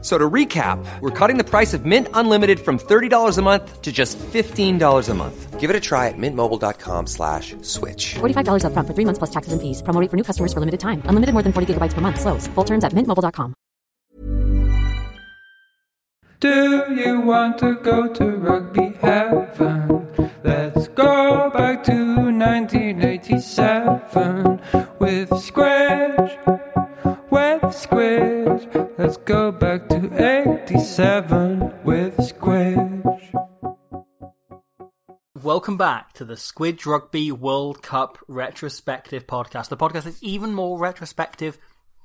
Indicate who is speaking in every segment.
Speaker 1: So to recap, we're cutting the price of Mint Unlimited from $30 a month to just $15 a month. Give it a try at mintmobile.com slash switch.
Speaker 2: $45 upfront for three months plus taxes and fees. Promo rate for new customers for limited time. Unlimited more than 40 gigabytes per month. Slows. Full terms at mintmobile.com.
Speaker 3: Do you want to go to rugby heaven? Let's go back to 1987 with Squidge, with Squidge. Let's go back to 87 with Squidge.
Speaker 4: Welcome back to the Squidge Rugby World Cup retrospective podcast. The podcast is even more retrospective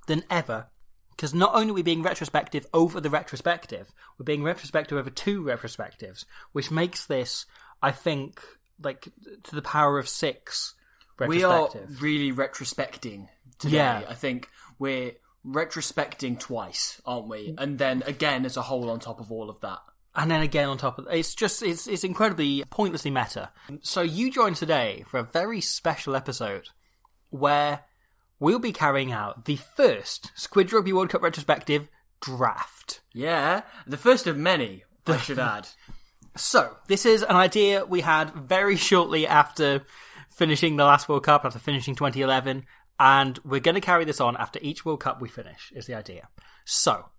Speaker 4: than ever because not only are we being retrospective over the retrospective, we're being retrospective over two retrospectives, which makes this, I think, like to the power of six.
Speaker 5: We are
Speaker 4: Retrospective.
Speaker 5: really retrospecting today.
Speaker 4: Yeah.
Speaker 5: I think we're retrospecting twice, aren't we? And then again as a whole on top of all of that.
Speaker 4: and then again on top of it's just it's it's incredibly pointlessly meta. So you join today for a very special episode where we'll be carrying out the first Squid Rugby World Cup retrospective draft.
Speaker 5: Yeah. The first of many, I should add.
Speaker 4: So, this is an idea we had very shortly after finishing the last World Cup, after finishing 2011, and we're going to carry this on after each World Cup we finish, is the idea. So,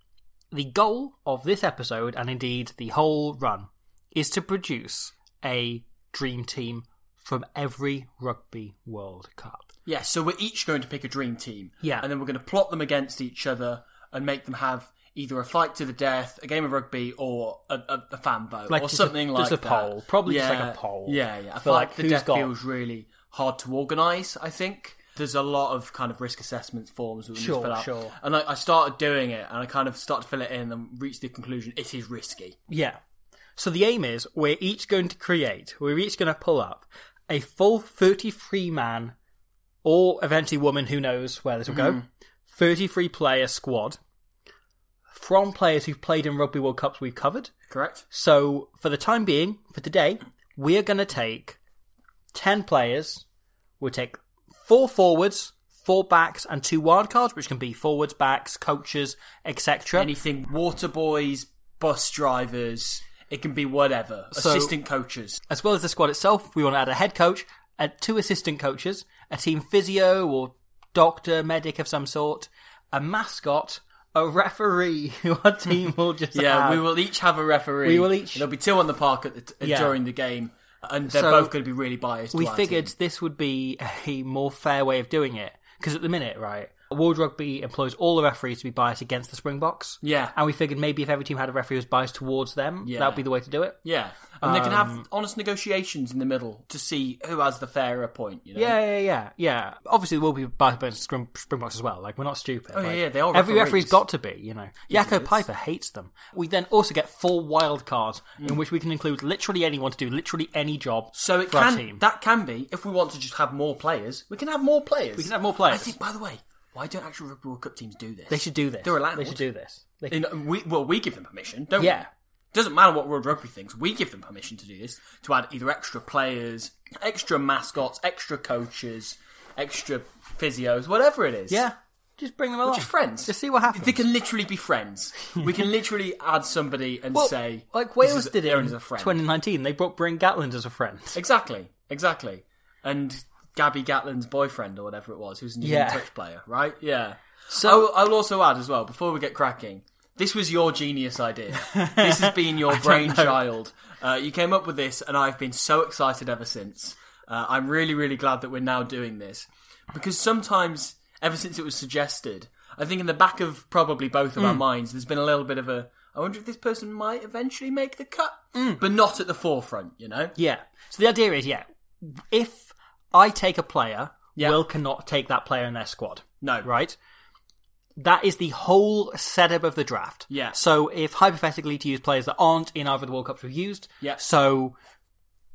Speaker 4: the goal of this episode, and indeed the whole run, is to produce a dream team from every Rugby World Cup.
Speaker 5: Yeah, so we're each going to pick a dream team.
Speaker 4: Yeah.
Speaker 5: And then we're going to plot them against each other and make them have either a fight to the death, a game of rugby, or a, a, a fan vote,
Speaker 4: Like
Speaker 5: or
Speaker 4: just a-
Speaker 5: something like
Speaker 4: just a
Speaker 5: that.
Speaker 4: poll. Probably just like a
Speaker 5: Yeah,
Speaker 4: poll
Speaker 5: Yeah, yeah. I
Speaker 4: for,
Speaker 5: feel
Speaker 4: like,
Speaker 5: like, the
Speaker 4: who's
Speaker 5: death
Speaker 4: got-
Speaker 5: feels really hard to organise, I think. There's a lot of kind of risk assessment forms that we
Speaker 4: Sure,
Speaker 5: need to fill out.
Speaker 4: sure.
Speaker 5: And I, I started doing it, and I kind of started to fill it in and reached the conclusion it is risky.
Speaker 4: Yeah. So the aim is we're each going to create, we're each going to pull up a full 33 man or eventually woman, who knows where this will go, 33 player squad from players who've played in Rugby World Cups we've covered.
Speaker 5: Correct?
Speaker 4: So for the time being, for today, we are going to take 10 players. We'll take four forwards, four backs, and two wildcards, which can be forwards, backs, coaches, etc.
Speaker 5: Anything, water boys, bus drivers, it can be whatever.
Speaker 4: So-
Speaker 5: Assistant coaches.
Speaker 4: as well as the squad itself, we want to add a head coach, uh, two assistant coaches, a team physio or doctor, medic of some sort, a mascot, a referee who our team will just
Speaker 5: Yeah,
Speaker 4: have.
Speaker 5: we will each have a referee.
Speaker 4: We will each-
Speaker 5: There'll be two on the park at the t-
Speaker 4: Yeah.
Speaker 5: during the game, and they're
Speaker 4: So-
Speaker 5: both going to be really biased.
Speaker 4: We
Speaker 5: to our
Speaker 4: figured
Speaker 5: team.
Speaker 4: this would be a more fair way of doing it because at the minute, right, World Rugby employs all the referees to be biased against the Springboks.
Speaker 5: Yeah.
Speaker 4: and we figured maybe if every team had a referee who was biased towards them,
Speaker 5: Yeah.
Speaker 4: that would be the way to do it.
Speaker 5: Yeah, and they can
Speaker 4: Um,
Speaker 5: have honest negotiations in the middle to see who has the fairer point. You know?
Speaker 4: Yeah, yeah, yeah, yeah. Obviously, there will be biased against Spring- Springboks as well. Like, we're not stupid.
Speaker 5: Oh, yeah,
Speaker 4: Like,
Speaker 5: yeah, they are
Speaker 4: Every
Speaker 5: referees.
Speaker 4: referee's got to be, you know. Jaco Piper hates them. We then also get four wild cards in which we can include literally anyone to do literally any job.
Speaker 5: Mm. So it
Speaker 4: for our
Speaker 5: can
Speaker 4: team.
Speaker 5: that can be if we want to just have more players, we can have more players.
Speaker 4: We can have more players.
Speaker 5: I think, by the way, why don't actual Rugby World Cup teams do this?
Speaker 4: they should do this.
Speaker 5: They're allowed.
Speaker 4: They should do this. They
Speaker 5: In, we, well, we give them permission, don't we?
Speaker 4: Yeah.
Speaker 5: Doesn't matter what World Rugby thinks. We give them permission to do this to add either extra players, extra mascots, extra coaches, extra physios, whatever it is.
Speaker 4: yeah. Just bring them along.
Speaker 5: just friends.
Speaker 4: Just see what happens.
Speaker 5: They can literally be friends. we can literally add somebody and
Speaker 4: Well,
Speaker 5: say,
Speaker 4: like
Speaker 5: this
Speaker 4: Wales
Speaker 5: is
Speaker 4: did it
Speaker 5: Aaron
Speaker 4: in
Speaker 5: is a friend.
Speaker 4: 2019. They brought Bryn Gatland as a friend.
Speaker 5: Exactly, exactly. And Gabby Gatlin's boyfriend or whatever it was, who's a New Zealand
Speaker 4: Yeah.
Speaker 5: touch player, right? Yeah.
Speaker 4: So-
Speaker 5: So I will, I will also add as well before we get cracking. This was your genius idea. this has been your brainchild. Uh, you came up with this, and I've been so excited ever since. Uh, I'm really, really glad that we're now doing this because sometimes, ever since it was suggested, I think in the back of probably both of
Speaker 4: Hmm.
Speaker 5: our minds, there's been a little bit of a. I wonder if this person might eventually make the cut,
Speaker 4: Hmm.
Speaker 5: but not at the forefront, you know.
Speaker 4: Yeah. So the idea is, yeah, if I take a player,
Speaker 5: Yeah.
Speaker 4: Will cannot take that player in their squad.
Speaker 5: No,
Speaker 4: right? That is the whole setup of the draft.
Speaker 5: Yeah.
Speaker 4: So if hypothetically to use players that aren't in either of the World Cups we've used,
Speaker 5: Yeah.
Speaker 4: So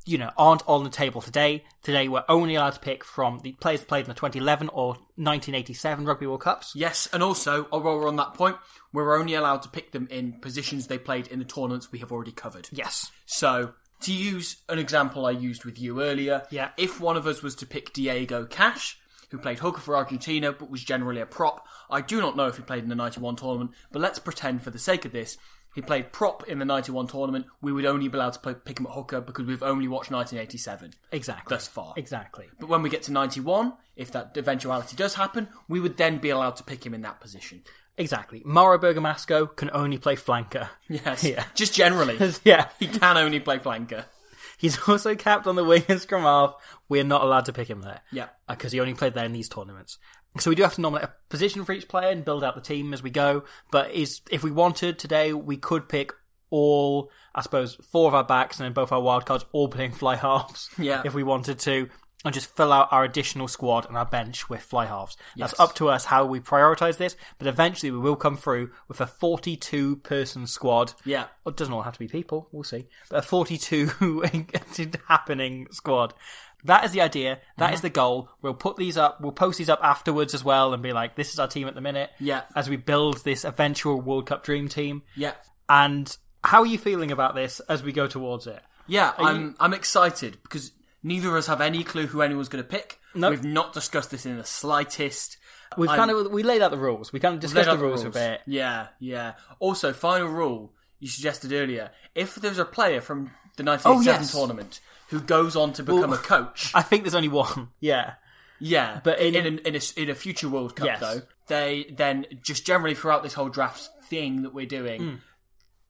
Speaker 4: you know, aren't on the table today. Today we're only allowed to pick from the players that played in the 2011 or 1987 Rugby World Cups.
Speaker 5: Yes, and also, while we're on that point, we're only allowed to pick them in positions they played in the tournaments we have already covered.
Speaker 4: Yes.
Speaker 5: So, to use an example I used with you earlier,
Speaker 4: Yeah.
Speaker 5: if one of us was to pick Diego Cash, who played hooker for Argentina but was generally a prop, I do not know if he played in the 91 tournament, but let's pretend for the sake of this, he played prop in the 91 tournament, we would only be allowed to play, pick him at hooker because we've only watched 1987
Speaker 4: Exactly.
Speaker 5: thus far.
Speaker 4: Exactly.
Speaker 5: But when we get to 91, if that eventuality does happen, we would then be allowed to pick him in that position.
Speaker 4: Exactly. Mauro Bergamasco can only play flanker.
Speaker 5: Yes.
Speaker 4: Yeah.
Speaker 5: Just generally.
Speaker 4: yeah.
Speaker 5: he can only play flanker.
Speaker 4: He's also capped on the wing and scrum half. We're not allowed to pick him there.
Speaker 5: Yeah.
Speaker 4: Because he only played there in these tournaments. So we do have to nominate a position for each player and build out the team as we go. But is if we wanted today, we could pick all, I suppose, four of our backs and then both our wild cards all playing fly halves.
Speaker 5: Yeah.
Speaker 4: If we wanted to, and just fill out our additional squad and our bench with fly halves. That's up to us how we prioritise this. But eventually, we will come through with a 42 person squad.
Speaker 5: Yeah.
Speaker 4: It doesn't all have to be people. We'll see. But a 42 happening squad. That is the idea. That
Speaker 5: Mhm.
Speaker 4: is the goal. We'll put these up. We'll post these up afterwards as well and be like, this is our team at the minute.
Speaker 5: Yeah.
Speaker 4: As we build this eventual World Cup dream team.
Speaker 5: Yeah.
Speaker 4: And how are you feeling about this as we go towards it?
Speaker 5: Yeah, I'm I'm excited because neither of us have any clue who anyone's going to pick.
Speaker 4: No.
Speaker 5: We've not discussed this in the slightest.
Speaker 4: We've
Speaker 5: I'm-
Speaker 4: kind of, we laid out the rules. We kind of discussed
Speaker 5: Laid
Speaker 4: the
Speaker 5: out
Speaker 4: rules, a bit.
Speaker 5: Yeah, yeah. Also, final rule you suggested earlier: if there's a player from the 1987
Speaker 4: Oh, yes.
Speaker 5: tournament who goes on to become a coach,
Speaker 4: I think there's only one. Yeah.
Speaker 5: yeah,
Speaker 4: but in-
Speaker 5: in an- in, a, s- in a future World Cup
Speaker 4: Yes.
Speaker 5: though, they then just generally throughout this whole draft thing that we're doing,
Speaker 4: Hmm.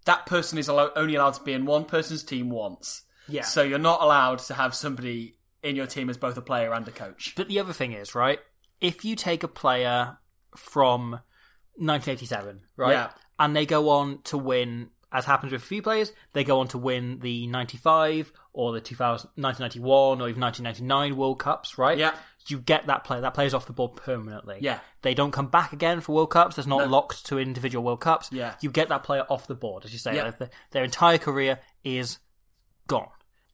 Speaker 5: that person is allo- only allowed to be in one person's team once.
Speaker 4: Yeah.
Speaker 5: So you're not allowed to have somebody in your team as both a player and a coach.
Speaker 4: But the other thing is, right? If you take a player from 1987, right?
Speaker 5: Yeah.
Speaker 4: And they go on to win, as happens with a few players, they go on to win the 95 or the 2000, 1991 or even 1999 World Cups, right?
Speaker 5: Yeah.
Speaker 4: You get that player. That player's off the board permanently.
Speaker 5: Yeah.
Speaker 4: They don't come back again for World Cups. There's not locked to individual World Cups.
Speaker 5: Yeah.
Speaker 4: You get that player off the board, as you say.
Speaker 5: Yeah.
Speaker 4: Like, the- their entire career is gone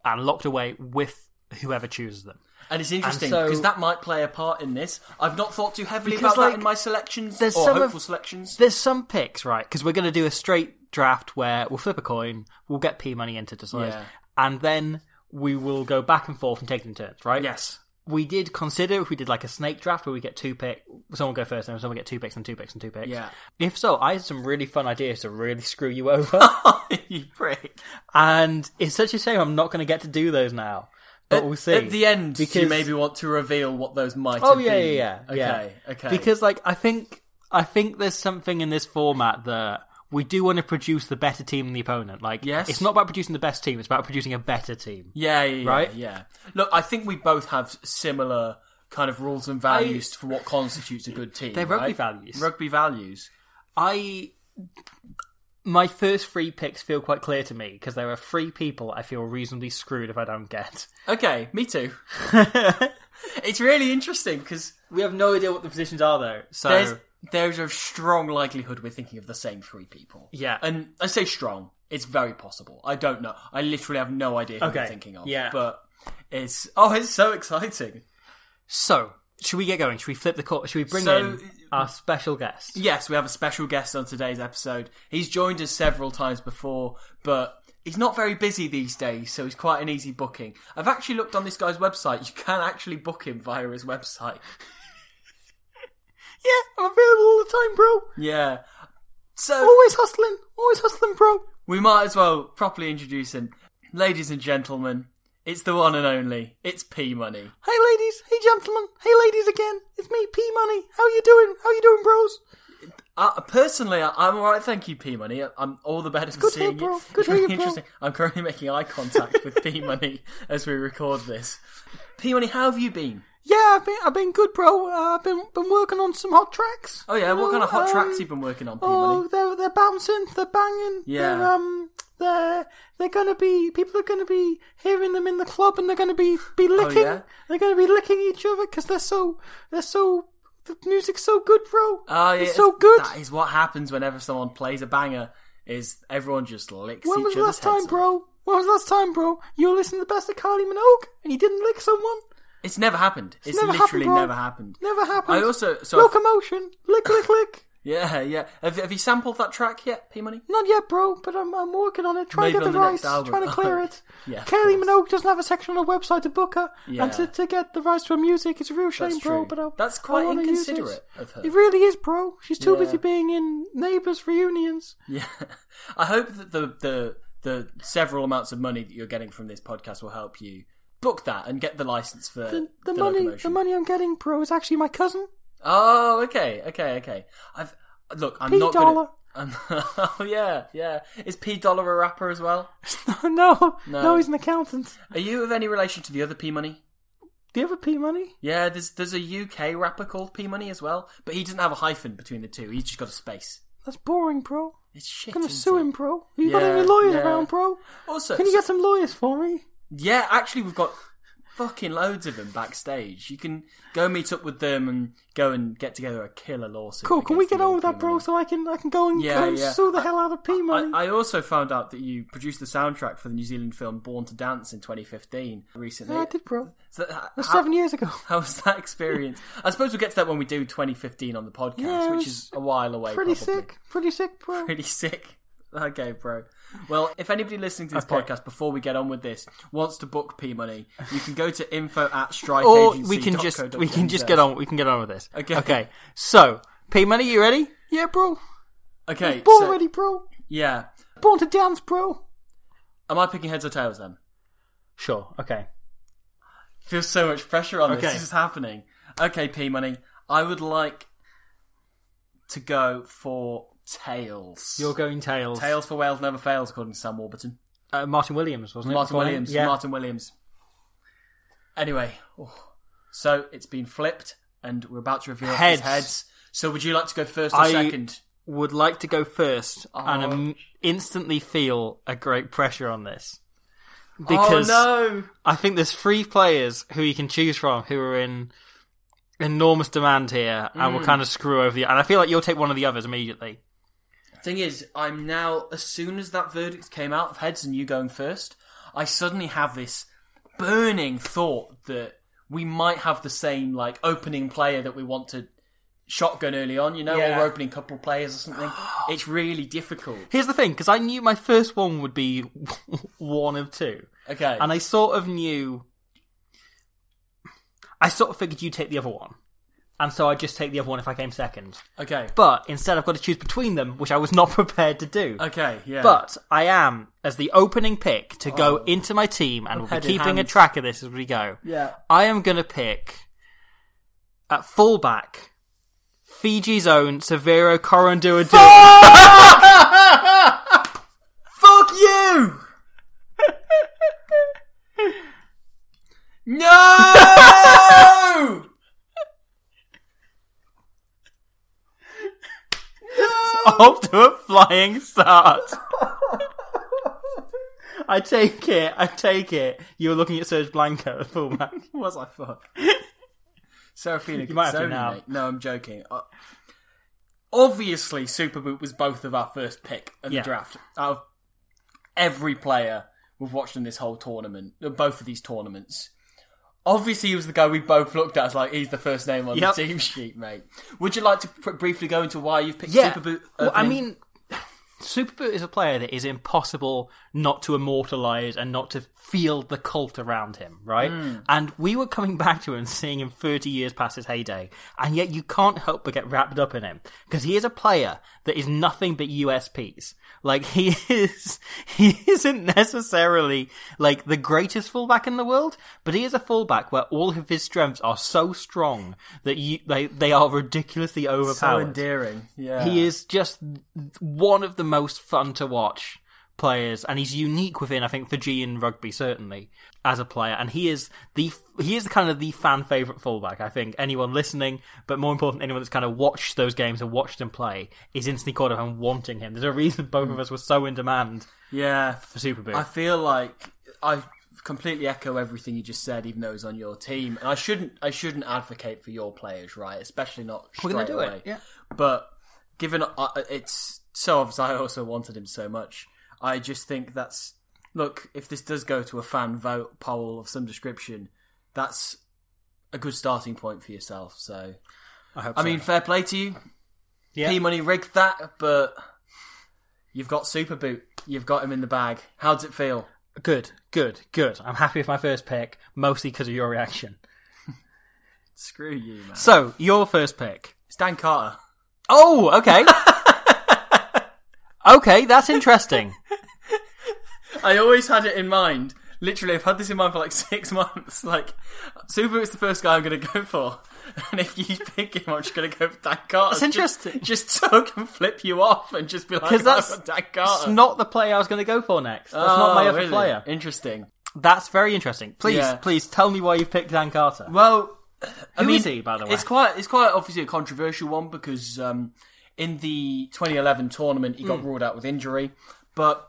Speaker 4: and locked away with whoever chooses them.
Speaker 5: And it's interesting
Speaker 4: so-
Speaker 5: because that might play a part in this. I've not thought too heavily
Speaker 4: Because,
Speaker 5: about
Speaker 4: like,
Speaker 5: that in my selections or
Speaker 4: there's some of-
Speaker 5: hopeful selections.
Speaker 4: There's some picks, right? Because we're going to do a straight draft where we'll flip a coin, we'll get P money in to decide,
Speaker 5: Yeah.
Speaker 4: and then we will go back and forth and take it in turns, right?
Speaker 5: Yes.
Speaker 4: We did consider if we did like a snake draft where we get two pick, someone go first, and someone get two picks, and two picks, and two picks.
Speaker 5: Yeah.
Speaker 4: If so, I had some really fun ideas to really screw you over,
Speaker 5: you prick.
Speaker 4: and it's such a shame I'm not going to get to do those now. But we'll see.
Speaker 5: At the end, do you
Speaker 4: Because-
Speaker 5: maybe want to reveal what those might
Speaker 4: Oh
Speaker 5: have
Speaker 4: yeah, yeah,
Speaker 5: been?
Speaker 4: yeah.
Speaker 5: Okay,
Speaker 4: yeah.
Speaker 5: okay.
Speaker 4: Because like I think I think there's something in this format that we do want to produce the better team than the opponent. Like
Speaker 5: Yes.
Speaker 4: it's not about producing the best team, it's about producing a better team.
Speaker 5: Yeah, yeah, yeah,
Speaker 4: Right?
Speaker 5: Yeah. Look, I think we both have similar kind of rules and values for what constitutes a good team.
Speaker 4: They're rugby
Speaker 5: right?
Speaker 4: values.
Speaker 5: Rugby values.
Speaker 4: I my first three picks feel quite clear to me because there are three people I feel reasonably screwed if I don't get.
Speaker 5: Okay, me too. it's really interesting because
Speaker 4: We have no idea what the positions are though. So
Speaker 5: there's there's a strong likelihood we're thinking of the same three people.
Speaker 4: Yeah.
Speaker 5: and I say strong. It's very possible. I don't know. I literally have no idea who
Speaker 4: Okay,
Speaker 5: we're thinking of.
Speaker 4: yeah.
Speaker 5: but it's oh, it's so exciting.
Speaker 4: so should we get going? Should we flip the court? Should we bring
Speaker 5: So-
Speaker 4: in our special guest?
Speaker 5: Yes, we have a special guest on today's episode. He's joined us several times before, but he's not very busy these days, so he's quite an easy booking. I've actually looked on this guy's website. You can actually book him via his website.
Speaker 4: Yeah, I'm available all the time, bro.
Speaker 5: Yeah. So
Speaker 4: Always hustling, always hustling, bro.
Speaker 5: we might as well properly introduce him. Ladies and gentlemen, it's the one and only. It's P Money.
Speaker 4: Hey ladies, hey gentlemen, hey ladies again. It's me, P Money. How you doing? How you doing, bros?
Speaker 5: Uh, personally, I- I'm alright. Thank you, P Money. I'm all the better for
Speaker 4: Good to hear,
Speaker 5: seeing
Speaker 4: bro.
Speaker 5: you.
Speaker 4: Good to
Speaker 5: It's
Speaker 4: hear,
Speaker 5: really
Speaker 4: bro.
Speaker 5: interesting. I'm currently making eye contact with P Money as we record this. P Money, how have you been?
Speaker 4: Yeah, I've been, I've been good, bro. Uh, I've been been working on some hot tracks.
Speaker 5: Oh yeah, what kind of hot
Speaker 4: um,
Speaker 5: tracks you been working on, P
Speaker 4: Oh,
Speaker 5: Money?
Speaker 4: they're they're bouncing, they're banging.
Speaker 5: eh? Yeah.
Speaker 4: They're, um, they're they're gonna be people are gonna be hearing them in the club, and they're gonna be be licking.
Speaker 5: Oh, yeah?
Speaker 4: They're gonna be licking each other because they're so they're so the music's so good, bro.
Speaker 5: Oh, yeah,
Speaker 4: it's so good.
Speaker 5: That is what happens whenever someone plays a banger. Is everyone just licks
Speaker 4: When
Speaker 5: each
Speaker 4: was the
Speaker 5: other's
Speaker 4: last time,
Speaker 5: heads off.
Speaker 4: bro? When was the last time, bro? You were listening to the best of Kylie Minogue and you didn't lick someone?
Speaker 5: It's never happened. It's,
Speaker 4: never happened,
Speaker 5: literally
Speaker 4: bro.
Speaker 5: never happened.
Speaker 4: Never happened.
Speaker 5: I also- so I've-
Speaker 4: Locomotion. Lick, lick, lick.
Speaker 5: Yeah, yeah. Have, have you sampled that track yet, P Money?
Speaker 4: Not yet, bro, but I'm, I'm working on it, trying to
Speaker 5: Maybe
Speaker 4: get
Speaker 5: on
Speaker 4: the
Speaker 5: the next
Speaker 4: rights,
Speaker 5: album.
Speaker 4: trying to clear it.
Speaker 5: Yeah, of
Speaker 4: Kylie
Speaker 5: course.
Speaker 4: Minogue doesn't have a section on her website to book her,
Speaker 5: Yeah.
Speaker 4: and to, to get the rights to her music, it's a real shame,
Speaker 5: That's
Speaker 4: bro.
Speaker 5: true.
Speaker 4: But I,
Speaker 5: That's
Speaker 4: I
Speaker 5: quite
Speaker 4: wanna use it.
Speaker 5: inconsiderate of her.
Speaker 4: It really is, bro. She's too
Speaker 5: Yeah.
Speaker 4: busy being in neighbours reunions.
Speaker 5: Yeah. I hope that the, the the several amounts of money that you're getting from this podcast will help you book that and get the license for
Speaker 4: The, the money, the
Speaker 5: locomotion.
Speaker 4: money I'm getting, bro, is actually my cousin.
Speaker 5: Oh, okay, okay, okay. I've look. I'm
Speaker 4: P
Speaker 5: not
Speaker 4: dollar.
Speaker 5: Gonna, i oh yeah, yeah. Is P dollar a rapper as well?
Speaker 4: no,
Speaker 5: No.
Speaker 4: no, he's an accountant.
Speaker 5: Are you of any relation to the other P Money?
Speaker 4: Do you have a P money?
Speaker 5: Yeah, there's there's a UK rapper called P Money as well, but he doesn't have a hyphen between the two. He's just got a space.
Speaker 4: That's boring, bro.
Speaker 5: It's shit.
Speaker 4: I'm gonna
Speaker 5: isn't
Speaker 4: sue
Speaker 5: it?
Speaker 4: him, bro. Have you got
Speaker 5: Yeah,
Speaker 4: any lawyers
Speaker 5: yeah.
Speaker 4: around, bro?
Speaker 5: Also,
Speaker 4: Can you get some lawyers for me?
Speaker 5: yeah, actually, we've got fucking loads of them backstage. You can go meet up with them and go and get together a killer lawsuit.
Speaker 4: Cool. Can we
Speaker 5: against
Speaker 4: get
Speaker 5: the
Speaker 4: on
Speaker 5: old
Speaker 4: with that,
Speaker 5: P Money.
Speaker 4: bro? So I can I can go and,
Speaker 5: Yeah,
Speaker 4: go and
Speaker 5: yeah.
Speaker 4: sue the hell out of P money.
Speaker 5: I, I also found out that you produced the soundtrack for the New Zealand film Born to Dance in 2015 recently.
Speaker 4: Yeah, I did, bro.
Speaker 5: So, how,
Speaker 4: That's seven years ago.
Speaker 5: how was that experience? I suppose we'll get to that when we do 2015 on the podcast,
Speaker 4: Yeah, it
Speaker 5: which
Speaker 4: was
Speaker 5: is a while away.
Speaker 4: Pretty
Speaker 5: probably.
Speaker 4: sick. Pretty sick, bro.
Speaker 5: Pretty sick. Okay, bro. Well, if anybody listening to this
Speaker 4: Okay.
Speaker 5: podcast before we get on with this wants to book P Money, you can go to info at strike
Speaker 4: or we can just we can just get on we can get on with this.
Speaker 5: Okay.
Speaker 4: Okay. So P money, you ready? Yeah, bro.
Speaker 5: Okay,
Speaker 4: Born
Speaker 5: so-
Speaker 4: ready, bro.
Speaker 5: Yeah.
Speaker 4: Born to dance, bro.
Speaker 5: Am I picking heads or tails then?
Speaker 4: Sure. Okay.
Speaker 5: Feels so much pressure on
Speaker 4: Okay.
Speaker 5: this. This is happening. Okay, P Money. I would like to go for tails.
Speaker 4: You're going tails.
Speaker 5: tails for Wales never fails, according to Sam Warburton.
Speaker 4: Uh, Martin Williams wasn't it?
Speaker 5: Martin
Speaker 4: Before him?
Speaker 5: Williams.
Speaker 4: Yeah.
Speaker 5: Martin Williams. Anyway, oh. so it's been flipped, and we're about to reveal who's
Speaker 4: Heads.
Speaker 5: heads. So would you like to go first or
Speaker 4: I-
Speaker 5: second?
Speaker 4: Would like to go first, and
Speaker 5: Oh.
Speaker 4: um, instantly feel a great pressure on this because
Speaker 5: oh no!
Speaker 4: I think there's three players who you can choose from who are in enormous demand here and will kind of screw over the. And I feel like you'll take one of the others immediately.
Speaker 5: Thing is, I'm now as soon as that verdict came out of heads and you going first, I suddenly have this burning thought that we might have the same like opening player that we want to shotgun early on, you know,
Speaker 4: Yeah.
Speaker 5: or opening couple players or something. it's really difficult.
Speaker 4: Here's the thing, because I knew my first one would be one of two,
Speaker 5: Okay.
Speaker 4: and I sort of knew. I sort of figured you'd take the other one, and so I'd just take the other one if I came second.
Speaker 5: okay.
Speaker 4: But instead, I've got to choose between them, which I was not prepared to do.
Speaker 5: okay, yeah.
Speaker 4: But I am, as the opening pick to go into my team, and we'll
Speaker 5: Oh. Head
Speaker 4: be
Speaker 5: in
Speaker 4: keeping a
Speaker 5: hand.
Speaker 4: track of this as we go.
Speaker 5: Yeah.
Speaker 4: I am going to pick at fullback Fiji's own Severo Corondua.
Speaker 5: Fuck you! no!
Speaker 4: off to a flying start. I take it. I take it. You were looking at Serge Blanco at fullback.
Speaker 5: Was I fuck? Serafina
Speaker 4: You might have to
Speaker 5: Gazzoni,
Speaker 4: now.
Speaker 5: mate. No, I'm joking. Uh, obviously, Superboot was both of our first pick in
Speaker 4: Yeah.
Speaker 5: the draft. Out of every player we've watched in this whole tournament, uh, both of these tournaments. Obviously, he was the guy we both looked at as like he's the first name on
Speaker 4: Yep.
Speaker 5: the team sheet, mate. Would you like to pr- briefly go into why you've picked Superboot? uh,
Speaker 4: Well, I
Speaker 5: opening?
Speaker 4: mean, Superboot is a player that is impossible not to immortalize and not to feel the cult around him, right?
Speaker 5: Hmm.
Speaker 4: And we were coming back to him, seeing him 30 years past his heyday, and yet you can't help but get wrapped up in him because he is a player that is nothing but USPs. Like he is, he isn't necessarily like the greatest fullback in the world, but he is a fullback where all of his strengths are so strong that you they they are ridiculously
Speaker 5: so
Speaker 4: overpowered.
Speaker 5: endearing. Yeah,
Speaker 4: He is just one of the most fun to watch players, and he's unique within, I think, Fijian rugby certainly as a player. And he is the he is kind of the fan favorite fullback. I think anyone listening, but more important, anyone that's kind of watched those games and watched him play, is instantly caught up and wanting him. There's a reason both of us were so in demand
Speaker 5: Yeah,
Speaker 4: for Super Bowl.
Speaker 5: I feel like I completely echo everything you just said, even though it's on your team. And I shouldn't, I shouldn't advocate for your players, right? Especially not.
Speaker 4: We're
Speaker 5: Straight
Speaker 4: gonna do it,
Speaker 5: away.
Speaker 4: yeah.
Speaker 5: But given uh, it's so obvious, I also wanted him so much. I just think that's look, if this does go to a fan vote poll of some description, that's a good starting point for yourself. So,
Speaker 4: I hope.
Speaker 5: I
Speaker 4: so.
Speaker 5: mean, fair play to you.
Speaker 4: yeah.
Speaker 5: P Money rigged that, but you've got Super Boot. You've got him in the bag. How does it feel?
Speaker 4: Good, good, good. I'm happy with my first pick, mostly because of your reaction.
Speaker 5: Screw you, man.
Speaker 4: So, your first pick.
Speaker 5: It's Dan Carter.
Speaker 4: Oh, okay. okay, that's interesting.
Speaker 5: I always had it in mind. Literally, I've had this in mind for like six months. Like, Super Boot's the first guy I'm going to go for. And if you pick him, I'm just going to go for Dan Carter.
Speaker 4: That's
Speaker 5: Just-
Speaker 4: interesting.
Speaker 5: Just, so I can flip you off and just be like,
Speaker 4: 'Cause
Speaker 5: because
Speaker 4: that's-
Speaker 5: that's Dan
Speaker 4: It's
Speaker 5: Carter.
Speaker 4: not the player I was going to go for next. That's not my
Speaker 5: Oh,
Speaker 4: other
Speaker 5: really?
Speaker 4: player.
Speaker 5: Interesting.
Speaker 4: That's very interesting. Please,
Speaker 5: Yeah.
Speaker 4: please tell me why you've picked Dan Carter.
Speaker 5: Well, I
Speaker 4: Who
Speaker 5: mean,
Speaker 4: is he, by the way?
Speaker 5: It's quite it's quite obviously a controversial one because um, in the 2011 tournament he got
Speaker 4: Hmm.
Speaker 5: ruled out with injury, but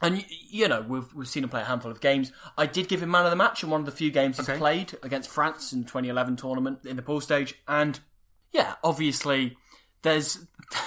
Speaker 5: and y- you know we've we've seen him play a handful of games. I did give him man of the match in one of the few games
Speaker 4: Okay.
Speaker 5: he's played against France in the 2011 tournament in the pool stage, and yeah, obviously there's.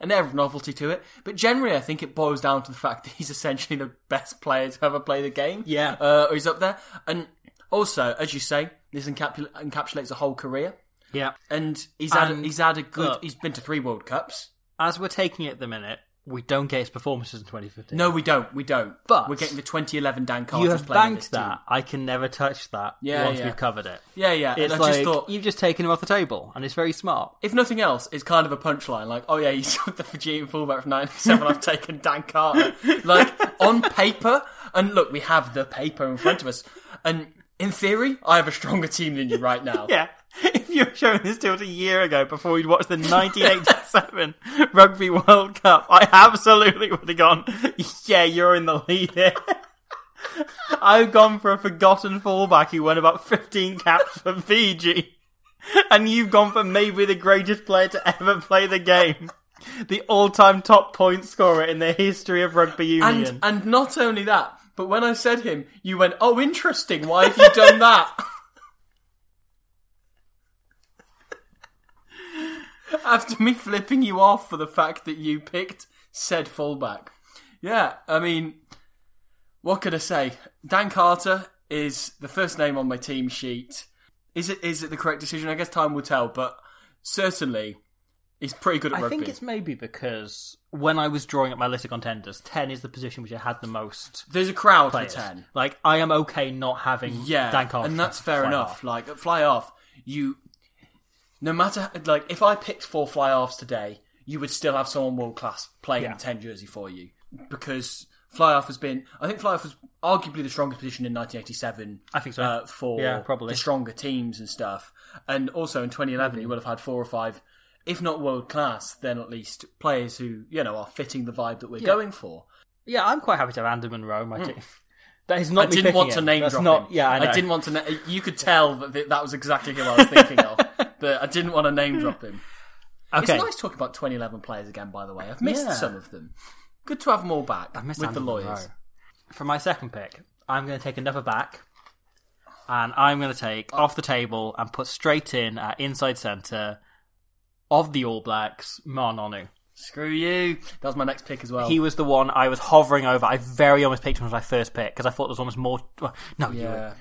Speaker 5: An air of novelty to it, but generally, I think it boils down to the fact that he's essentially the best player to ever play the game.
Speaker 4: Yeah.
Speaker 5: uh, or he's up there. And also, as you say, this encapsula- encapsulates a whole career
Speaker 4: yeah.
Speaker 5: and he's had
Speaker 4: And-
Speaker 5: he's had a good.
Speaker 4: Look.
Speaker 5: he's been to three World Cups.
Speaker 4: As we're taking it at the minute, we don't get his performances in 2015.
Speaker 5: No, we don't. We don't.
Speaker 4: But-
Speaker 5: we're getting the 2011 Dan Carter.
Speaker 4: you have
Speaker 5: playing in
Speaker 4: banked
Speaker 5: this team.
Speaker 4: that. I can never touch that
Speaker 5: Yeah,
Speaker 4: once
Speaker 5: yeah.
Speaker 4: we've covered it.
Speaker 5: Yeah, yeah.
Speaker 4: It's
Speaker 5: and I
Speaker 4: like
Speaker 5: just thought,
Speaker 4: you've just taken him off the table, and it's very smart.
Speaker 5: if nothing else, it's kind of a punchline. Like, oh yeah, you took the Fijian fullback from '97. I've taken Dan Carter. Like on paper, and look, we have the paper in front of us, and. In theory, I have a stronger team than you right now.
Speaker 4: Yeah. If you were showing this to us a year ago before we'd watched the 1987 Rugby World Cup, I absolutely would have gone, yeah, you're in the lead here. I've gone for a forgotten fullback who won about 15 caps for Fiji. And you've gone for maybe the greatest player to ever play the game. The all-time top point scorer in the history of rugby union.
Speaker 5: And and not only that, but when I said him, you went, "Oh, interesting. Why have you done that?" After me flipping you off for the fact that you picked said fullback. Yeah, I mean, what could I say? Dan Carter is the first name on my team sheet. Is it is it the correct decision? I guess time will tell, but certainly he's pretty good at
Speaker 4: I
Speaker 5: rugby.
Speaker 4: think it's maybe because when I was drawing up my list of contenders, ten is the position which I had the most
Speaker 5: There's a crowd
Speaker 4: players.
Speaker 5: for ten.
Speaker 4: Like I am okay not having
Speaker 5: Yeah,
Speaker 4: Dan Carter,
Speaker 5: and that's fair
Speaker 4: fly
Speaker 5: enough.
Speaker 4: half.
Speaker 5: Like at fly off, you no matter like if I picked four fly offs today, you would still have someone world class playing
Speaker 4: Yeah.
Speaker 5: the ten jersey for you because fly off has been. I think fly off was arguably the strongest position in 1987.
Speaker 4: I think so.
Speaker 5: uh, for
Speaker 4: Yeah, probably.
Speaker 5: the stronger teams and stuff, and also in 2011 you would have had four or five. If not world class, then at least players who you know are fitting the vibe that we're going for.
Speaker 4: Yeah, I'm quite happy to have Anderman Rowe. My team. That is not.
Speaker 5: Hmm. I
Speaker 4: me
Speaker 5: didn't want to
Speaker 4: picking him.
Speaker 5: name
Speaker 4: That's
Speaker 5: drop
Speaker 4: not-
Speaker 5: him.
Speaker 4: Yeah, I, know.
Speaker 5: didn't want to. Na- you could tell that th- that was exactly who I was thinking of, but I didn't want to name drop him.
Speaker 4: Okay.
Speaker 5: It's nice talking about 2011 players again. By the way, I've missed
Speaker 4: Yeah.
Speaker 5: some of them. Good to have them all back
Speaker 4: I missed
Speaker 5: with the
Speaker 4: Anderman
Speaker 5: lawyers.
Speaker 4: Rowe. For my second pick, I'm going to take another back, and I'm going to take off the table and put straight in at inside centre of the All Blacks, Marnonu.
Speaker 5: Screw you. That was my next pick as well.
Speaker 4: He was the one I was hovering over. I very almost picked him as my first pick because I thought there was almost more. well, No, you were-
Speaker 5: yeah.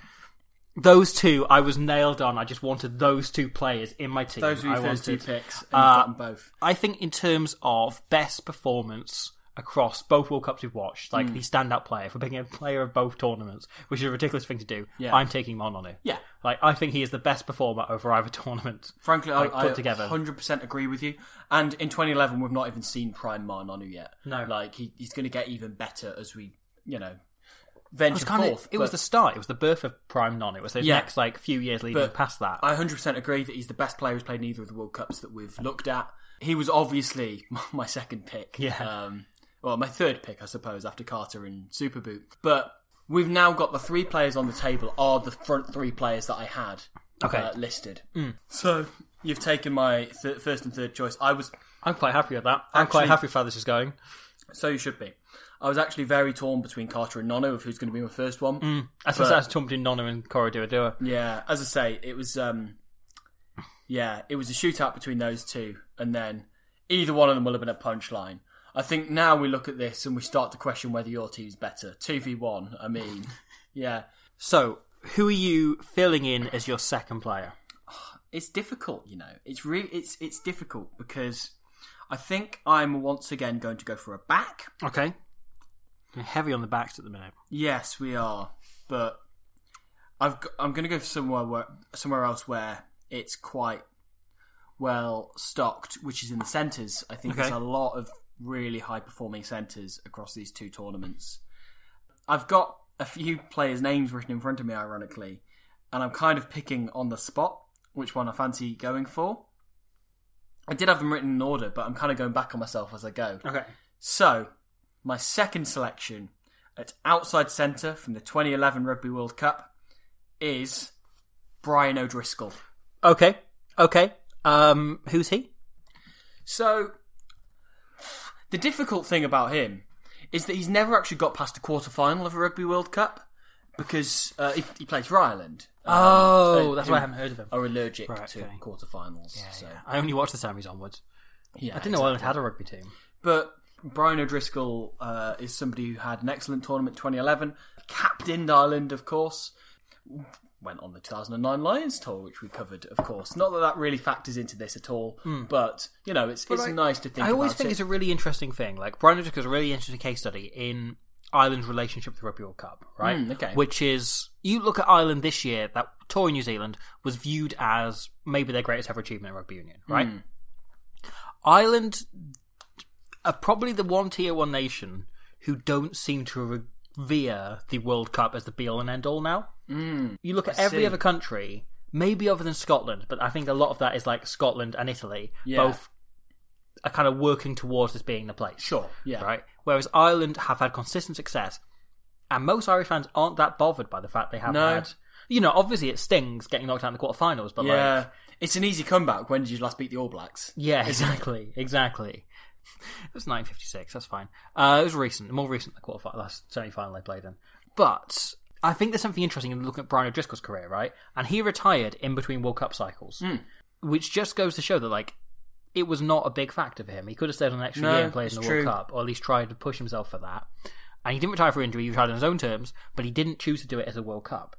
Speaker 4: those two I was nailed on. I just wanted those two players in my team.
Speaker 5: Those were your
Speaker 4: I
Speaker 5: first two
Speaker 4: wanted-
Speaker 5: picks, and
Speaker 4: Uh,
Speaker 5: you've got them both.
Speaker 4: I think in terms of best performance across both World Cups we've watched, like
Speaker 5: Hmm.
Speaker 4: the standout player, for being a player of both tournaments, which is a ridiculous thing to do.
Speaker 5: Yeah.
Speaker 4: I'm taking Mononu.
Speaker 5: Yeah.
Speaker 4: like I think he is the best performer over either tournament.
Speaker 5: Frankly, I,
Speaker 4: like,
Speaker 5: I
Speaker 4: put together.
Speaker 5: 100% agree with you. And in 2011, we've not even seen Prime Marnonu yet.
Speaker 4: No.
Speaker 5: like he, he's going to get even better as we, you know,
Speaker 4: It
Speaker 5: venture
Speaker 4: was, kind
Speaker 5: forth.
Speaker 4: of, it was
Speaker 5: but-
Speaker 4: the start. It was the birth of Prime Non. It was the
Speaker 5: Yeah.
Speaker 4: next like few years leading
Speaker 5: But
Speaker 4: past that.
Speaker 5: I 100% agree that he's the best player who's played in either of the World Cups that we've looked at. He was obviously my second pick.
Speaker 4: Yeah.
Speaker 5: Um, well, my third pick, I suppose, after Carter and Superboot. But we've now got the three players on the table are the front three players that I had
Speaker 4: Okay. Mm.
Speaker 5: uh, listed. So you've taken my th- first and third choice. I was
Speaker 4: I'm quite happy with that. I'm quite
Speaker 5: Actually-
Speaker 4: happy with how this is going.
Speaker 5: so you should be. I was actually very torn between Carter and Nono of who's going to be my first one.
Speaker 4: I suppose that's Tom between Nonna and Cora Duodua.
Speaker 5: Yeah, as I say, it was um yeah, it was a shootout between those two, and then either one of them will have been a punchline. I think now we look at this and we start to question whether your team's better. 2v1, I mean, yeah.
Speaker 4: So, who are you filling in as your second player?
Speaker 5: It's difficult, you know. It's re- it's it's difficult because I think I'm once again going to go for a back.
Speaker 4: Okay. You're heavy on the backs at the minute.
Speaker 5: Yes, we are, but I've g- I'm going to go for somewhere where, somewhere else where it's quite well stocked, which is in the centres. I think
Speaker 4: Okay.
Speaker 5: there's a lot of really high performing centres across these two tournaments. I've got a few players' names written in front of me, ironically, and I'm kind of picking on the spot which one I fancy going for. I did have them written in order, but I'm kind of going back on myself as I go.
Speaker 4: Okay.
Speaker 5: So, my second selection at outside centre from the 2011 Rugby World Cup is Brian O'Driscoll.
Speaker 4: Okay. Okay. Um, who's he?
Speaker 5: So, the difficult thing about him is that he's never actually got past the quarter final of a Rugby World Cup because uh, he, he plays for Ireland.
Speaker 4: Oh,
Speaker 5: uh,
Speaker 4: that's
Speaker 5: who
Speaker 4: why I haven't heard of him.
Speaker 5: Are allergic
Speaker 4: Right,
Speaker 5: to
Speaker 4: okay.
Speaker 5: quarter finals. so,
Speaker 4: I only watched the semis onwards.
Speaker 5: yeah,
Speaker 4: I didn't know Ireland had a rugby team.
Speaker 5: But Brian O'Driscoll uh, is somebody who had an excellent tournament 2011, captained Ireland, of course. Went on the 2009 Lions tour, which we covered, of course. Not that that really factors into this at all, but you know, it's it's
Speaker 4: like,
Speaker 5: nice to think.
Speaker 4: Hmm. I always
Speaker 5: about
Speaker 4: think
Speaker 5: it.
Speaker 4: it's a really interesting thing. Like Brian O'Driscoll is a really interesting case study in Ireland's relationship with the Rugby World Cup, right?
Speaker 5: Mm, okay.
Speaker 4: Which is you look at Ireland this year, that tour in New Zealand was viewed as maybe their greatest ever achievement in rugby union, right?
Speaker 5: Mm.
Speaker 4: Ireland are probably the one tier one nation who don't seem to revere the World Cup as the be all and end all now. You look at every
Speaker 5: Mm, see.
Speaker 4: other country, maybe other than Scotland, but I think a lot of that is like Scotland and Italy,
Speaker 5: Yeah.
Speaker 4: both are kind of working towards this being the place.
Speaker 5: Sure, yeah.
Speaker 4: Right? Whereas Ireland have had consistent success, and most Irish fans aren't that bothered by the fact they haven't
Speaker 5: No.
Speaker 4: had. You know, obviously it stings getting knocked out in the quarterfinals, but
Speaker 5: yeah,
Speaker 4: like.
Speaker 5: it's an easy comeback. When did you last beat the All Blacks?
Speaker 4: Yeah, exactly, exactly. It was 1956. That's fine. Uh, it was recent, more recent than the quarterfinal, last semi-final they played in. But I think there's something interesting in looking at Brian O'Driscoll's career, right? And he retired in between World Cup cycles,
Speaker 5: Hmm.
Speaker 4: which just goes to show that like it was not a big factor for him. He could have stayed on an extra
Speaker 5: No,
Speaker 4: year and played in the
Speaker 5: it's
Speaker 4: World
Speaker 5: true.
Speaker 4: Cup, or at least tried to push himself for that. And he didn't retire for injury; he retired on his own terms. But he didn't choose to do it as a World Cup.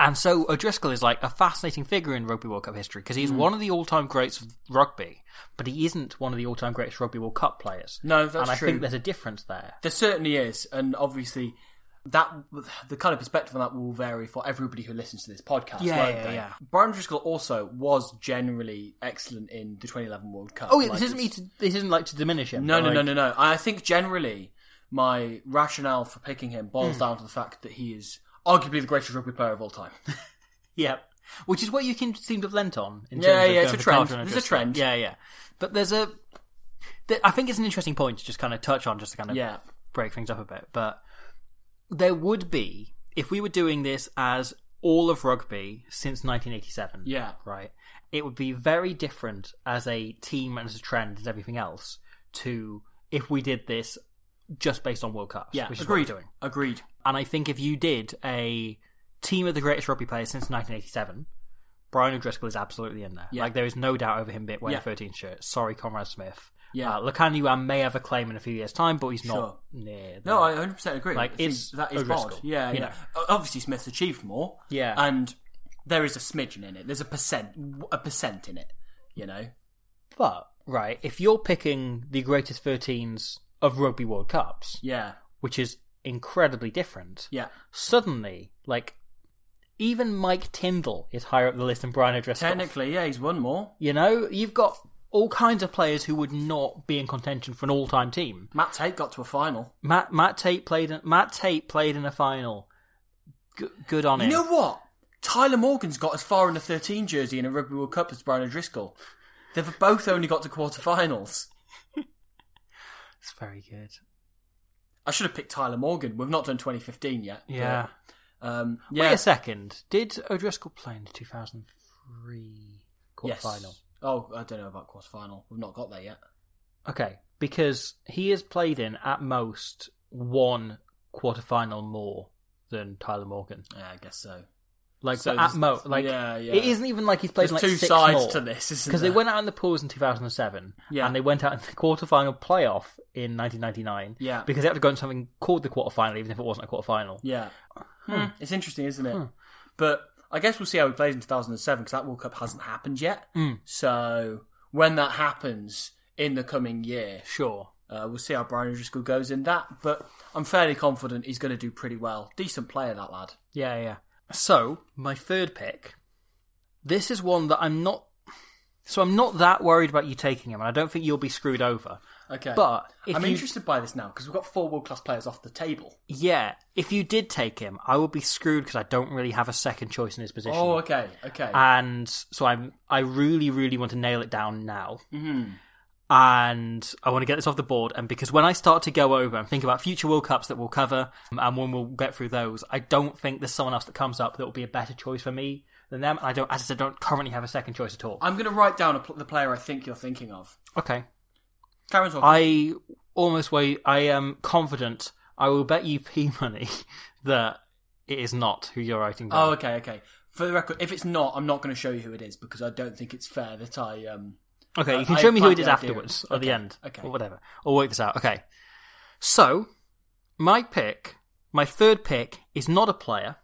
Speaker 4: And so O'Driscoll is like a fascinating figure in Rugby World Cup history because he's one of the all-time greats of rugby, but he isn't one of the all-time greatest Rugby World Cup players.
Speaker 5: No, that's
Speaker 4: and I
Speaker 5: true.
Speaker 4: think there's a difference there.
Speaker 5: There certainly is, and obviously that the kind of perspective on that will vary for everybody who listens to this podcast.
Speaker 4: Yeah,
Speaker 5: won't
Speaker 4: yeah,
Speaker 5: they?
Speaker 4: yeah.
Speaker 5: Brian Driscoll also was generally excellent in the 2011 World Cup.
Speaker 4: Oh, yeah,
Speaker 5: Like,
Speaker 4: this isn't me.
Speaker 5: it's-
Speaker 4: To, this isn't like to diminish him.
Speaker 5: No,
Speaker 4: but,
Speaker 5: no, no,
Speaker 4: like,
Speaker 5: no, no. I think generally my rationale for picking him boils
Speaker 4: Hmm.
Speaker 5: down to the fact that he is arguably the greatest rugby player of all time.
Speaker 4: Yeah, which is what you can seem to have lent on. In terms of
Speaker 5: Yeah, yeah, it's
Speaker 4: going
Speaker 5: a
Speaker 4: for Carlton
Speaker 5: trend.
Speaker 4: and
Speaker 5: There's a
Speaker 4: O'Driscoll.
Speaker 5: trend.
Speaker 4: Yeah, yeah. But there's a. th- I think it's an interesting point to just kind of touch on, just to kind of
Speaker 5: yeah.
Speaker 4: break things up a bit, but there would be if we were doing this as all of rugby since 1987.
Speaker 5: Yeah.
Speaker 4: right. It would be very different as a team and as a trend and everything else to if we did this just based on World Cups.
Speaker 5: Yeah.
Speaker 4: which is
Speaker 5: Agreed.
Speaker 4: what we're doing.
Speaker 5: Agreed.
Speaker 4: And I think if you did a team of the greatest rugby players since 1987. Brian O'Driscoll is absolutely in there.
Speaker 5: Yeah.
Speaker 4: Like there is no doubt over him be- wearing
Speaker 5: Yeah.
Speaker 4: a 13 shirt. Sorry, Conrad Smith.
Speaker 5: Yeah.
Speaker 4: uh, Lukanuan may have a claim in a few years' time, but he's not near. there.
Speaker 5: No, I 100 percent agree.
Speaker 4: Like,
Speaker 5: I think
Speaker 4: it's
Speaker 5: that is
Speaker 4: O'Driscoll,
Speaker 5: odd. Yeah,
Speaker 4: you
Speaker 5: yeah.
Speaker 4: know.
Speaker 5: O- Obviously, Smith's achieved more.
Speaker 4: Yeah.
Speaker 5: and there is a smidgen in it. There's a percent, a percent in it. You know.
Speaker 4: But right, if you're picking the greatest 13s of Rugby World Cups,
Speaker 5: Yeah,
Speaker 4: which is incredibly different,
Speaker 5: yeah.
Speaker 4: suddenly like even Mike Tyndall is higher up the list than Brian O'Driscoll.
Speaker 5: Technically, yeah, he's won more.
Speaker 4: you know, you've got all kinds of players who would not be in contention for an all-time team.
Speaker 5: Matt Tate got to a final.
Speaker 4: Matt Matt Tate played in, Matt Tate played in a final. Good, good on
Speaker 5: You
Speaker 4: him.
Speaker 5: know what? Tyler Morgan's got as far in the 13 jersey in a Rugby World Cup as Brian O'Driscoll. They've both only got to quarterfinals.
Speaker 4: It's very good.
Speaker 5: I should have picked Tyler Morgan. We've not done 2015 yet. but,
Speaker 4: Yeah.
Speaker 5: um, yeah.
Speaker 4: Wait a second. Did O'Driscoll play in the 2003
Speaker 5: Yes.
Speaker 4: quarterfinal?
Speaker 5: Oh, I don't know about quarterfinal. We've not got there yet.
Speaker 4: Okay, because he has played in at most one quarterfinal more than Tyler Morgan.
Speaker 5: Yeah, I guess so.
Speaker 4: Like
Speaker 5: So
Speaker 4: but at
Speaker 5: there's-
Speaker 4: mo, like
Speaker 5: yeah, yeah.
Speaker 4: it isn't even like he's played in,
Speaker 5: There's
Speaker 4: like
Speaker 5: two
Speaker 4: six
Speaker 5: sides
Speaker 4: more.
Speaker 5: to this, isn't
Speaker 4: Because they
Speaker 5: there?
Speaker 4: went out in the pools in 2007,
Speaker 5: Yeah.
Speaker 4: and they went out in the quarterfinal playoff in 1999.
Speaker 5: Yeah.
Speaker 4: because they had to go into something called the quarterfinal, even if it wasn't a quarterfinal.
Speaker 5: Yeah.
Speaker 4: Hmm.
Speaker 5: Hmm. It's interesting, isn't it? But I guess we'll see how he plays in 2007 because that World Cup hasn't happened yet.
Speaker 4: Hmm.
Speaker 5: So when that happens in the coming year,
Speaker 4: Sure.
Speaker 5: uh, we'll see how Brian O'Driscoll goes in that. But I'm fairly confident he's going to do pretty well. Decent player, that lad.
Speaker 4: Yeah, yeah. So my third pick. This is one that I'm not. So I'm not that worried about you taking him, and I don't think you'll be screwed over.
Speaker 5: Okay.
Speaker 4: But if
Speaker 5: I'm
Speaker 4: you-
Speaker 5: interested by this now because we've got four world class players off the table.
Speaker 4: Yeah, if you did take him, I would be screwed because I don't really have a second choice in his position.
Speaker 5: Oh, okay. Okay.
Speaker 4: and so I'm I really really want to nail it down now.
Speaker 5: Mm-hmm.
Speaker 4: And I want to get this off the board, and because when I start to go over and think about future World Cups that we'll cover, um, and when we'll get through those, I don't think there's someone else that comes up that will be a better choice for me than them. And I don't, as I said, don't currently have a second choice at all.
Speaker 5: I'm going to write down a pl- the player I think you're thinking of.
Speaker 4: okay,
Speaker 5: Karen Walker.
Speaker 4: I almost wait. I am confident. I will bet you p money that it is not who you're writing down.
Speaker 5: Oh, okay, okay. For the record, if it's not, I'm not going to show you who it is because I don't think it's fair that I um,
Speaker 4: Okay,
Speaker 5: Uh,
Speaker 4: you can
Speaker 5: I
Speaker 4: show me who
Speaker 5: like
Speaker 4: it
Speaker 5: the
Speaker 4: is
Speaker 5: idea.
Speaker 4: afterwards, or the
Speaker 5: Okay,
Speaker 4: end,
Speaker 5: okay.
Speaker 4: or whatever. Or work this out. Okay. So, my pick, my third pick, is not a player.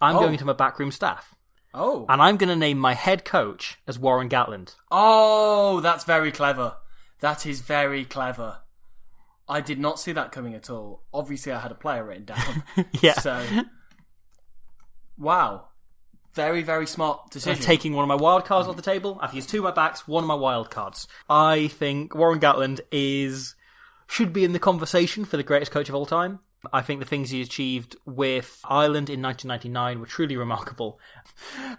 Speaker 4: I'm
Speaker 5: Oh.
Speaker 4: going to my backroom staff,
Speaker 5: Oh.
Speaker 4: and I'm going to name my head coach as Warren Gatland.
Speaker 5: oh, that's very clever. That is very clever. I did not see that coming at all. Obviously, I had a player written down.
Speaker 4: Yeah,
Speaker 5: So, wow. Very, very smart
Speaker 4: So I'm
Speaker 5: decision.
Speaker 4: taking one of my wild cards off the table. I've used two of my backs, one of my wild cards. I think Warren Gatland is should be in the conversation for the greatest coach of all time. I think the things he achieved with Ireland in 1999 were truly remarkable.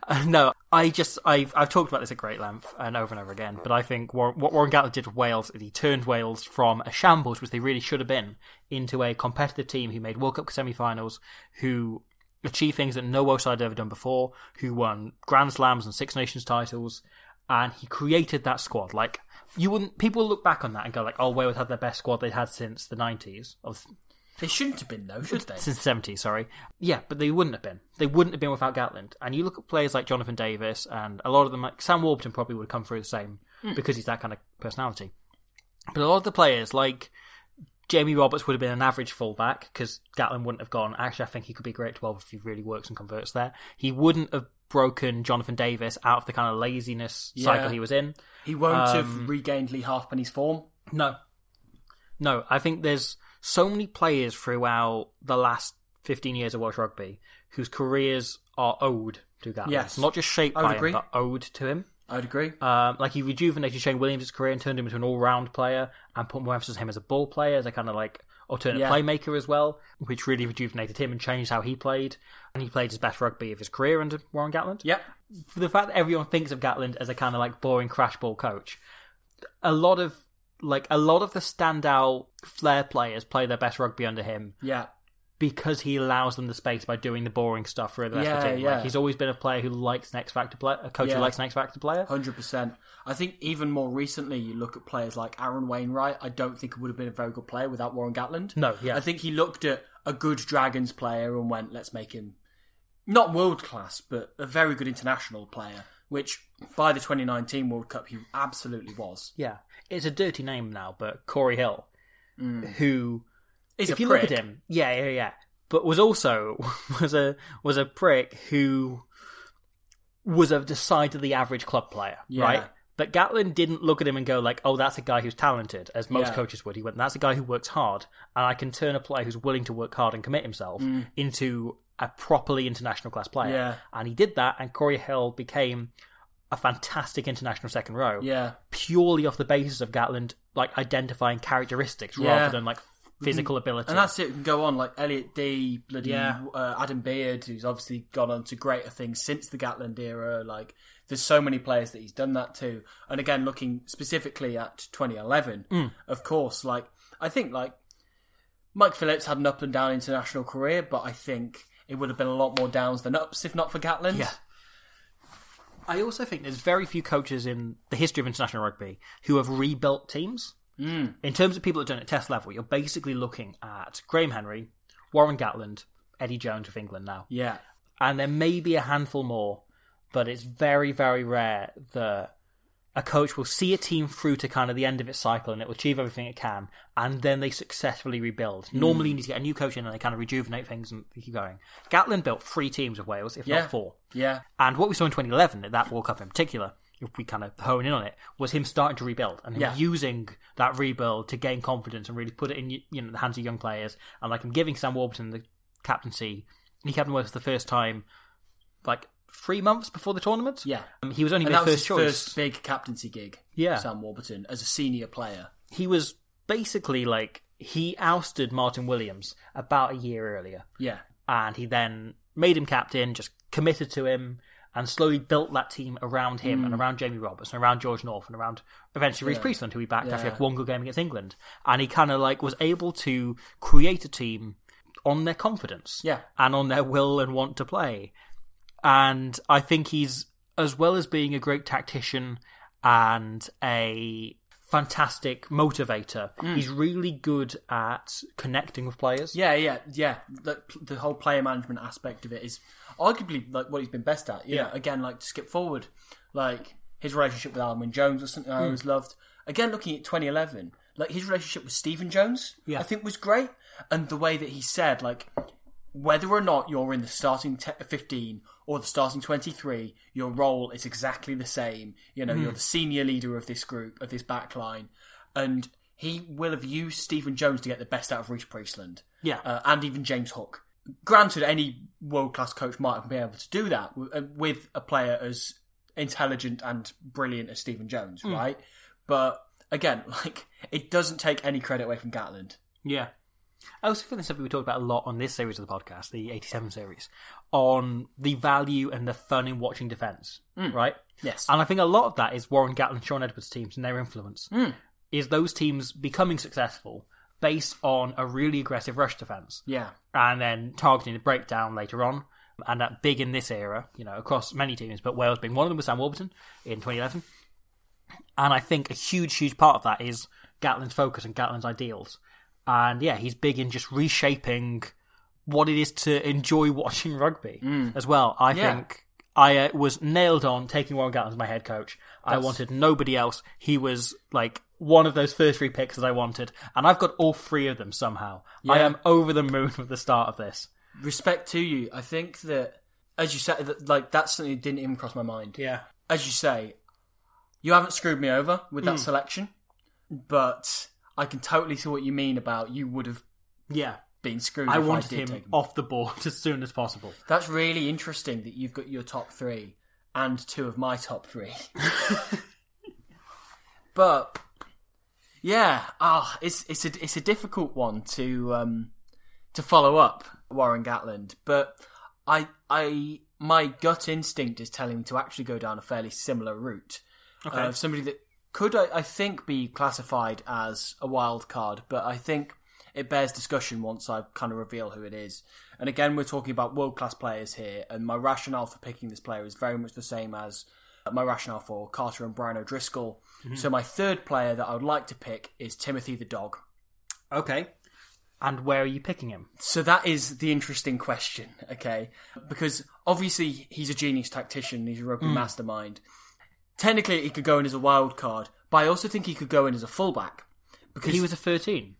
Speaker 4: Uh, no, I just I've I've talked about this at great length and over and over again, but I think Warren, what Warren Gatland did with Wales is he turned Wales from a shambles, which they really should have been, into a competitive team who made World Cup semi-finals, who achieved things that no Welsh side had ever done before, who won Grand Slams and Six Nations titles, and he created that squad. Like you wouldn't, people look back on that and go like, "Oh, Wales had their best squad they'd had since the '90s, or
Speaker 5: They shouldn't have been, though, should they?
Speaker 4: since the '70s." Sorry, yeah, but they wouldn't have been. They wouldn't have been without Gatland. And you look at players like Jonathan Davis, and a lot of them, like Sam Warburton, probably would have come through the same because he's that kind of personality. But a lot of the players, like Jamie Roberts would have been an average fullback because Gatlin wouldn't have gone. Actually, I think he could be a great 12 if he really works and converts there. He wouldn't have broken Jonathan Davis out of the kind of laziness cycle
Speaker 5: Yeah.
Speaker 4: he was in.
Speaker 5: He won't
Speaker 4: Um,
Speaker 5: have regained Lee Halfpenny's form.
Speaker 4: No. No, I think there's so many players throughout the last 15 years of Welsh rugby whose careers are owed to Gatlin.
Speaker 5: Yes.
Speaker 4: Not just shaped
Speaker 5: I would
Speaker 4: by
Speaker 5: agree.
Speaker 4: him, but owed to him.
Speaker 5: I would agree.
Speaker 4: Um, like he rejuvenated Shane Williams' career and turned him into an all-round player, and put more emphasis on him as a ball player, as a kind of like alternate
Speaker 5: Yeah.
Speaker 4: playmaker as well, which really rejuvenated him and changed how he played. And he played his best rugby of his career under Warren Gatland.
Speaker 5: Yep.
Speaker 4: For the fact that everyone thinks of Gatland as a kind of like boring crash ball coach, a lot of like a lot of the standout flair players play their best rugby under him
Speaker 5: Yeah.
Speaker 4: because he allows them the space by doing the boring stuff for the rest of the
Speaker 5: Yeah,
Speaker 4: team.
Speaker 5: yeah.
Speaker 4: Like he's always been a player who likes an X Factor player, a coach
Speaker 5: Yeah.
Speaker 4: who likes an X Factor player.
Speaker 5: Hundred percent. I think even more recently, you look at players like Aaron Wainwright. I don't think he would have been a very good player without Warren Gatland.
Speaker 4: No, yeah.
Speaker 5: I think he looked at a good Dragons player and went, "Let's make him not world class, but a very good international player." Which by the 2019 World Cup, he absolutely was.
Speaker 4: Yeah, it's a dirty name now, but Corey Hill,
Speaker 5: Mm.
Speaker 4: who
Speaker 5: He's
Speaker 4: if
Speaker 5: a
Speaker 4: you
Speaker 5: prick.
Speaker 4: look at him, yeah, yeah, yeah, but was also was a was a prick who was a decidedly average club player,
Speaker 5: Yeah.
Speaker 4: right? But Gatlin didn't look at him and go like, "Oh, that's a guy who's talented," as most
Speaker 5: Yeah.
Speaker 4: coaches would. He went, "That's a guy who works hard, and I can turn a player who's willing to work hard and commit himself into a properly international class player."
Speaker 5: Mm. Yeah.
Speaker 4: And he did that, and Corey Hill became a fantastic international second row
Speaker 5: yeah,
Speaker 4: purely off the basis of Gatland like identifying characteristics
Speaker 5: Yeah.
Speaker 4: rather than like physical ability.
Speaker 5: and that's it. We can go on like Elliot D, bloody
Speaker 4: Yeah.
Speaker 5: uh, Adam Beard, who's obviously gone on to greater things since the Gatland era. Like, there's so many players that he's done that to. And again, looking specifically at 2011,
Speaker 4: Mm.
Speaker 5: of course, like I think like Mike Phillips had an up and down international career, but I think it would have been a lot more downs than ups if not for Gatland.
Speaker 4: Yeah. I also think there's very few coaches in the history of international rugby who have rebuilt teams. Mm. In terms of people that have done it at test level, you're basically looking at Graham Henry, Warren Gatland, Eddie Jones with England now.
Speaker 5: yeah.
Speaker 4: and there may be a handful more, but it's very, very rare that a coach will see a team through to kind of the end of its cycle and it will achieve everything it can, and then they successfully rebuild. Normally, you need to get a new coach in and they kind of rejuvenate things and keep going. Gatlin built three teams of Wales, if
Speaker 5: Yeah.
Speaker 4: not four.
Speaker 5: Yeah.
Speaker 4: And what we saw in 2011 at that World Cup in particular, if we kind of hone in on it, was him starting to rebuild and him
Speaker 5: Yeah.
Speaker 4: using that rebuild to gain confidence and really put it in you know the hands of young players and like him giving Sam Warburton the captaincy. He captained Wales for the first time, like three months before the tournament.
Speaker 5: Yeah.
Speaker 4: um, he was only
Speaker 5: And
Speaker 4: the
Speaker 5: that was
Speaker 4: first
Speaker 5: his
Speaker 4: choice.
Speaker 5: first big captaincy gig.
Speaker 4: Yeah.
Speaker 5: Sam Warburton as a senior player.
Speaker 4: He was basically like he ousted Martin Williams about a year earlier.
Speaker 5: Yeah.
Speaker 4: and he then made him captain, just committed to him, and slowly built that team around him and around Jamie Roberts and around George North and around eventually Reece Priestland, who he backed after
Speaker 5: Hmm. Yeah.
Speaker 4: like one good game against England. And he kind of like was able to create a team on their confidence,
Speaker 5: Yeah.
Speaker 4: and on their will and want to play. And I think he's as well as being a great tactician and a fantastic motivator. He's really good at connecting with players.
Speaker 5: Hmm. Yeah, yeah, yeah. The, the whole player management aspect of it is arguably like what he's been best at. Yeah.
Speaker 4: Yeah.
Speaker 5: Again, like to skip forward, like his relationship with Alwyn Jones was something I always loved. Again, looking at 2011, like his relationship with Stephen Jones,
Speaker 4: Yeah.
Speaker 5: I think was great, and the way that he said like whether or not you're in the starting te- 15 or the starting 23, your role is exactly the same. You know, you're the senior leader of this group, of this back line. And he will have used Stephen Jones to get the best out of Reece Priestland.
Speaker 4: Yeah.
Speaker 5: Uh, and even James Hook. Granted, any world class coach might have been able to do that w- uh, with a player as intelligent and brilliant as Stephen Jones,
Speaker 4: Hmm.
Speaker 5: right? But again, like, it doesn't take any credit away from Gatland.
Speaker 4: Yeah. I also think that's something we talked about a lot on this series of the podcast, the 87 series, on the value and the fun in watching defence, right?
Speaker 5: Mm. Yes.
Speaker 4: And I think a lot of that is Warren Gatlin, Sean Edwards' teams and their influence.
Speaker 5: Mm.
Speaker 4: Is those teams becoming successful based on a really aggressive rush defence
Speaker 5: yeah.
Speaker 4: and then targeting the breakdown later on? And that big in this era, you know, across many teams, but Wales being one of them with Sam Warburton in 2011. And I think a huge, huge part of that is Gatlin's focus and Gatlin's ideals. And yeah, he's big in just reshaping what it is to enjoy watching rugby as well. I
Speaker 5: Mm. Yeah.
Speaker 4: think I uh, was nailed on taking Warren Gatlin as my head coach. I wanted nobody else. He was like one of those first three picks that I wanted. And I've got all three of them somehow. I
Speaker 5: Yeah.
Speaker 4: am over the moon with the start of this.
Speaker 5: respect to you. I think that, as you said, that, like that's something that didn't even cross my mind.
Speaker 4: Yeah.
Speaker 5: As you say, you haven't screwed me over with
Speaker 4: Hmm.
Speaker 5: that selection, but I can totally see what you mean about you would have
Speaker 4: Yeah.
Speaker 5: been screwed.
Speaker 4: I
Speaker 5: if
Speaker 4: wanted
Speaker 5: I did
Speaker 4: him
Speaker 5: take
Speaker 4: off the board as soon as possible.
Speaker 5: That's really interesting that you've got your top three and two of my top three. but yeah, ah, it's it's a it's a difficult one to um to follow up Warren Gatland, but I I my gut instinct is telling me to actually go down a fairly similar route okay. uh, of somebody that could I, I think be classified as a wild card, but I think it bears discussion once I kind of reveal who it is. And again, we're talking about world class players here, and my rationale for picking this player is very much the same as uh, my rationale for Carter and Brian O'Driscoll. So my third player that I would like to pick is Timothy the dog.
Speaker 4: Okay. And where are you picking him?
Speaker 5: So that is the interesting question, okay? Because obviously he's a genius tactician, he's a rugby
Speaker 4: Mm.
Speaker 5: mastermind. Technically, he could go in as a wild card, but I also think he could go in as a fullback because
Speaker 4: He was a 13.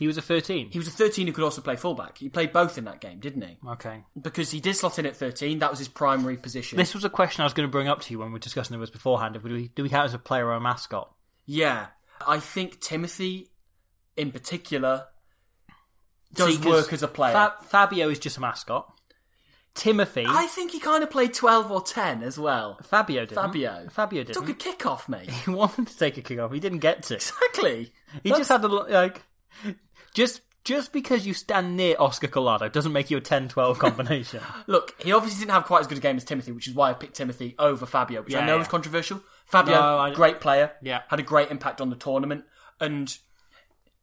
Speaker 4: He was a 13.
Speaker 5: he was a 13 who could also play fullback. He played both in that game, didn't he?
Speaker 4: Okay.
Speaker 5: Because he did slot in at 13, that was his primary position.
Speaker 4: This was a question I was going to bring up to you when we were discussing the words beforehand. Do we, do we count as a player or a mascot?
Speaker 5: Yeah, I think Timothy in particular does
Speaker 4: See, 'cause
Speaker 5: work as a player.
Speaker 4: Fa- Fabio is just a mascot. Timothy.
Speaker 5: I think he kind of played 12 or 10 as well.
Speaker 4: Fabio didn't.
Speaker 5: Fabio.
Speaker 4: Fabio
Speaker 5: Took
Speaker 4: didn't.
Speaker 5: a kick off, mate.
Speaker 4: He wanted to take a kick off. He didn't get to.
Speaker 5: Exactly.
Speaker 4: He just had a lo- like. Just just because you stand near Oscar Collado doesn't make you a 10-12 combination.
Speaker 5: Look, he obviously didn't have quite as good a game as Timothy, which is why I picked Timothy over Fabio, which I
Speaker 4: Yeah,
Speaker 5: know
Speaker 4: yeah.
Speaker 5: is controversial. Fabio,
Speaker 4: No, I-
Speaker 5: great player,
Speaker 4: Yeah.
Speaker 5: had a great impact on the tournament, and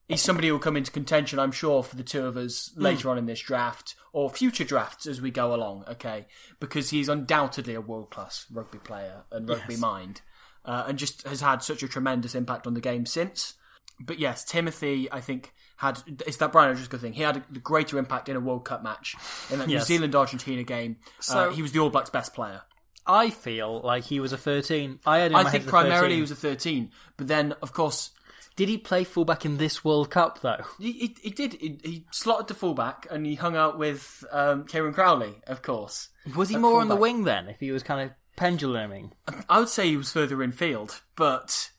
Speaker 5: he's somebody who will come into contention, I'm sure, for the two of us
Speaker 4: Hmm.
Speaker 5: later on in this draft or future drafts as we go along. Okay, because he's undoubtedly a world class rugby player and rugby mind, uh, and just has had such a tremendous impact on the game since. but yes, Timothy, I think had it's that Brian O'Driscoll thing. He had a greater impact in a World Cup match in that
Speaker 4: Yes.
Speaker 5: New Zealand Argentina game.
Speaker 4: So-
Speaker 5: uh, he was the All Blacks' best player.
Speaker 4: I feel like he was a 13. I had him in
Speaker 5: I
Speaker 4: my head
Speaker 5: think
Speaker 4: as a
Speaker 5: primarily
Speaker 4: 13.
Speaker 5: he was a 13, but then of course
Speaker 4: Did he play fullback in this World Cup though?
Speaker 5: he, he, he did. He, he slotted to fullback and he hung out with um, Kieran Crowley, of course.
Speaker 4: Was he
Speaker 5: At
Speaker 4: more on the
Speaker 5: fullback.
Speaker 4: wing then? If he was kind of penduluming,
Speaker 5: I would say he was further in field, but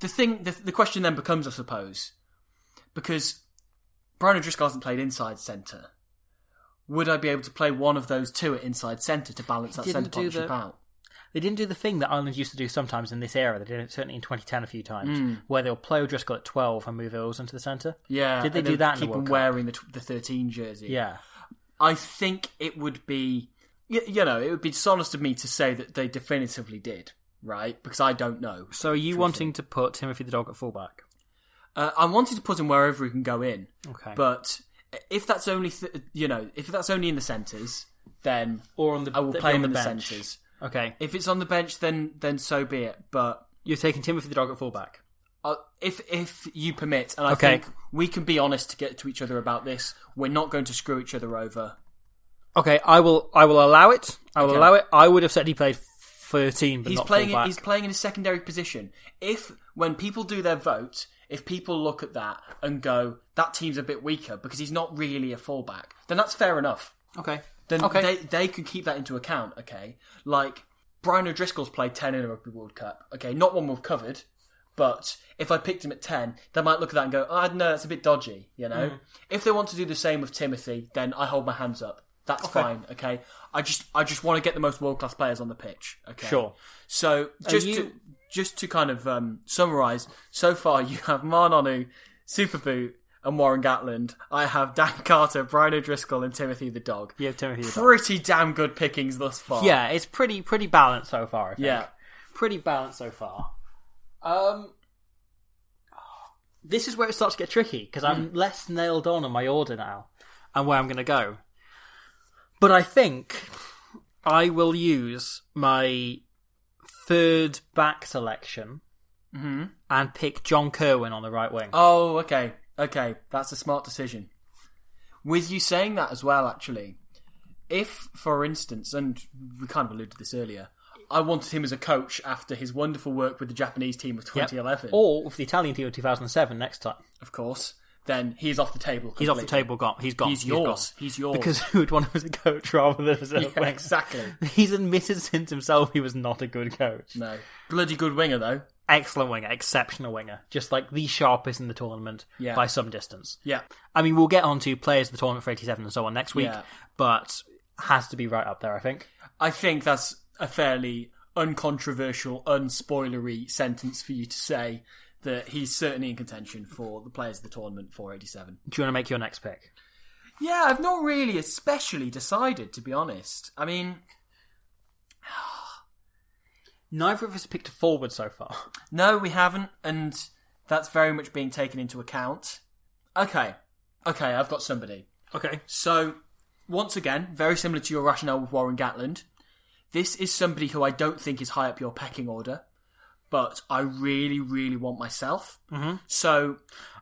Speaker 5: the thing, the, the question then becomes, I suppose, because Brian O'Driscoll hasn't played inside centre. Would I be able to play one of those two at inside centre to balance that
Speaker 4: didn't
Speaker 5: centre
Speaker 4: do
Speaker 5: partnership
Speaker 4: the-
Speaker 5: out?
Speaker 4: they didn't do the thing that Ireland used to do sometimes in this era. They did it certainly in 2010 a few times, where they'll play O'Driscoll at 12 and move Ills into the centre.
Speaker 5: Yeah,
Speaker 4: Did they
Speaker 5: and
Speaker 4: do
Speaker 5: then
Speaker 4: that in the
Speaker 5: Keep
Speaker 4: World
Speaker 5: him
Speaker 4: Cup?
Speaker 5: wearing the, tw- the thirteen jersey.
Speaker 4: Yeah,
Speaker 5: I think it would be, y- you know, it would be dishonest of me to say that they definitively did, right? Because I don't know.
Speaker 4: So are you wanting to put Timothy the dog at fullback?
Speaker 5: Uh, I wanted to put him wherever he can go in,
Speaker 4: Okay.
Speaker 5: but if that's only th- you know if that's only in the centres, then
Speaker 4: or on the
Speaker 5: I will
Speaker 4: they'll
Speaker 5: play
Speaker 4: be
Speaker 5: him
Speaker 4: on
Speaker 5: in the
Speaker 4: bench.
Speaker 5: centres.
Speaker 4: Okay.
Speaker 5: If it's on the bench, then then so be it. But
Speaker 4: You're taking Timothy the dog at fullback.
Speaker 5: uh, if if you permit, and I
Speaker 4: Okay.
Speaker 5: think we can be honest to get to each other about this, we're not going to screw each other over.
Speaker 4: Okay, I will. I will allow it. I will
Speaker 5: Okay.
Speaker 4: allow it. I would have said he played 13, but
Speaker 5: He's
Speaker 4: not
Speaker 5: playing.
Speaker 4: fullback.
Speaker 5: He's playing in a secondary position. If when people do their vote, if people look at that and go, "That team's a bit weaker because he's not really a fullback," then that's fair enough.
Speaker 4: okay.
Speaker 5: Then
Speaker 4: okay.
Speaker 5: they they can keep that into account. Okay, like Brian O'Driscoll's played ten in a Rugby World Cup. Okay, not one we've covered. But if I picked him at ten, they might look at that and go, "Oh, "I don't know, that's a bit dodgy," you know.
Speaker 4: Mm.
Speaker 5: If they want to do the same with Timothy, then I hold my hands up. That's fine. Okay, I just I just want to get the most world class players on the pitch. Okay,
Speaker 4: Sure.
Speaker 5: so just
Speaker 4: you-
Speaker 5: to just to kind of um, summarize, so far you have Marnonu, Superboot, and Warren Gatland. I have Dan Carter, Brian O'Driscoll, and Timothy the dog.
Speaker 4: You have Timothy the dog.
Speaker 5: Pretty damn good pickings thus far.
Speaker 4: Yeah, it's pretty pretty balanced so far. I think.
Speaker 5: yeah.
Speaker 4: pretty balanced so far. Um, this is where it starts to get tricky because I'm less nailed on on my order now and where I'm going to go. But I think I will use my third back selection and pick John Kerwin on the right wing.
Speaker 5: Oh, okay, okay, that's a smart decision. With you saying that as well, actually, if, for instance, and we kind of alluded to this earlier, I wanted him as a coach after his wonderful work with the Japanese team of
Speaker 4: Yep.
Speaker 5: 2011,
Speaker 4: Or with the Italian team of 2007 next time.
Speaker 5: of course. Then he's off the table.
Speaker 4: He's off the
Speaker 5: completely.
Speaker 4: table, gone. He's gone.
Speaker 5: He's
Speaker 4: gone.
Speaker 5: yours. He's yours.
Speaker 4: Because who would want him as a coach rather than as a
Speaker 5: Yeah,
Speaker 4: wing?
Speaker 5: exactly.
Speaker 4: He's admitted since himself he was not a good coach.
Speaker 5: No. Bloody good winger, though.
Speaker 4: excellent winger, exceptional winger, just like the sharpest in the tournament
Speaker 5: Yeah.
Speaker 4: by some distance.
Speaker 5: Yeah.
Speaker 4: I mean, we'll get on to players of the tournament for 87 and so on next week,
Speaker 5: Yeah.
Speaker 4: but has to be right up there, I think.
Speaker 5: I think that's a fairly uncontroversial, unspoilery sentence for you to say that he's certainly in contention for the players of the tournament for 87.
Speaker 4: Do you want to make your next pick?
Speaker 5: Yeah, I've not really especially decided, to be honest. I mean,
Speaker 4: Neither of us picked a forward so far.
Speaker 5: no, we haven't, and that's very much being taken into account. Okay. Okay, I've got somebody.
Speaker 4: Okay.
Speaker 5: So, once again, very similar to your rationale with Warren Gatland, this is somebody who I don't think is high up your pecking order, but I really, really want myself. Mm-hmm. So,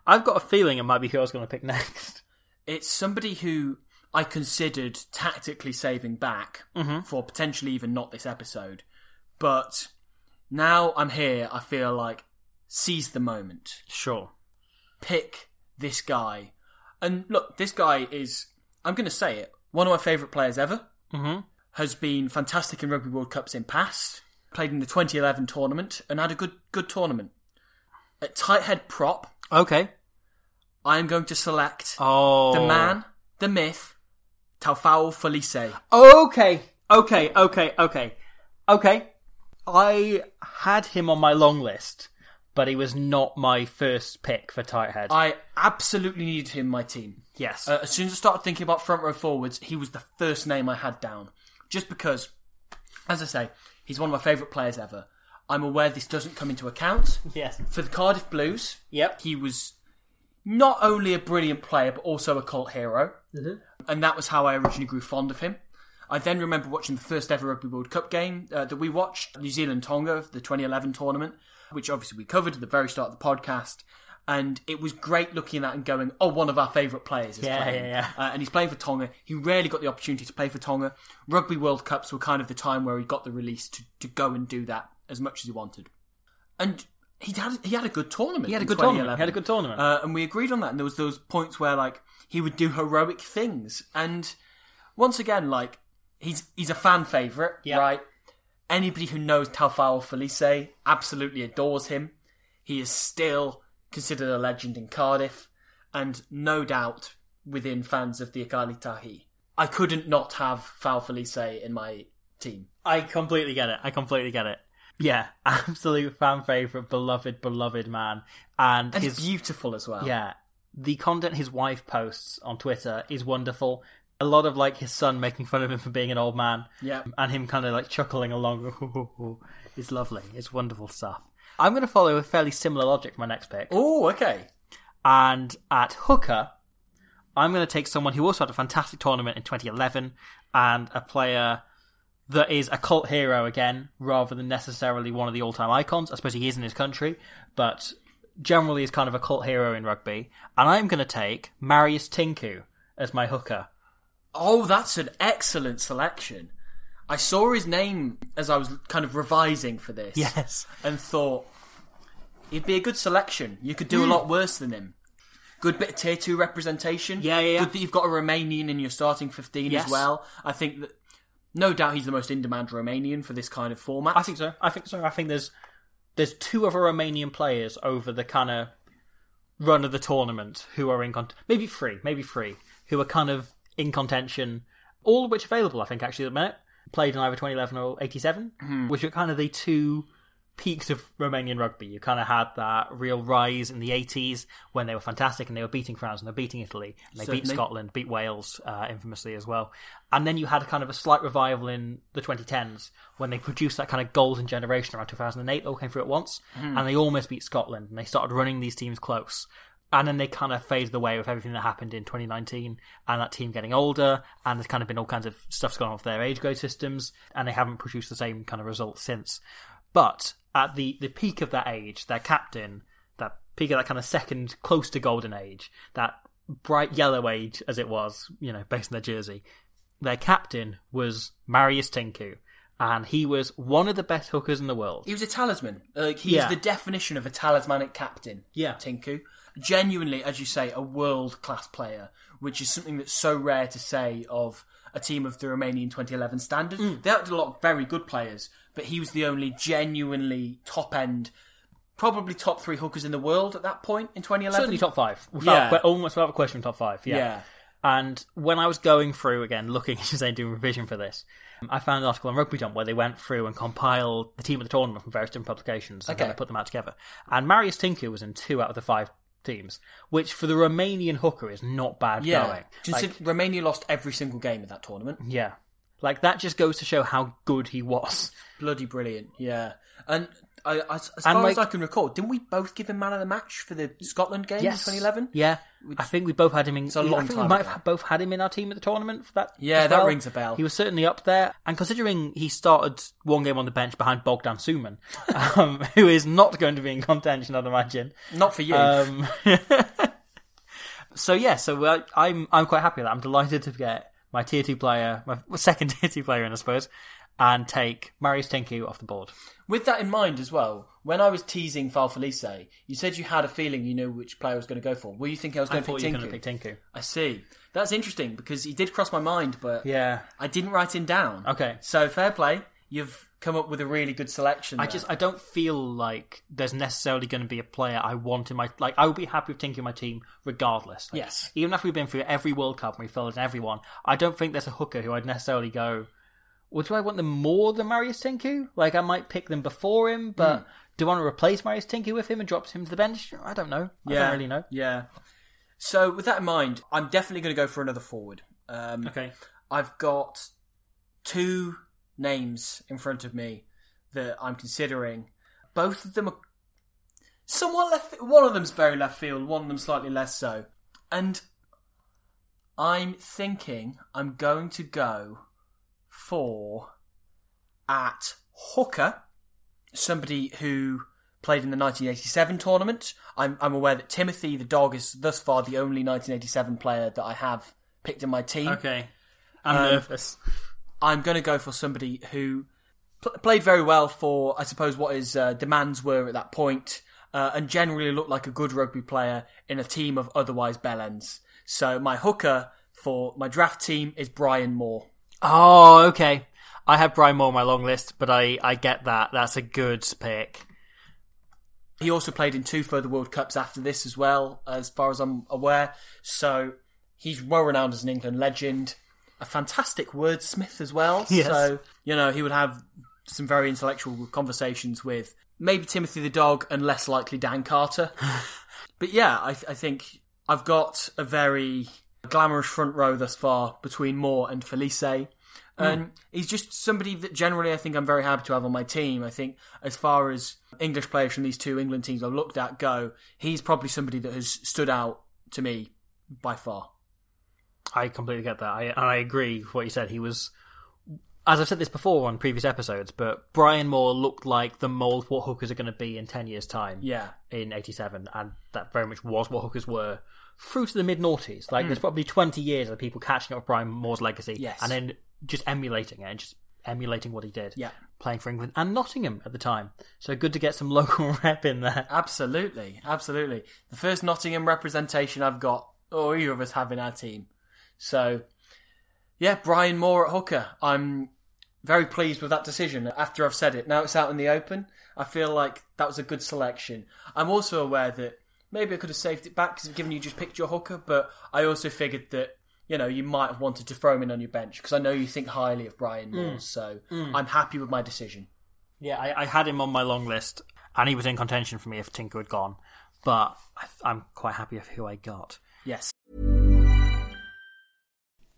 Speaker 4: I've got a feeling it might be who I was going to pick next.
Speaker 5: it's somebody who I considered tactically saving back for potentially even not this episode, but now I'm here, I feel like seize the moment
Speaker 4: Sure.
Speaker 5: pick this guy. And look, this guy is, I'm going to say it, one of my favourite players ever. Mm-hmm. Has been fantastic in Rugby World Cups in past, played in the 2011 tournament, and had a good, good tournament. At tight head prop,
Speaker 4: Okay.
Speaker 5: I am going to select
Speaker 4: Oh.
Speaker 5: the man, the myth, Taufao Felice.
Speaker 4: Okay. Okay. Okay. Okay. Okay. I had him on my long list, but he was not my first pick for tight head.
Speaker 5: I absolutely needed him in my team.
Speaker 4: yes.
Speaker 5: Uh, as soon as I started thinking about front row forwards, he was the first name I had down. Just because, as I say, he's one of my favourite players ever. I'm aware this doesn't come into account.
Speaker 4: yes.
Speaker 5: For the Cardiff Blues,
Speaker 4: Yep.
Speaker 5: he was not only a brilliant player, but also a cult hero.
Speaker 4: Mm-hmm.
Speaker 5: And that was how I originally grew fond of him. I then remember watching the first ever Rugby World Cup game uh, that we watched, New Zealand Tonga, the 2011 tournament, which obviously we covered at the very start of the podcast. And it was great looking at that and going, oh, one of our favourite players is
Speaker 4: Yeah,
Speaker 5: playing.
Speaker 4: yeah, yeah.
Speaker 5: Uh, and he's playing for Tonga. He rarely got the opportunity to play for Tonga. Rugby World Cups were kind of the time where he got the release to, to go and do that as much as he wanted. And he had he had a good tournament.
Speaker 4: He had a
Speaker 5: in
Speaker 4: good tournament.
Speaker 5: 2011.
Speaker 4: He had a good tournament.
Speaker 5: Uh, and we agreed on that. And there was those points where like he would do heroic things. And once again, like he's he's a fan favorite,
Speaker 4: Yeah.
Speaker 5: right? Anybody who knows Taufal Felice absolutely adores him. He is still considered a legend in Cardiff, and no doubt within fans of the Akali Tahi. I couldn't not have Fal Felice in my team.
Speaker 4: I completely get it. I completely get it. Yeah, absolute fan favorite, beloved, beloved man, and,
Speaker 5: And
Speaker 4: his
Speaker 5: he's beautiful as well.
Speaker 4: yeah, the content his wife posts on Twitter is wonderful. A lot of like his son making fun of him for being an old man,
Speaker 5: Yeah.
Speaker 4: and him kind of like chuckling along. it's lovely. It's wonderful stuff. I'm going to follow a fairly similar logic for my next pick.
Speaker 5: Oh, okay.
Speaker 4: And at hooker, I'm going to take someone who also had a fantastic tournament in 2011 and a player that is a cult hero again, rather than necessarily one of the all time icons. I suppose he is in his country, but generally is kind of a cult hero in rugby. And I'm going to take Marius Tinku as my hooker.
Speaker 5: Oh, that's an excellent selection. I saw his name as I was kind of revising for this.
Speaker 4: Yes.
Speaker 5: And thought, he'd be a good selection. You could
Speaker 4: Hmm.
Speaker 5: do a lot worse than him. Good bit of tier two representation.
Speaker 4: Yeah, yeah, yeah.
Speaker 5: Good that you've got a Romanian in your starting 15
Speaker 4: Yes.
Speaker 5: as well. I think that, no doubt he's the most in demand Romanian for this kind of format.
Speaker 4: I think so. I think so. I think there's there's two other Romanian players over the kind of run of the tournament who are in cont maybe three, maybe three who are kind of in contention, all of which available. I think actually at the minute played in either 2011 or 87, which are kind of the two peaks of Romanian rugby. You kind of had that real rise in the 80s when they were fantastic and they were beating France and they were beating Italy and they beat
Speaker 5: Certainly.
Speaker 4: Scotland, beat Wales uh, infamously as well. And then you had kind of a slight revival in the 2010s when they produced that kind of golden generation around 2008. They all came through at once and they almost beat Scotland and they started running these teams close. And then they kind of faded away with everything that happened in 2019 and that team getting older. And there's kind of been all kinds of stuff's gone on with their age grade systems and they haven't produced the same kind of results since. But at the, the peak of that age, their captain, that peak of that kind of second close to golden age, that bright yellow age as it was, you know, based on their jersey, their captain was Marius Tinku. And he was one of the best hookers in the world.
Speaker 5: He was a talisman. Like he
Speaker 4: Yeah.
Speaker 5: is the definition of a talismanic captain.
Speaker 4: Yeah.
Speaker 5: Tinku. Genuinely, as you say, a world class player, which is something that's so rare to say of a team of the Romanian 2011 standard.
Speaker 4: Mm.
Speaker 5: They had a lot of very good players, but he was the only genuinely top end, probably top three hookers in the world at that point in 2011.
Speaker 4: Certainly top five. Without,
Speaker 5: Yeah.
Speaker 4: Almost without a question, top five.
Speaker 5: Yeah.
Speaker 4: And when I was going through again, looking as they doing revision for this, I found an article on Rugby Dump where they went through and compiled the team of the tournament from various different publications and
Speaker 5: Okay.
Speaker 4: kind of put them out together. And Marius Tinku was in two out of the five teams, which for the Romanian hooker is not bad
Speaker 5: Yeah.
Speaker 4: going.
Speaker 5: Consider- Romania lost every single game of that tournament.
Speaker 4: Yeah. Like that just goes to show how good he was.
Speaker 5: Bloody brilliant, yeah. And I, I- as
Speaker 4: And,
Speaker 5: far
Speaker 4: like-
Speaker 5: as I can recall, didn't we both give him man of the match for the Scotland game in 2011?
Speaker 4: Yeah. I think we both had him in.
Speaker 5: a long
Speaker 4: I think we
Speaker 5: time
Speaker 4: might
Speaker 5: ago.
Speaker 4: have both had him in our team at the tournament for that.
Speaker 5: Yeah,
Speaker 4: as
Speaker 5: that
Speaker 4: well.
Speaker 5: rings a bell.
Speaker 4: He was certainly up there. And considering he started one game on the bench behind Bogdan Suman, um, who is not going to be in contention, I'd imagine.
Speaker 5: Not for you.
Speaker 4: Um, so yeah, so uh, I'm I'm quite happy with that. I'm delighted to get my tier two player, my second tier two player in, I suppose, and take Marius Tinku off the board.
Speaker 5: With that in mind as well, when I was teasing Falfelice, you said you had a feeling you knew which player I was going to go for. Were you thinking I was
Speaker 4: I
Speaker 5: going to
Speaker 4: thought
Speaker 5: pick
Speaker 4: you were going
Speaker 5: Tinku?
Speaker 4: to pick Tinku.
Speaker 5: I see. That's interesting because he did cross my mind, but
Speaker 4: Yeah.
Speaker 5: I didn't write him down.
Speaker 4: Okay.
Speaker 5: So fair play. You've come up with a really good selection.
Speaker 4: I
Speaker 5: there.
Speaker 4: just I don't feel like there's necessarily going to be a player I want in my like I would be happy with Tinker in my team regardless. Like,
Speaker 5: Yes.
Speaker 4: even after we've been through every World Cup and we filled in everyone, I don't think there's a hooker who I'd necessarily go. Well, do I want them more than Marius Tinku? Like I might pick them before him, but do I want to replace Marius Tinku with him and drop him to the bench? I don't know. I don't really know.
Speaker 5: Yeah. So with that in mind, I'm definitely going to go for another forward. Um,
Speaker 4: Okay.
Speaker 5: I've got two names in front of me that I'm considering. Both of them are somewhat left. One of them's very left field. One of them slightly less so. And I'm thinking I'm going to go for at hooker, somebody who played in the 1987 tournament. I'm, I'm aware that Timothy the dog is thus far the only 1987 player that I have picked in my team.
Speaker 4: Okay. I'm nervous.
Speaker 5: I'm going to go for somebody who pl- played very well for, I suppose, what his uh, demands were at that point, uh, and generally looked like a good rugby player in a team of otherwise bellends. So my hooker for my draft team is Brian Moore.
Speaker 4: Oh, okay. I have Brian Moore on my long list, but I, I get that. That's a good pick.
Speaker 5: He also played in two further World Cups after this as well, as far as I'm aware. So he's well renowned as an England legend, a fantastic wordsmith as well.
Speaker 4: Yes.
Speaker 5: So, you know, he would have some very intellectual conversations with maybe Timothy the dog and less likely Dan Carter. but yeah, I, I think I've got a very glamorous front row thus far between Moore and Felice. And he's just somebody that generally I think I'm very happy to have on my team. I think as far as English players from these two England teams I've looked at go, he's probably somebody that has stood out to me by far.
Speaker 4: I completely get that. I, and I agree with what you said. He was, as I've said this before on previous episodes, but Brian Moore looked like the mold what hookers are going to be in 10 years' time
Speaker 5: Yeah.
Speaker 4: in 87. And that very much was what hookers were through to the mid noughties. Like, there's probably 20 years of people catching up with Brian Moore's legacy
Speaker 5: Hmm. Yes.
Speaker 4: and then just emulating it and just emulating what he did.
Speaker 5: Yeah.
Speaker 4: Playing for England and Nottingham at the time. So good to get some local rep in there.
Speaker 5: Absolutely. Absolutely. The first Nottingham representation I've got, or either of us have in our team. So, yeah, Brian Moore at hooker. I'm very pleased with that decision after I've said it. Now it's out in the open. I feel like that was a good selection. I'm also aware that maybe I could have saved it back because I've given you just picked your hooker, but I also figured that, you know, you might have wanted to throw him in on your bench because I know you think highly of Brian Moore. So I'm happy with my decision.
Speaker 4: Yeah, I, I had him on my long list, and he was in contention for me if Tinker had gone. But I, I'm quite happy with who I got.
Speaker 5: Yes.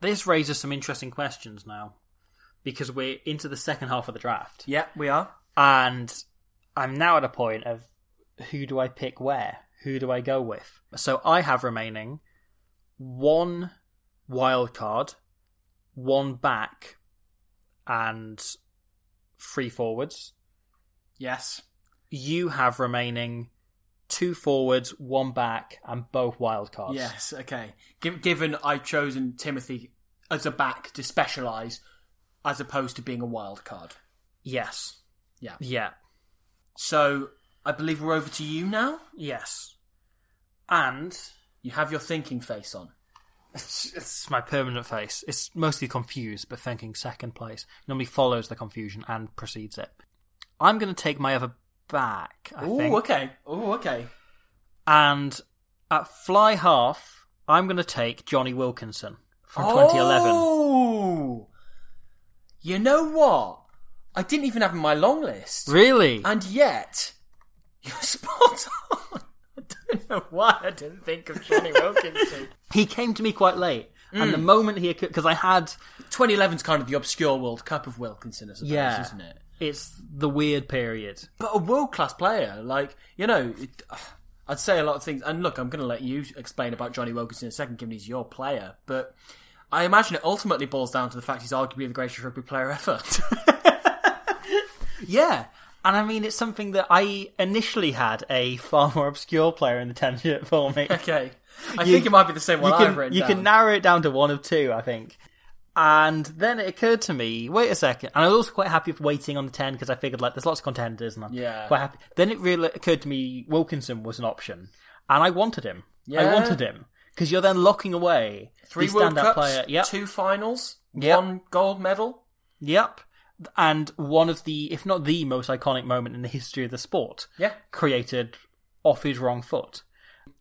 Speaker 4: This raises some interesting questions now, because we're into the second half of the draft,
Speaker 5: Yeah, we are.
Speaker 4: and I'm now at a point of who do I pick where? Who do I go with? So I have remaining one wild card, one back, and three forwards.
Speaker 5: Yes.
Speaker 4: you have remaining two forwards, one back, and both wild cards.
Speaker 5: Yes, okay. Gi- Given I've chosen Timothy as a back to specialise as opposed to being a wild card.
Speaker 4: Yes.
Speaker 5: Yeah.
Speaker 4: Yeah.
Speaker 5: So I believe we're over to you now.
Speaker 4: Yes. And
Speaker 5: You have your thinking face on.
Speaker 4: it's, it's my permanent face. It's mostly confused, but thinking second place normally follows the confusion and precedes it. I'm going to take my other back. I
Speaker 5: Oh,
Speaker 4: think.
Speaker 5: okay. Oh, okay.
Speaker 4: And at fly half, I'm going to take Johnny Wilkinson from 2011.
Speaker 5: Oh! You know what? I didn't even have him on my long list.
Speaker 4: Really?
Speaker 5: And yet, you're spot on. I don't know why I didn't think of Johnny Wilkinson. Mm.
Speaker 4: he came to me quite late, And the moment he, because I had
Speaker 5: 2011's kind of the obscure World Cup of Wilkinson, I suppose,
Speaker 4: Yeah.
Speaker 5: isn't it?
Speaker 4: it's the weird period.
Speaker 5: But a world class player, like you know, it, I'd say a lot of things. And look, I'm going to let you explain about Johnny Wilkinson in a second, given he's your player. But I imagine it ultimately boils down to the fact he's arguably the greatest rugby player ever.
Speaker 4: Yeah. And I mean, it's something that I initially had a far more obscure player in the ten ship for me.
Speaker 5: okay, I think it might be the same one
Speaker 4: you
Speaker 5: I've
Speaker 4: can,
Speaker 5: written
Speaker 4: you can
Speaker 5: down.
Speaker 4: narrow it down to one of two, I think. And then it occurred to me, wait a second. And I was also quite happy for waiting on the 10 because I figured, like, there's lots of contenders and I'm
Speaker 5: Yeah.
Speaker 4: quite happy. Then it really occurred to me Wilkinson was an option. And I wanted him. I
Speaker 5: Yeah.
Speaker 4: wanted him. Because you're then locking away
Speaker 5: Three
Speaker 4: the
Speaker 5: World
Speaker 4: standout
Speaker 5: Cups,
Speaker 4: player. Yep.
Speaker 5: two finals,
Speaker 4: Yep.
Speaker 5: one gold medal.
Speaker 4: Yep. And one of the, if not the most iconic moment in the history of the sport.
Speaker 5: Yeah.
Speaker 4: Created off his wrong foot.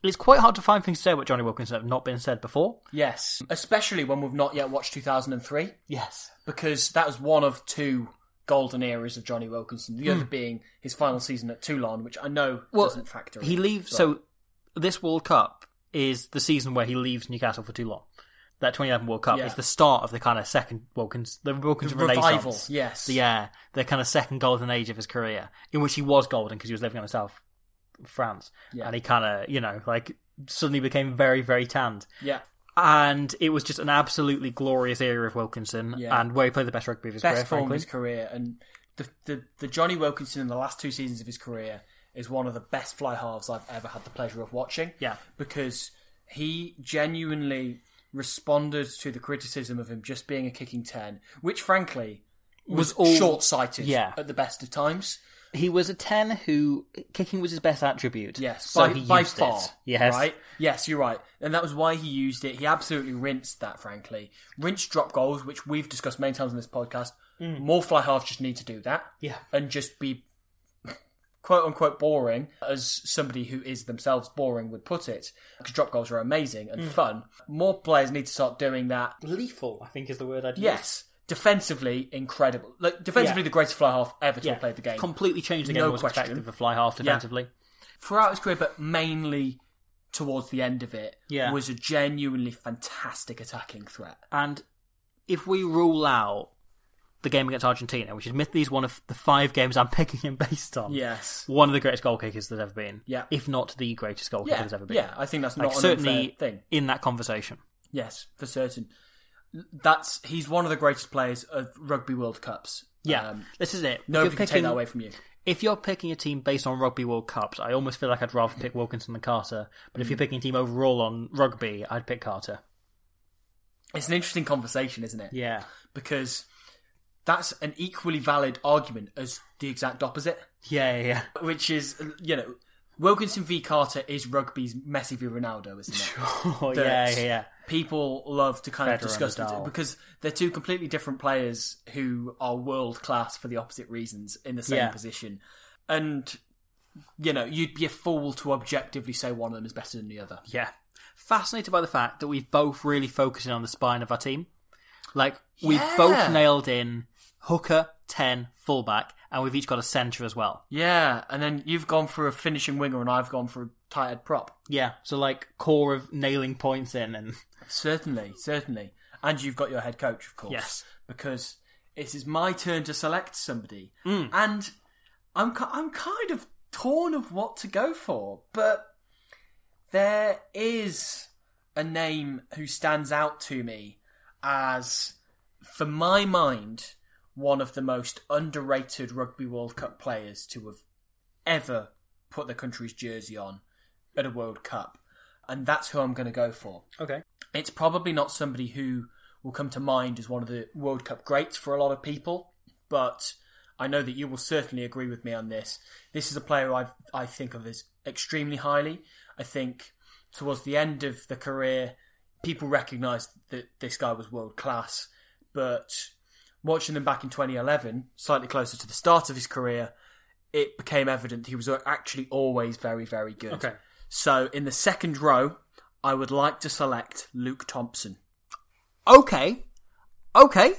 Speaker 4: It's quite hard to find things to say about Johnny Wilkinson that have not been said before.
Speaker 5: Yes, especially when we've not yet watched 2003.
Speaker 4: Yes.
Speaker 5: because that was one of two golden eras of Johnny Wilkinson. The
Speaker 4: Hmm.
Speaker 5: other being his final season at Toulon, which I know doesn't factor.
Speaker 4: He
Speaker 5: in,
Speaker 4: leaves.
Speaker 5: but-
Speaker 4: So this World Cup is the season where he leaves Newcastle for too long. That 2011 World Cup
Speaker 5: Yeah.
Speaker 4: is the start of the kind of second Wilkins, the Wilkins
Speaker 5: The revival,
Speaker 4: Renaissance.
Speaker 5: yes.
Speaker 4: The, yeah, the kind of second golden age of his career, in which he was golden because he was living on the south of France,
Speaker 5: Yeah.
Speaker 4: and he kind of, you know, like suddenly became very, very tanned.
Speaker 5: yeah,
Speaker 4: And it was just an absolutely glorious era of Wilkinson,
Speaker 5: Yeah.
Speaker 4: and where he played the best rugby of his career.
Speaker 5: best form of
Speaker 4: Frankly,
Speaker 5: his career, and the, the the Johnny Wilkinson in the last two seasons of his career is one of the best fly halves I've ever had the pleasure of watching.
Speaker 4: Yeah.
Speaker 5: because he genuinely responded to the criticism of him just being a kicking ten, which frankly was,
Speaker 4: Was all-
Speaker 5: short sighted.
Speaker 4: Yeah.
Speaker 5: at the best of times.
Speaker 4: he was a ten who kicking was his best attribute.
Speaker 5: Yes,
Speaker 4: so
Speaker 5: by,
Speaker 4: he
Speaker 5: by
Speaker 4: used
Speaker 5: far.
Speaker 4: it. Yes,
Speaker 5: right. Yes, you're right, and that was why he used it. He absolutely rinsed that. Frankly, rinsed drop goals, which we've discussed many times on this podcast. More fly halves just need to do that.
Speaker 4: Mm. Yeah.
Speaker 5: and just be quote unquote boring, as somebody who is themselves boring would put it. Because drop goals are amazing
Speaker 4: Mm.
Speaker 5: and fun. More players need to start doing that.
Speaker 4: lethal. I think is the word I'd use.
Speaker 5: Yes, defensively incredible. Like defensively,
Speaker 4: Yeah.
Speaker 5: the greatest fly half ever to
Speaker 4: yeah.
Speaker 5: have played the game.
Speaker 4: completely changed the game.
Speaker 5: No
Speaker 4: No was
Speaker 5: question.
Speaker 4: expected for fly half defensively.
Speaker 5: throughout his career, but mainly towards the end of it,
Speaker 4: Yeah.
Speaker 5: was a genuinely fantastic attacking threat.
Speaker 4: And if we rule out the game against Argentina, which admittedly is one of the five games I'm picking him based on,
Speaker 5: Yes.
Speaker 4: one of the greatest goal kickers there's ever been.
Speaker 5: Yeah.
Speaker 4: if not the greatest goal kicker
Speaker 5: Yeah,
Speaker 4: there's ever been.
Speaker 5: yeah, I think that's not
Speaker 4: like,
Speaker 5: an
Speaker 4: certainly
Speaker 5: unfair thing.
Speaker 4: in that conversation.
Speaker 5: Yes, for certain. That's he's one of the greatest players of rugby World Cups.
Speaker 4: Yeah,
Speaker 5: Um,
Speaker 4: this is it. If
Speaker 5: nobody
Speaker 4: you're
Speaker 5: can take that away from you.
Speaker 4: If you're picking a team based on Rugby World Cups, I almost feel like I'd rather pick Wilkinson than Carter. But if
Speaker 5: Mm.
Speaker 4: you're picking a team overall on rugby, I'd pick Carter.
Speaker 5: It's an interesting conversation, isn't it?
Speaker 4: Yeah.
Speaker 5: Because that's an equally valid argument as the exact opposite,
Speaker 4: Yeah, yeah, yeah.
Speaker 5: which is you know. Wilkinson v Carter is rugby's Messi v Ronaldo, isn't it?
Speaker 4: Oh, yeah,
Speaker 5: that
Speaker 4: yeah, yeah.
Speaker 5: people love to kind
Speaker 4: Federer
Speaker 5: of
Speaker 4: and
Speaker 5: discuss the
Speaker 4: Nadal.
Speaker 5: because they're two completely different players who are world class for the opposite reasons in the same
Speaker 4: Yeah.
Speaker 5: position. And you know, you'd be a fool to objectively say one of them is better than the other.
Speaker 4: Yeah. Fascinated by the fact that we've both really focusing on the spine of our team. Like, we've
Speaker 5: Yeah.
Speaker 4: both nailed in hooker, 10, fullback, and we've each got a centre as well.
Speaker 5: Yeah, and then you've gone for a finishing winger and I've gone for a tight end prop.
Speaker 4: Yeah. So, like, core of nailing points in and.
Speaker 5: Certainly, certainly. And you've got your head coach, of course.
Speaker 4: Yes.
Speaker 5: Because it is my turn to select somebody. And I'm, ki- I'm kind of torn of what to go for, but there is a name who stands out to me as, for my mind, one of the most underrated Rugby World Cup players to have ever put the country's jersey on at a World Cup. And that's who I'm going to go for
Speaker 4: Okay.
Speaker 5: it's probably not somebody who will come to mind as one of the World Cup greats for a lot of people, but I know that you will certainly agree with me on this. This is a player I I think of as extremely highly. I think towards the end of the career, people recognised that this guy was world class, but watching them back in 2011, slightly closer to the start of his career, it became evident he was actually always very, very good.
Speaker 4: Okay.
Speaker 5: So in the second row, I would like to select Luke Thompson.
Speaker 4: Okay. Okay.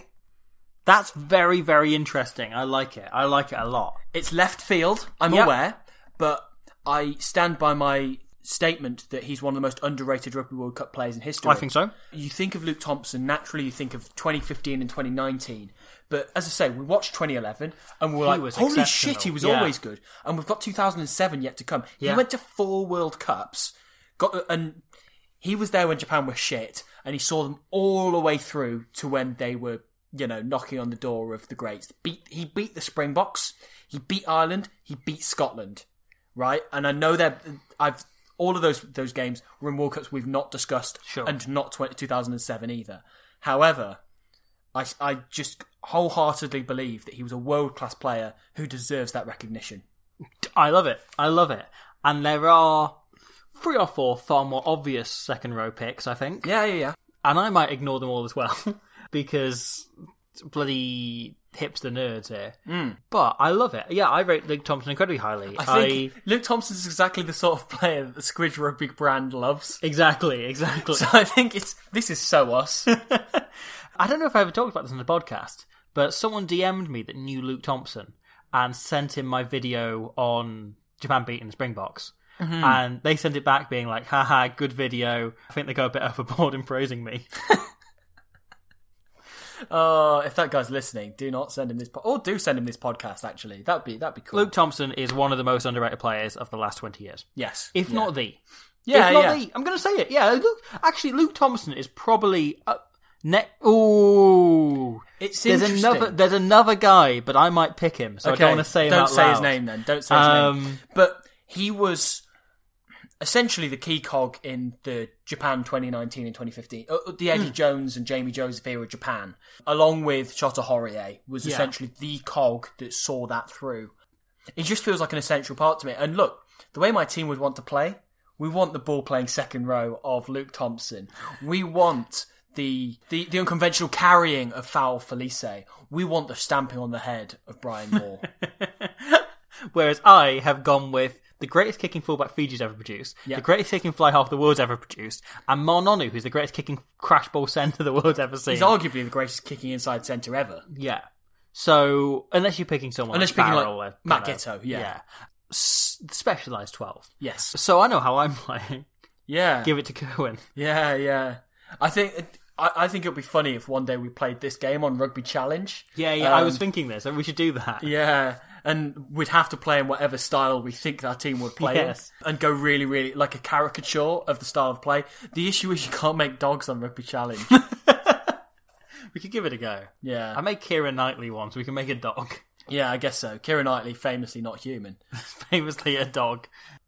Speaker 4: That's very, very interesting. I like it. I like it a lot.
Speaker 5: It's left field, I'm
Speaker 4: Yep.
Speaker 5: aware, but I stand by my statement that he's one of the most underrated Rugby World Cup players in history.
Speaker 4: I think so.
Speaker 5: You think of Luke Thompson, naturally, you think of 2015 and 2019. But as I say, we watched 2011 and we're
Speaker 4: He
Speaker 5: like,
Speaker 4: was
Speaker 5: holy
Speaker 4: exceptional.
Speaker 5: shit, he was
Speaker 4: Yeah.
Speaker 5: always good. And we've got 2007 yet to come.
Speaker 4: Yeah.
Speaker 5: He went to four World Cups, got and he was there when Japan were shit, and he saw them all the way through to when they were, you know, knocking on the door of the greats. Beat he beat the Springboks, he beat Ireland, he beat Scotland, right? And I know that I've all of those those games were in World Cups we've not discussed,
Speaker 4: Sure.
Speaker 5: and not 20, 2007 either. However, I I just wholeheartedly believe that he was a world class player who deserves that recognition.
Speaker 4: I love it. I love it. And there are three or four far more obvious second row picks, I think.
Speaker 5: Yeah, yeah, yeah.
Speaker 4: And I might ignore them all as well because bloody hipster nerds here. But I love it. Yeah, I rate Luke Thompson incredibly highly.
Speaker 5: Hmm. I think Luke Thompson's exactly the sort of player that the Squidge Rugby brand loves.
Speaker 4: Exactly, exactly.
Speaker 5: So I think it's this is so us.
Speaker 4: I don't know if I ever talked about this on the podcast, but someone DM'd me that knew Luke Thompson and sent him my video on Japan beating the Springboks.
Speaker 5: Mm-hmm.
Speaker 4: And they sent it back being like, haha, good video. I think they go a bit overboard in praising me.
Speaker 5: Oh, if that guy's listening, do not send him this. Po- or do send him this podcast. Actually, that'd be that'd be cool.
Speaker 4: Luke Thompson is one of the most underrated players of the last 20 years,
Speaker 5: yes,
Speaker 4: if
Speaker 5: Yeah.
Speaker 4: not the.
Speaker 5: yeah,
Speaker 4: if not
Speaker 5: yeah.
Speaker 4: the. I'm going to say it. Yeah, Luke, actually, Luke Thompson is probably. Uh, Ne- Ooh,
Speaker 5: It's
Speaker 4: there's
Speaker 5: interesting.
Speaker 4: another there's another guy, but I might pick him, so I don't want to say him
Speaker 5: Don't
Speaker 4: out
Speaker 5: say his
Speaker 4: loud.
Speaker 5: name then. Don't say his name.
Speaker 4: Um,
Speaker 5: But he was essentially the key cog in the Japan 2019 and 2015, uh, the Eddie
Speaker 4: Hmm.
Speaker 5: Jones and Jamie Joseph era Japan, along with Shota Horie, was
Speaker 4: Yeah.
Speaker 5: essentially the cog that saw that through. It just feels like an essential part to me. And look, the way my team would want to play, we want the ball playing second row of Luke Thompson. We want the, the, the unconventional carrying of Foul Felice. We want the stamping on the head of Brian Moore.
Speaker 4: Whereas I have gone with the greatest kicking fullback Fiji's ever produced,
Speaker 5: Yeah.
Speaker 4: the greatest kicking fly half the world's ever produced, and Mononu, who's the greatest kicking crash ball centre the world's ever seen.
Speaker 5: He's arguably the greatest kicking inside centre ever.
Speaker 4: yeah. So unless you're picking someone, like
Speaker 5: Unless you're picking, like,
Speaker 4: Farrell or
Speaker 5: Matt
Speaker 4: kinda-
Speaker 5: Gitto, yeah.
Speaker 4: S- specialized twelve.
Speaker 5: Yes.
Speaker 4: So I know how I'm playing.
Speaker 5: Yeah.
Speaker 4: Give it to Kerwin.
Speaker 5: yeah, yeah. I think I, I think it would be funny if one day we played this game on Rugby Challenge.
Speaker 4: Yeah, yeah. I was
Speaker 5: Um,
Speaker 4: thinking this. and We should do that.
Speaker 5: Yeah. And we'd have to play in whatever style we think our team would play in,
Speaker 4: Yes.
Speaker 5: and go really, really like a caricature of the style of play. The issue is you can't make dogs on Rugby Challenge.
Speaker 4: We could give it a go.
Speaker 5: Yeah.
Speaker 4: I made Kira Knightley once. We can make a dog.
Speaker 5: yeah, I guess so. Kieran Knightley, famously not human.
Speaker 4: Famously a dog.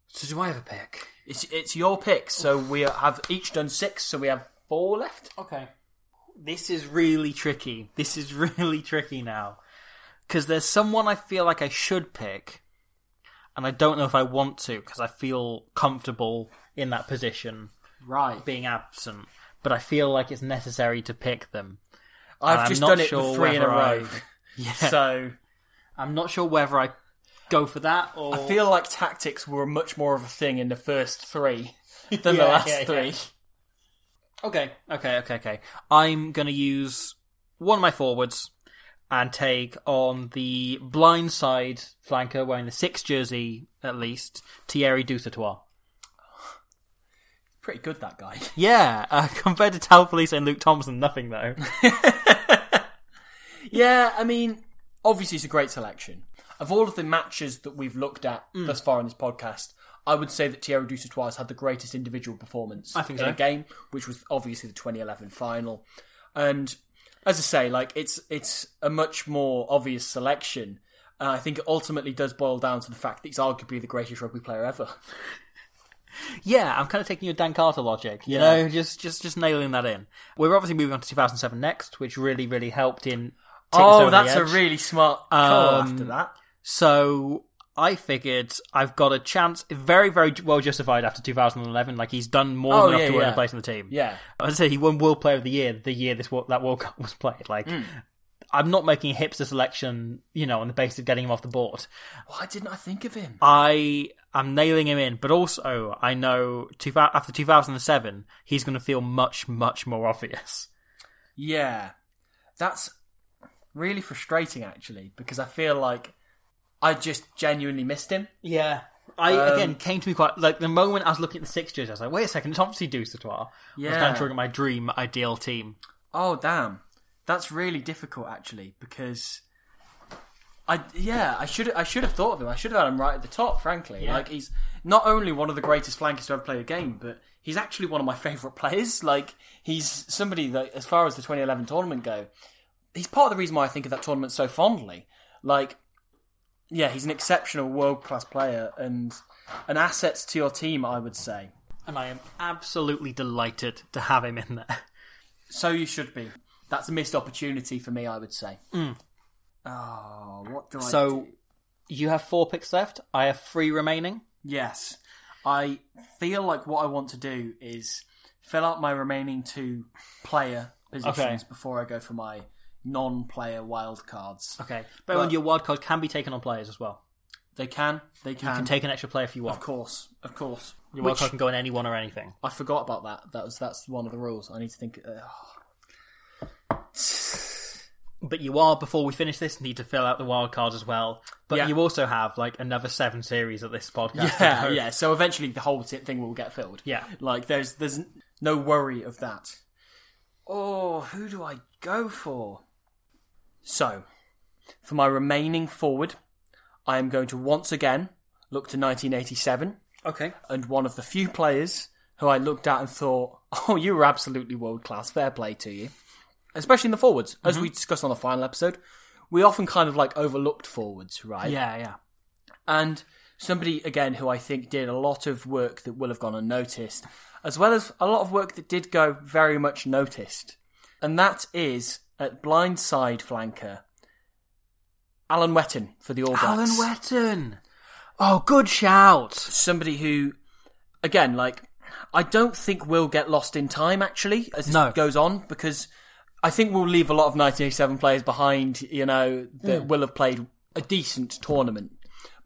Speaker 4: So do I have a pick?
Speaker 5: It's it's your pick. So we have each done six, so we have four left.
Speaker 4: Okay. This is really tricky. This is really tricky now. Because there's someone I feel like I should pick, and I don't know if I want to because I feel comfortable in that position
Speaker 5: Right.
Speaker 4: being absent, but I feel like it's necessary to pick them.
Speaker 5: I've
Speaker 4: I'm
Speaker 5: just
Speaker 4: not
Speaker 5: done it
Speaker 4: sure
Speaker 5: for three in a
Speaker 4: whether
Speaker 5: row.
Speaker 4: I've- Yeah.
Speaker 5: So
Speaker 4: I'm not sure whether I go for that or.
Speaker 5: I feel like tactics were much more of a thing in the first three than the
Speaker 4: Yeah,
Speaker 5: last
Speaker 4: yeah, yeah.
Speaker 5: three.
Speaker 4: Okay, okay, okay, okay. I'm going to use one of my forwards and take on the blind side flanker wearing the six jersey at least, Thierry Dusatois.
Speaker 5: Pretty good, that guy.
Speaker 4: Yeah, uh, compared to Tal Police and Luke Thompson, nothing though.
Speaker 5: Yeah, I mean, obviously it's a great selection. Of all of the matches that we've looked at
Speaker 4: Mm.
Speaker 5: thus far in this podcast, I would say that Thierry Dusatois has had the greatest individual performance
Speaker 4: I think
Speaker 5: in
Speaker 4: so.
Speaker 5: a game, which was obviously the 2011 final. And as I say, like it's it's a much more obvious selection. Uh, I think it ultimately does boil down to the fact that he's arguably the greatest rugby player ever.
Speaker 4: yeah, I'm kind of taking your Dan Carter logic, you
Speaker 5: Yeah.
Speaker 4: know, just just just nailing that in. We're obviously moving on to 2007 next, which really really helped in. take us over
Speaker 5: Oh,
Speaker 4: the
Speaker 5: that's a
Speaker 4: edge.
Speaker 5: really smart call
Speaker 4: Um,
Speaker 5: after that.
Speaker 4: So I figured I've got a chance, very, very well justified after 2011. Like he's done more
Speaker 5: Oh,
Speaker 4: than
Speaker 5: yeah,
Speaker 4: enough to earn
Speaker 5: yeah.
Speaker 4: a place in the team.
Speaker 5: Yeah.
Speaker 4: as I said, he won World Player of the Year the year this Wo- that World Cup was played. Like,
Speaker 5: Hmm.
Speaker 4: I'm not making a hipster selection, you know, on the basis of getting him off the board.
Speaker 5: Why didn't I think of him?
Speaker 4: I am nailing him in, but also I know two, after 2007, he's going to feel much, much more obvious.
Speaker 5: Yeah. That's really frustrating, actually, because I feel like I just genuinely missed him.
Speaker 4: Yeah. I
Speaker 5: Um,
Speaker 4: again came to me quite like the moment I was looking at the sixtures. I was like, wait a second, it's obviously Deuce Soir. I was kind
Speaker 5: Yeah.
Speaker 4: of drawing up my dream ideal team.
Speaker 5: Oh damn, that's really difficult actually because I yeah I should I should have thought of him. I should have had him right at the top. Frankly, like he's not only one of the greatest flankers to ever play the game, but he's actually one of my favourite players. Like he's somebody that, as far as the 2011 tournament go, he's part of the reason why I think of that tournament so fondly. Like yeah, he's an exceptional world class player and an asset to your team. I would say.
Speaker 4: and I am absolutely delighted to have him in there.
Speaker 5: So you should be. That's a missed opportunity for me, I would say. Oh, what do I
Speaker 4: Mm. So
Speaker 5: do?
Speaker 4: you have four picks left. I have three remaining.
Speaker 5: Yes. I feel like what I want to do is fill out my remaining two player positions
Speaker 4: Okay.
Speaker 5: before I go for my non player wild cards.
Speaker 4: Okay, but your wild card can be taken on players as well.
Speaker 5: They can, they can.
Speaker 4: You can take an extra player if you want.
Speaker 5: Of course, of course.
Speaker 4: Your wild card can go on anyone or anything.
Speaker 5: I forgot about that. That was that's one of the rules. I need to think. Uh,
Speaker 4: But you are before we finish this need to fill out the wild cards as well. But
Speaker 5: Yeah.
Speaker 4: you also have like another seven series at this podcast.
Speaker 5: yeah, yeah. So eventually, the whole t- thing will get filled.
Speaker 4: Yeah.
Speaker 5: like there's there's n- no worry of that. Oh, who do I go for? So, for my remaining forward, I am going to once again look to 1987
Speaker 4: Okay.
Speaker 5: and one of the few players who I looked at and thought, "Oh, you were absolutely world class. Fair play to you." Especially in the forwards, as we discussed on the final episode, we often kind of like overlooked forwards, right?
Speaker 4: Yeah, yeah.
Speaker 5: and somebody again who I think did a lot of work that will have gone unnoticed, as well as a lot of work that did go very much noticed, and that is at blindside flanker, Alan Wetton for the All Blacks.
Speaker 4: Alan Wetton. Oh, good shout.
Speaker 5: somebody who, again, like I don't think will get lost in time actually as this
Speaker 4: No.
Speaker 5: goes on because I think we'll leave a lot of 1987 players behind. You know that
Speaker 4: Hmm.
Speaker 5: will have played a decent tournament,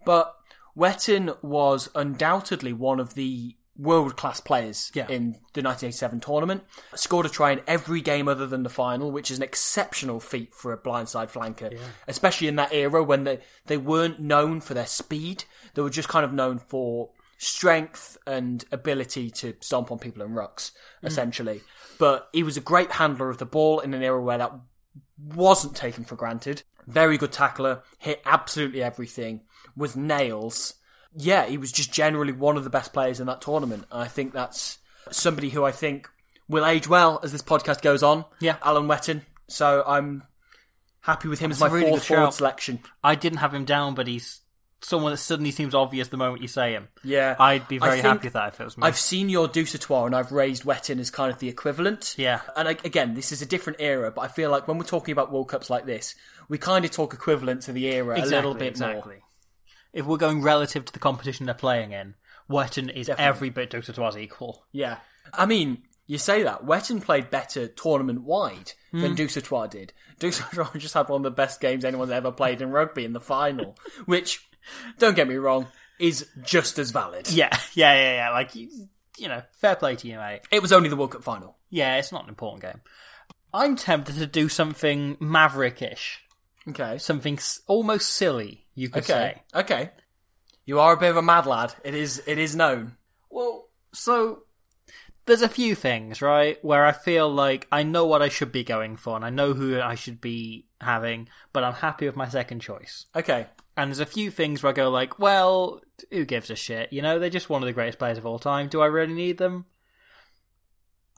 Speaker 5: but Wetton was undoubtedly one of the world class players
Speaker 4: Yeah.
Speaker 5: in the 1987 tournament. Scored a try in every game other than the final, which is an exceptional feat for a blindside flanker, especially in that era when they, they weren't known for their speed. They were just kind of known for strength and ability to stomp on people and rucks, essentially. But he was a great handler of the ball in an era where that wasn't taken for granted. Very good tackler, hit absolutely everything, was nails. Yeah, he was just generally one of the best players in that tournament. And I think that's somebody who I think will age well as this podcast goes on.
Speaker 4: Yeah.
Speaker 5: Alan Wetton. So I'm happy with him
Speaker 4: That's
Speaker 5: as
Speaker 4: a
Speaker 5: my
Speaker 4: really
Speaker 5: fourth
Speaker 4: good
Speaker 5: forward
Speaker 4: shout.
Speaker 5: selection.
Speaker 4: I didn't have him down, but he's someone that suddenly seems obvious the moment you say him.
Speaker 5: Yeah.
Speaker 4: I'd be
Speaker 5: I
Speaker 4: very
Speaker 5: think
Speaker 4: happy with that if it was me.
Speaker 5: I've seen your Dusatoir and I've raised Wetton as kind of the equivalent.
Speaker 4: Yeah.
Speaker 5: And like, again, this is a different era, but I feel like when we're talking about World Cups like this, we kind of talk equivalent to the era a little bit more.
Speaker 4: If we're going relative to the competition they're playing in, Wetton is every bit Dr. Twas equal.
Speaker 5: Yeah. I mean, you say that. Wetton played better tournament wide
Speaker 4: Hmm.
Speaker 5: than Dusatoir did. Dusatoir just had one of the best games anyone's ever played in rugby in the final, which, don't get me wrong, is just as valid.
Speaker 4: Yeah, yeah, yeah, yeah. Like, you, you know, fair play to you, mate.
Speaker 5: It was only the World Cup final.
Speaker 4: Yeah, it's not an important game. I'm tempted to do something maverickish,
Speaker 5: Okay.
Speaker 4: something s- almost silly, you could
Speaker 5: Okay.
Speaker 4: say.
Speaker 5: Okay. You are a bit of a mad lad. It is. It is known.
Speaker 4: Well, so there's a few things, right, where I feel like I know what I should be going for and I know who I should be having, but I'm happy with my second choice.
Speaker 5: Okay.
Speaker 4: And there's a few things where I go like, well, who gives a shit? You know, they're just one of the greatest players of all time. Do I really need them?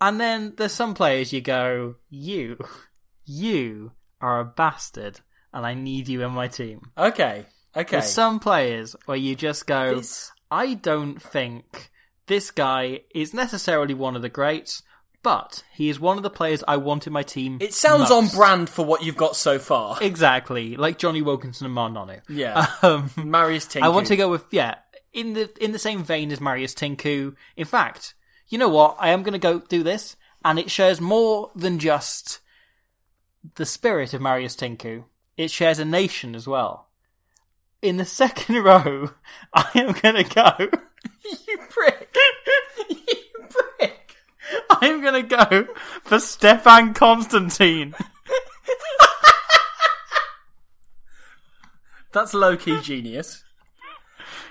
Speaker 4: And then there's some players you go, you, you are a bastard, and I need you in my team.
Speaker 5: Okay. Okay.
Speaker 4: There's some players where you just go,
Speaker 5: This-
Speaker 4: I don't think this guy is necessarily one of the greats, but he is one of the players I want in my team.
Speaker 5: it sounds on
Speaker 4: most."
Speaker 5: brand for what you've got so far.
Speaker 4: Exactly, like Johnny Wilkinson and Marnonu.
Speaker 5: Yeah.
Speaker 4: Um,
Speaker 5: Marius Tinku.
Speaker 4: I want to go with yeah, in the in the same vein as Marius Tinku. In fact, you know what? I am going to go do this, and it shares more than just the spirit of Marius Tinku. It shares a nation as well. In the second row, I am going to go.
Speaker 5: you prick. you prick.
Speaker 4: I'm going to go for Stefan Constantine.
Speaker 5: That's low key genius.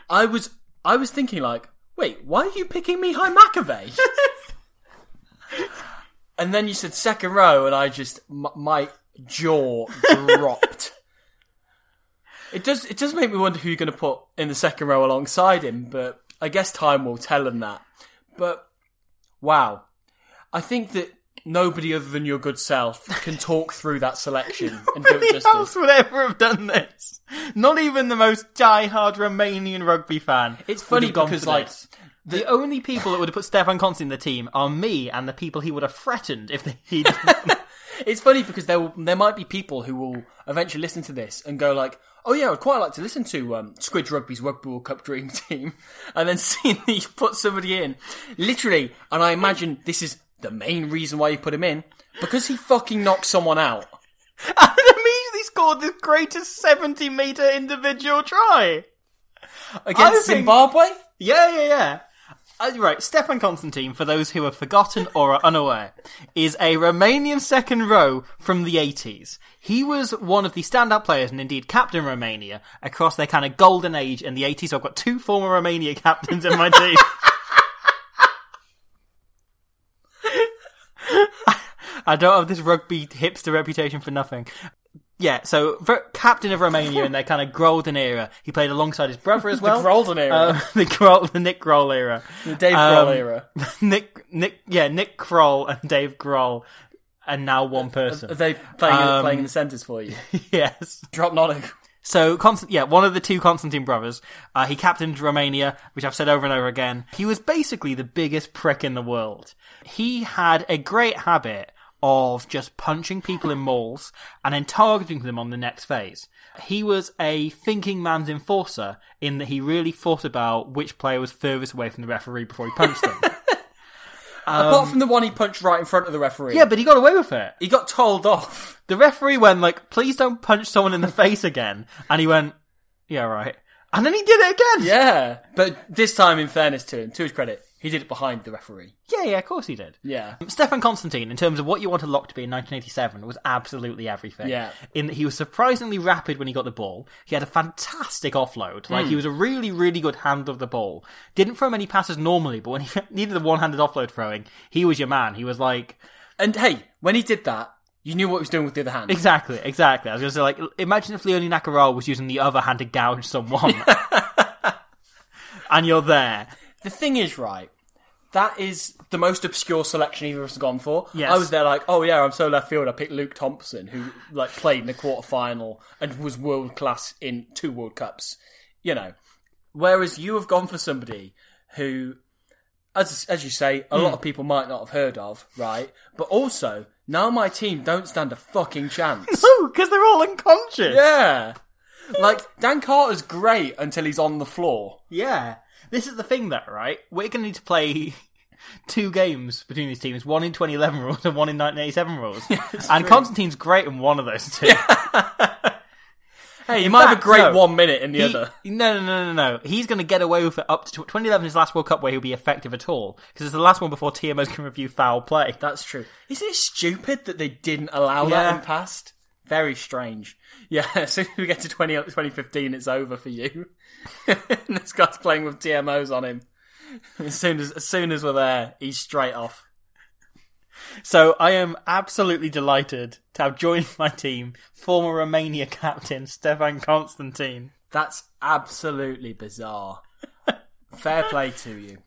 Speaker 5: I was. I was thinking like, wait, why are you picking Mihai McAvey? and then you said second row, and I just m- my jaw dropped. It does it does make me wonder who you're going to put in the second row alongside him, but I guess time will tell him that. But wow, I think that nobody other than your good self can talk through that selection and do it
Speaker 4: Nobody else
Speaker 5: justice.
Speaker 4: would ever have done this. Not even the most die-hard Romanian rugby fan.
Speaker 5: It's
Speaker 4: would
Speaker 5: funny
Speaker 4: have gone for
Speaker 5: because, like,
Speaker 4: this. the only people that would have put Stefan Conti in the team are me and the people he would have threatened if he.
Speaker 5: It's funny because there will, there might be people who will eventually listen to this and go like, "Oh yeah, I'd quite like to listen to um, Squidge Rugby's Rugby World Cup Dream Team," and then seeing that you put somebody in, literally, and I imagine this is the main reason why you put him in because he fucking knocked someone out.
Speaker 4: and immediately scored the greatest 70 meter individual try.
Speaker 5: Against
Speaker 4: think-
Speaker 5: Zimbabwe,
Speaker 4: Yeah, yeah, yeah. Uh, right, Stefan Constantine, for those who have forgotten or are unaware, is a Romanian second row from the 80s. He was one of the standout players and indeed captain Romania across their kind of golden age in the 80s. I've got two former Romania captains in my team. I don't have this rugby hipster reputation for nothing. Yeah, so ver- captain of Romania in their kind of golden era. He played alongside his brother as well.
Speaker 5: Grolden era.
Speaker 4: Uh, the Grohl, the Nick Grohl era.
Speaker 5: the Dave
Speaker 4: Um,
Speaker 5: Grohl era.
Speaker 4: Nick, Nick, yeah, Nick Grohl and Dave Grohl, and now one person.
Speaker 5: Are they playing
Speaker 4: um,
Speaker 5: playing in the centres for you?
Speaker 4: yes.
Speaker 5: Drop Nonno.
Speaker 4: So, Constant, yeah, one of the two Constantine brothers. Uh, he captained Romania, which I've said over and over again. He was basically the biggest prick in the world. He had a great habit of just punching people in malls and then targeting them on the next phase. He was a thinking man's enforcer in that he really thought about which player was furthest away from the referee before he punched them.
Speaker 5: Apart from the one he punched right in front of the referee.
Speaker 4: yeah, but he got away with it.
Speaker 5: he got told off.
Speaker 4: The referee went like, "Please don't punch someone in the face again," and he went, "Yeah, right." And then he did it again.
Speaker 5: Yeah, but this time, in fairness to him, to his credit, he did it behind the referee.
Speaker 4: yeah, yeah. Of course he did.
Speaker 5: Yeah,
Speaker 4: Stefan Constantine, in terms of what you want a lock to be in 1987, was absolutely everything.
Speaker 5: Yeah.
Speaker 4: In that he was surprisingly rapid when he got the ball. He had a fantastic offload. Like, he was a really, really good hand of the ball. Didn't throw many passes normally, but when he needed the one-handed offload throwing, he was your man. He was like,
Speaker 5: and hey, when he did that, you knew what he was doing with the other hand.
Speaker 4: exactly, exactly. I was going to say, like, imagine if Leonie Nakarawa was using the other hand to gouge someone. and you're there.
Speaker 5: The thing is, right, that is the most obscure selection either of us has gone for.
Speaker 4: Yes.
Speaker 5: I was there like, oh yeah, I'm so left field. I picked Luke Thompson, who like played in the quarter final and was world class in two World Cups. You know, whereas you have gone for somebody who, as as you say, a lot of people might not have heard of, right? But also. Now my team don't stand a fucking chance.
Speaker 4: because they're all unconscious.
Speaker 5: Yeah. Like, Dan Carter's great until he's on the floor.
Speaker 4: Yeah. This is the thing, though, right? We're going to need to play two games between these teams one in 2011 rules and one in 1987 rules. and Constantine's great in one of those two.
Speaker 5: Hey, you might have a
Speaker 4: fact,
Speaker 5: great
Speaker 4: no.
Speaker 5: one minute in the
Speaker 4: He-
Speaker 5: other.
Speaker 4: No, no, no, no, no. He's going to get away with it up to tw- 2011 is his last World Cup where he'll be effective at all because it's the last one before TMOs can review foul play.
Speaker 5: That's true. Isn't it stupid that they didn't allow
Speaker 4: Yeah.
Speaker 5: that in past? Very strange. Yeah, as soon as we get to 20, 2015, it's over for you. and this guy's playing with TMOs on him. As soon as, as soon as we're there, he's straight off.
Speaker 4: So I am absolutely delighted to have joined my team former Romania captain Stefan Constantine.
Speaker 5: That's absolutely bizarre. Fair play to you.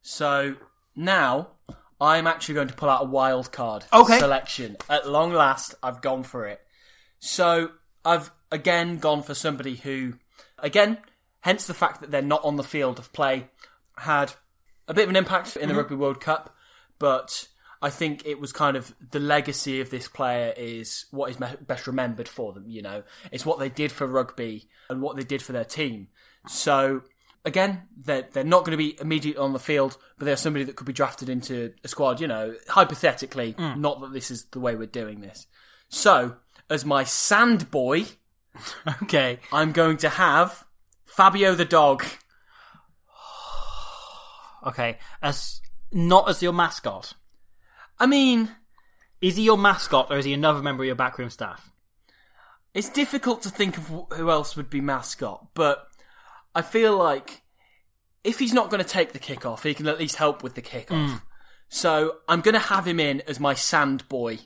Speaker 5: So now I'm actually going to pull out a wild card
Speaker 4: Okay.
Speaker 5: selection. At long last, I've gone for it. So I've again gone for somebody who, again, hence the fact that they're not on the field of play, had a bit of an impact in the Rugby World Cup, but I think it was kind of the legacy of this player is what is me- best remembered for them. You know, it's what they did for rugby and what they did for their team. So again, they're they're not going to be immediately on the field, but they're somebody that could be drafted into a squad. You know, hypothetically, not that this is the way we're doing this. So as my sand boy,
Speaker 4: Okay.
Speaker 5: I'm going to have Fabio the dog.
Speaker 4: Okay. As not as your mascot.
Speaker 5: I mean.
Speaker 4: Is he your mascot or is he another member of your backroom staff?
Speaker 5: It's difficult to think of wh- who else would be mascot, but I feel like if he's not going to take the kickoff, he can at least help with the kickoff.
Speaker 4: Mm.
Speaker 5: So I'm going to have him in as my sand boy.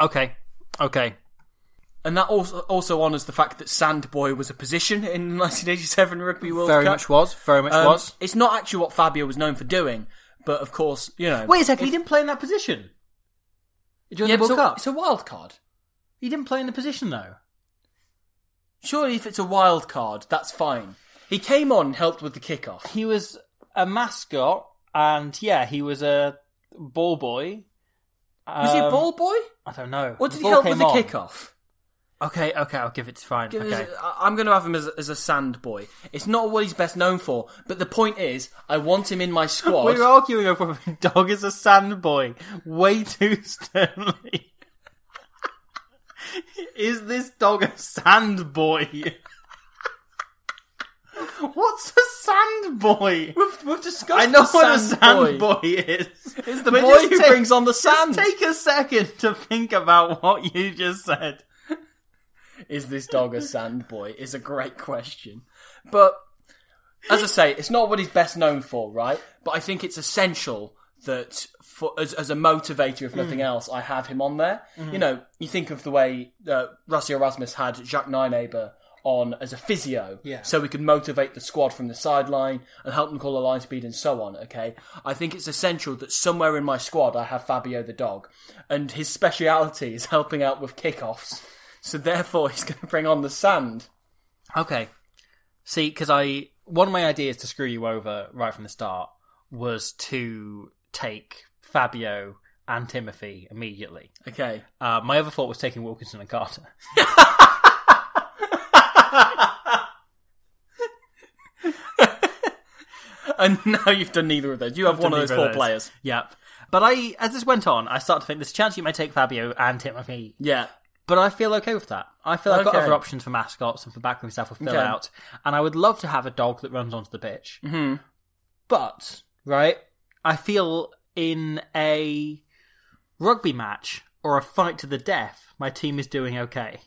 Speaker 4: Okay. Okay.
Speaker 5: And that also also honours the fact that sand boy was a position in the 1987 Rugby World
Speaker 4: Very
Speaker 5: Cup.
Speaker 4: much was. Very much
Speaker 5: Um,
Speaker 4: was.
Speaker 5: It's not actually what Fabio was known for doing, but of course, you know.
Speaker 4: Wait a second. He didn't play in that position during
Speaker 5: Yeah,
Speaker 4: the World
Speaker 5: it's, a,
Speaker 4: Cup.
Speaker 5: it's a wild card.
Speaker 4: he didn't play in the position though.
Speaker 5: Surely, if it's a wild card, that's fine. He came on and helped with the kickoff.
Speaker 4: He was a mascot, and yeah, he was a ball boy.
Speaker 5: Was he a
Speaker 4: Um,
Speaker 5: ball boy?
Speaker 4: I don't know.
Speaker 5: Or did
Speaker 4: The
Speaker 5: he
Speaker 4: ball
Speaker 5: help with
Speaker 4: came
Speaker 5: the
Speaker 4: on.
Speaker 5: kickoff?
Speaker 4: Okay, okay, I'll give it to fine.
Speaker 5: Give
Speaker 4: okay.
Speaker 5: us- I- I'm going to have him as, as a sand boy. It's not what he's best known for, but the point is, I want him in my squad.
Speaker 4: We were arguing over whether dog is a sand boy way too sternly. is this dog a sand boy? What's a sand boy?
Speaker 5: We've, we've discussed.
Speaker 4: I know
Speaker 5: the
Speaker 4: what a
Speaker 5: sand
Speaker 4: sand boy, is.
Speaker 5: It's the
Speaker 4: But
Speaker 5: boy
Speaker 4: just
Speaker 5: who brings on the sand.
Speaker 4: Just take a second to think about what you just said.
Speaker 5: Is this dog a sand boy? Is a great question, but as I say, it's not what he's best known for, right? But I think it's essential that, for, as, as a motivator, if nothing else, I have him on there. You know, you think of the way uh, Rossi Erasmus had Jacques Nienaber on as a physio,
Speaker 4: Yeah.
Speaker 5: so we could motivate the squad from the sideline and help them call a line speed and so on. Okay, I think it's essential that somewhere in my squad I have Fabio the dog, and his speciality is helping out with kickoffs. So therefore, he's going to bring on the sand.
Speaker 4: Okay. See, because I one of my ideas to screw you over right from the start was to take Fabio and Timothy immediately.
Speaker 5: Okay.
Speaker 4: Uh, my other thought was taking Wilkinson and Carter.
Speaker 5: And now you've done neither of those. You have one of those
Speaker 4: Neither
Speaker 5: four players.
Speaker 4: Yep. But I, as this went on, I started to think there's a chance you may take Fabio and Timothy.
Speaker 5: Yeah.
Speaker 4: But I feel okay with that. I feel I've got
Speaker 5: Okay.
Speaker 4: other options for mascots and for backroom staff will fill
Speaker 5: Okay.
Speaker 4: out. And I would love to have a dog that runs onto the pitch. Mm-hmm. But, right, I feel in a rugby match or a fight to the death, my team is doing okay.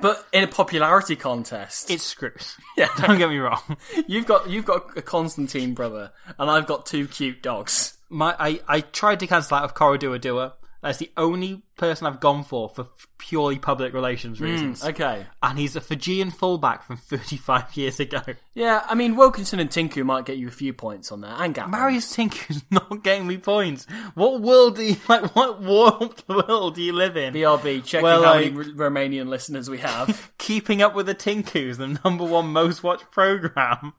Speaker 5: But in a popularity contest,
Speaker 4: It's screws. Yeah. Don't get me wrong.
Speaker 5: you've got you've got a Constantine brother, and I've got two cute dogs.
Speaker 4: my I, I tried to cancel out of Cora Dua Dua. That's the only person I've gone for for purely public relations reasons.
Speaker 5: Hmm, Okay.
Speaker 4: And he's a Fijian fullback from 35 years ago.
Speaker 5: Yeah, I mean Wilkinson and Tinku might get you a few points on there, and Gap.
Speaker 4: Marius Tinker's not getting me points. What world do you like? What warped world do you live in?
Speaker 5: BRB, checking
Speaker 4: Well,
Speaker 5: how
Speaker 4: like-
Speaker 5: many R- Romanian listeners we have.
Speaker 4: Keeping up with the Tinkus, the number one most watched program.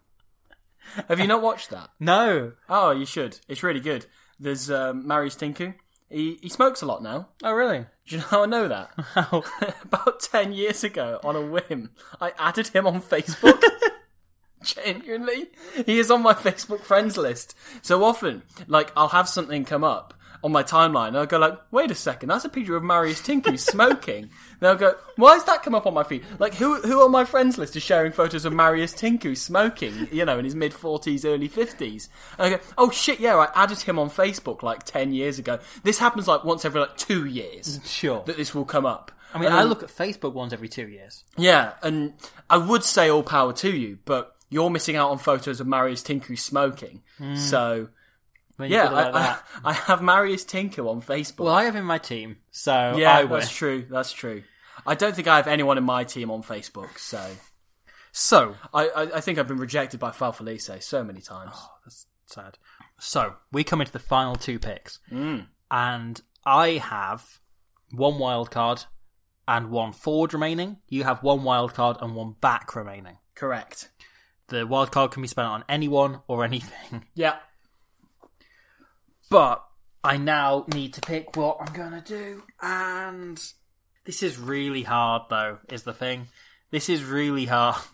Speaker 5: have you not watched that?
Speaker 4: No.
Speaker 5: Oh, you should. It's really good. There's um, Marius Tinku. He he smokes a lot now.
Speaker 4: Oh really?
Speaker 5: Do you know how I know that?
Speaker 4: How?
Speaker 5: About 10 years ago, on a whim, I added him on Facebook. Genuinely. He is on my Facebook friends list. So often, like, I'll have something come up on my timeline, and I'll go like, wait a second, that's a picture of Marius Tinku smoking. Then I'll go, why has that come up on my feed? Like, who who on my friends list is sharing photos of Marius Tinku smoking, you know, in his mid-40s, early 50s? And I go, oh shit, yeah, I added him on Facebook, like, 10 years ago. This happens, like, once every, like, two years
Speaker 4: Sure.
Speaker 5: that this will come up.
Speaker 4: Mm. I mean,
Speaker 5: Um,
Speaker 4: I look at Facebook once every two years.
Speaker 5: Yeah, and I would say all power to you, but you're missing out on photos of Marius Tinku smoking. So
Speaker 4: When Hmm. you
Speaker 5: yeah,
Speaker 4: put it like
Speaker 5: I, I,
Speaker 4: that.
Speaker 5: I have Marius Tinku on Facebook.
Speaker 4: Well, I have him in my team, so
Speaker 5: yeah,
Speaker 4: I win.
Speaker 5: that's true. That's true. I don't think I have anyone in my team on Facebook, so
Speaker 4: So
Speaker 5: I, I, I think I've been rejected by Falfelice so many times.
Speaker 4: Oh. sad. So we come into the final two picks, and I have one wild card and one forward remaining. You have one wild card and one back remaining.
Speaker 5: Correct.
Speaker 4: The wild card can be spent on anyone or anything,
Speaker 5: Yeah.
Speaker 4: but I now need to pick what I'm gonna do, and this is really hard though. Is the thing? This is really hard.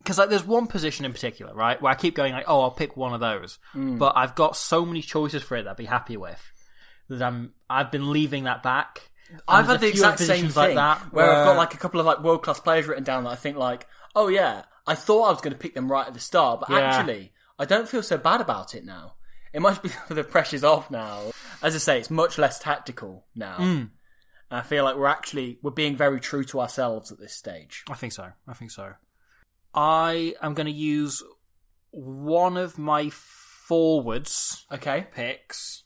Speaker 4: Because like, there's one position in particular, right, where I keep going like, "Oh, I'll pick one of those,"
Speaker 5: Mm.
Speaker 4: but I've got so many choices for it that I'd be happy with that I'm I've been leaving that back. And
Speaker 5: I've
Speaker 4: there's
Speaker 5: had the
Speaker 4: a few other
Speaker 5: exact same
Speaker 4: positions like
Speaker 5: thing
Speaker 4: that
Speaker 5: where, I've got like a couple of like world class players written down that I think like, oh yeah, I thought I was going to pick them right at the start, but
Speaker 4: Yeah.
Speaker 5: actually I don't feel so bad about it now. It must be the pressure's off now. As I say, it's much less tactical now.
Speaker 4: Hmm.
Speaker 5: And I feel like we're actually we're being very true to ourselves at this stage.
Speaker 4: I think so. I think so. I am going to use one of my forwards
Speaker 5: Okay.
Speaker 4: picks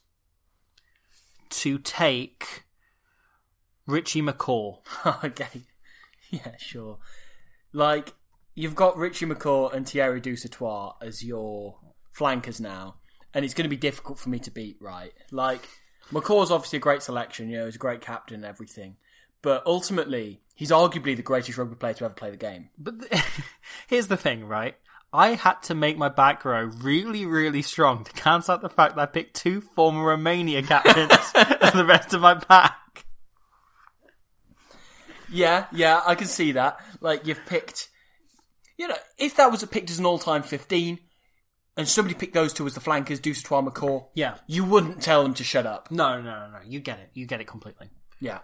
Speaker 4: to take Richie McCaw.
Speaker 5: okay. Yeah, sure. Like, you've got Richie McCaw and Thierry Dusatoir as your flankers now, and it's going to be difficult for me to beat, right? Like, McCaw's obviously a great selection, you know, he's a great captain and everything, but ultimately, he's arguably the greatest rugby player to ever play the game.
Speaker 4: But th- here's the thing, right? I had to make my back row really, really strong to cancel out the fact that I picked two former Romania captains as the rest of my pack.
Speaker 5: Yeah, yeah, I can see that. Like, you've picked, you know, if that was picked as an all time 15, and somebody picked those two as the flankers, Dusatoir, McCaw,
Speaker 4: Yeah.
Speaker 5: you wouldn't tell them to shut up.
Speaker 4: No, no, no, no. You get it. You get it completely.
Speaker 5: Yeah.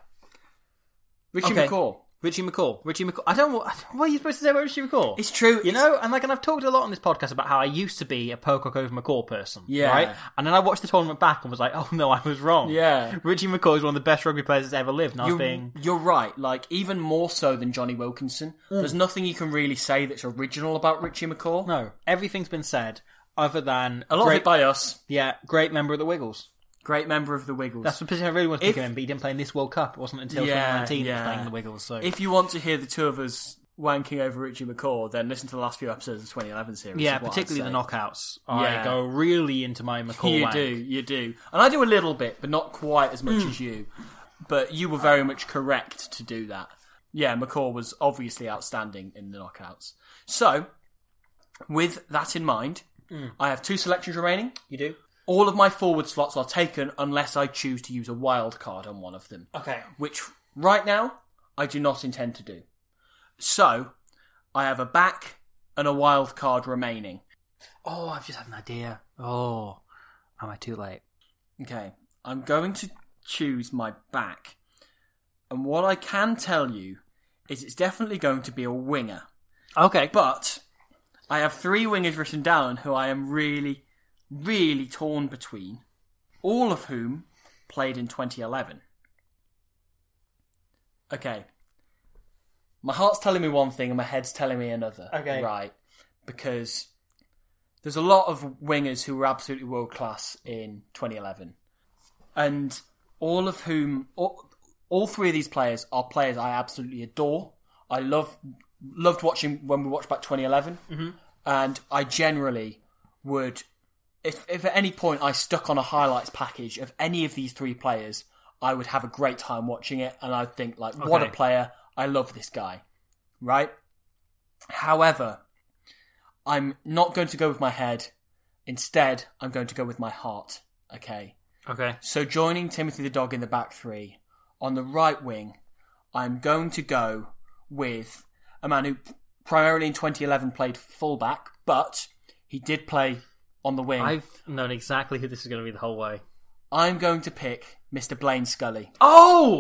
Speaker 5: Richie
Speaker 4: Okay.
Speaker 5: McCaw.
Speaker 4: Richie McCaw. Richie McCaw. I don't. wa- What are you supposed to say about Richie McCaw?
Speaker 5: It's true.
Speaker 4: You
Speaker 5: it's-
Speaker 4: know, and like, and I've talked a lot on this podcast about how I used to be a Pocock over McCaw person,
Speaker 5: Yeah.
Speaker 4: right? And then I watched the tournament back and was like, oh no, I was wrong.
Speaker 5: Yeah.
Speaker 4: Richie McCaw is one of the best rugby players that's ever lived. And I was
Speaker 5: You're,
Speaker 4: being,
Speaker 5: you're right. Like even more so than Johnny Wilkinson. There's nothing you can really say that's original about Richie McCaw.
Speaker 4: Mm. no, everything's been said other than
Speaker 5: A lot
Speaker 4: great,
Speaker 5: of it by us.
Speaker 4: yeah, great member of the Wiggles.
Speaker 5: Great member of the Wiggles.
Speaker 4: That's the position I really wanted to
Speaker 5: If-
Speaker 4: pick him, in, but he didn't play in this World Cup. It wasn't until
Speaker 5: Yeah,
Speaker 4: 2019 he was
Speaker 5: yeah.
Speaker 4: playing in the Wiggles. So
Speaker 5: if you want to hear the two of us wanking over Richie McCaw, then listen to the last few episodes of the 2011 series.
Speaker 4: yeah,
Speaker 5: is what I'd
Speaker 4: particularly the
Speaker 5: say.
Speaker 4: knockouts, I
Speaker 5: Yeah.
Speaker 4: go really into my McCaw.
Speaker 5: You
Speaker 4: wank.
Speaker 5: do, you do, and I do a little bit, but not quite as much
Speaker 4: Hmm.
Speaker 5: as you. But you were very much correct to do that. Yeah, McCaw was obviously outstanding in the knockouts. So, with that in mind, I have two selections remaining.
Speaker 4: Hmm. You do.
Speaker 5: all of my forward slots are taken unless I choose to use a wild card on one of them,
Speaker 4: Okay.
Speaker 5: which right now I do not intend to do. So I have a back and a wild card remaining.
Speaker 4: Oh, I've just had an idea. Oh, am I too late?
Speaker 5: Okay, I'm going to choose my back, and what I can tell you is it's definitely going to be a winger,
Speaker 4: Okay, but
Speaker 5: but I have three wingers written down who I am really, really torn between, all of whom played in 2011. Okay. My heart's telling me one thing and my head's telling me another.
Speaker 4: Okay.
Speaker 5: Right. Because there's a lot of wingers who were absolutely world class in 2011. And all of whom, all, all three of these players are players I absolutely adore. I love loved watching when we watched back 2011. Mm-hmm. And I generally would if, if at any point I stuck on a highlights package of any of these three players, I would have a great time watching it, and I'd think like, what a
Speaker 4: Okay.
Speaker 5: player! I love this guy, right? However, I'm not going to go with my head. Instead, I'm going to go with my heart. Okay.
Speaker 4: okay,
Speaker 5: So joining Timothy the dog in the back three on the right wing, I'm going to go with a man who primarily in 2011 played fullback, but he did play on the wing.
Speaker 4: I've known exactly who this is going to be the whole way.
Speaker 5: I'm going to pick Mr. Blaine Scully.
Speaker 4: Oh,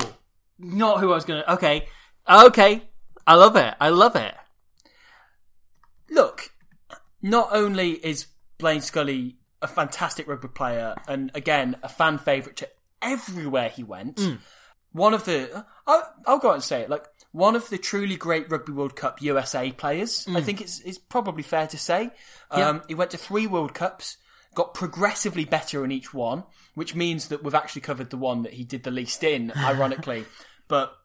Speaker 4: not who I was going to. Okay, okay, I love it. I love it.
Speaker 5: Look, not only is Blaine Scully a fantastic rugby player and again a fan favourite to everywhere he went, one of the I'll, I'll go out and say it like one of the truly great Rugby World Cup USA players. I think it's it's probably fair to say. Um, He went to three World Cups. Got progressively better in each one, which means that we've actually covered the one that he did the least in, ironically. but